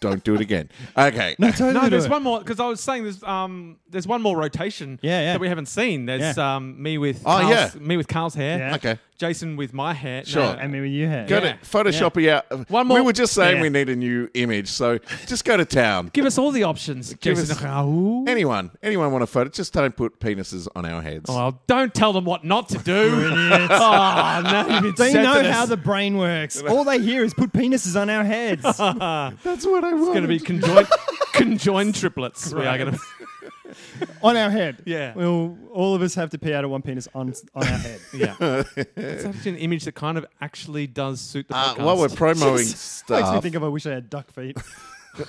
[SPEAKER 1] Don't do it again. Okay.
[SPEAKER 4] No, there's one more because I was saying there's um there's one more rotation
[SPEAKER 2] Yeah, yeah.
[SPEAKER 4] that we haven't seen. There's um me with
[SPEAKER 1] Oh,
[SPEAKER 4] Carl's,
[SPEAKER 1] yeah.
[SPEAKER 4] me with Carl's hair.
[SPEAKER 2] Yeah.
[SPEAKER 1] Okay.
[SPEAKER 4] Jason with my hair.
[SPEAKER 1] Sure.
[SPEAKER 4] No.
[SPEAKER 2] I mean, when you had
[SPEAKER 1] Go to Photoshop out.
[SPEAKER 3] One more-
[SPEAKER 1] We were just saying
[SPEAKER 3] Yeah.
[SPEAKER 1] we need a new image, so just go to town.
[SPEAKER 3] Give us all the options, Jason.
[SPEAKER 1] us-
[SPEAKER 3] Raoul.
[SPEAKER 1] Anyone, anyone want a photo? Just don't put penises on our heads.
[SPEAKER 3] Oh, don't tell them what not to do. oh, no, you've been
[SPEAKER 2] They know
[SPEAKER 3] sensitive.
[SPEAKER 2] how the brain works. All they hear is put penises on our heads.
[SPEAKER 1] That's what I want.
[SPEAKER 4] Going to be conjoined, conjoined triplets. We are going to.
[SPEAKER 2] on our head.
[SPEAKER 4] Yeah.
[SPEAKER 2] We'll, all of us have to pee out of one penis on, on our head.
[SPEAKER 4] Yeah. It's actually an image that kind of actually does suit the
[SPEAKER 1] Uh,
[SPEAKER 4] podcast.
[SPEAKER 1] while we're promoting
[SPEAKER 2] Makes me
[SPEAKER 1] stuff,
[SPEAKER 2] think of I wish I had duck feet.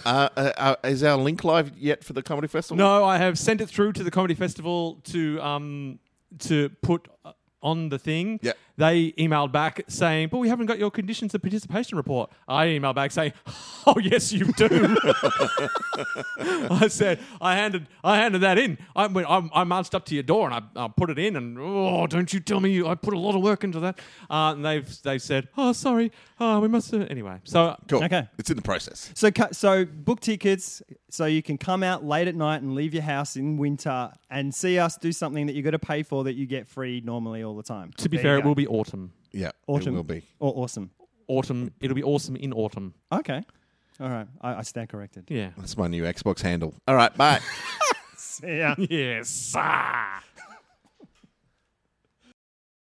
[SPEAKER 1] uh, uh, uh, is our link live yet for the comedy festival?
[SPEAKER 4] no, I have sent it through to the comedy festival to um to put uh, on the thing.
[SPEAKER 1] Yeah.
[SPEAKER 4] They emailed back saying, "But we haven't got your conditions of participation report." I emailed back saying, "Oh yes, you do." I said, "I handed I handed that in. I went, I, I marched up to your door and I, I put it in. And oh, don't you tell me you, I put a lot of work into that." Uh, and they've they said, "Oh, sorry, uh, we must have anyway." So
[SPEAKER 1] Cool.
[SPEAKER 2] Okay.
[SPEAKER 1] It's in the process.
[SPEAKER 2] So, cu- so book tickets so you can come out late at night and leave your house in winter and see us do something that you got to pay for that you get free normally all the time.
[SPEAKER 4] to be fair, it will be autumn.
[SPEAKER 1] Yeah.
[SPEAKER 2] autumn
[SPEAKER 1] It will be.
[SPEAKER 2] or awesome.
[SPEAKER 4] Autumn. It'll be awesome in autumn.
[SPEAKER 2] Okay, all right, I, I stand corrected.
[SPEAKER 4] Yeah.
[SPEAKER 1] That's my new Xbox handle. All right. Bye.
[SPEAKER 2] Yeah.
[SPEAKER 4] Yes. ah.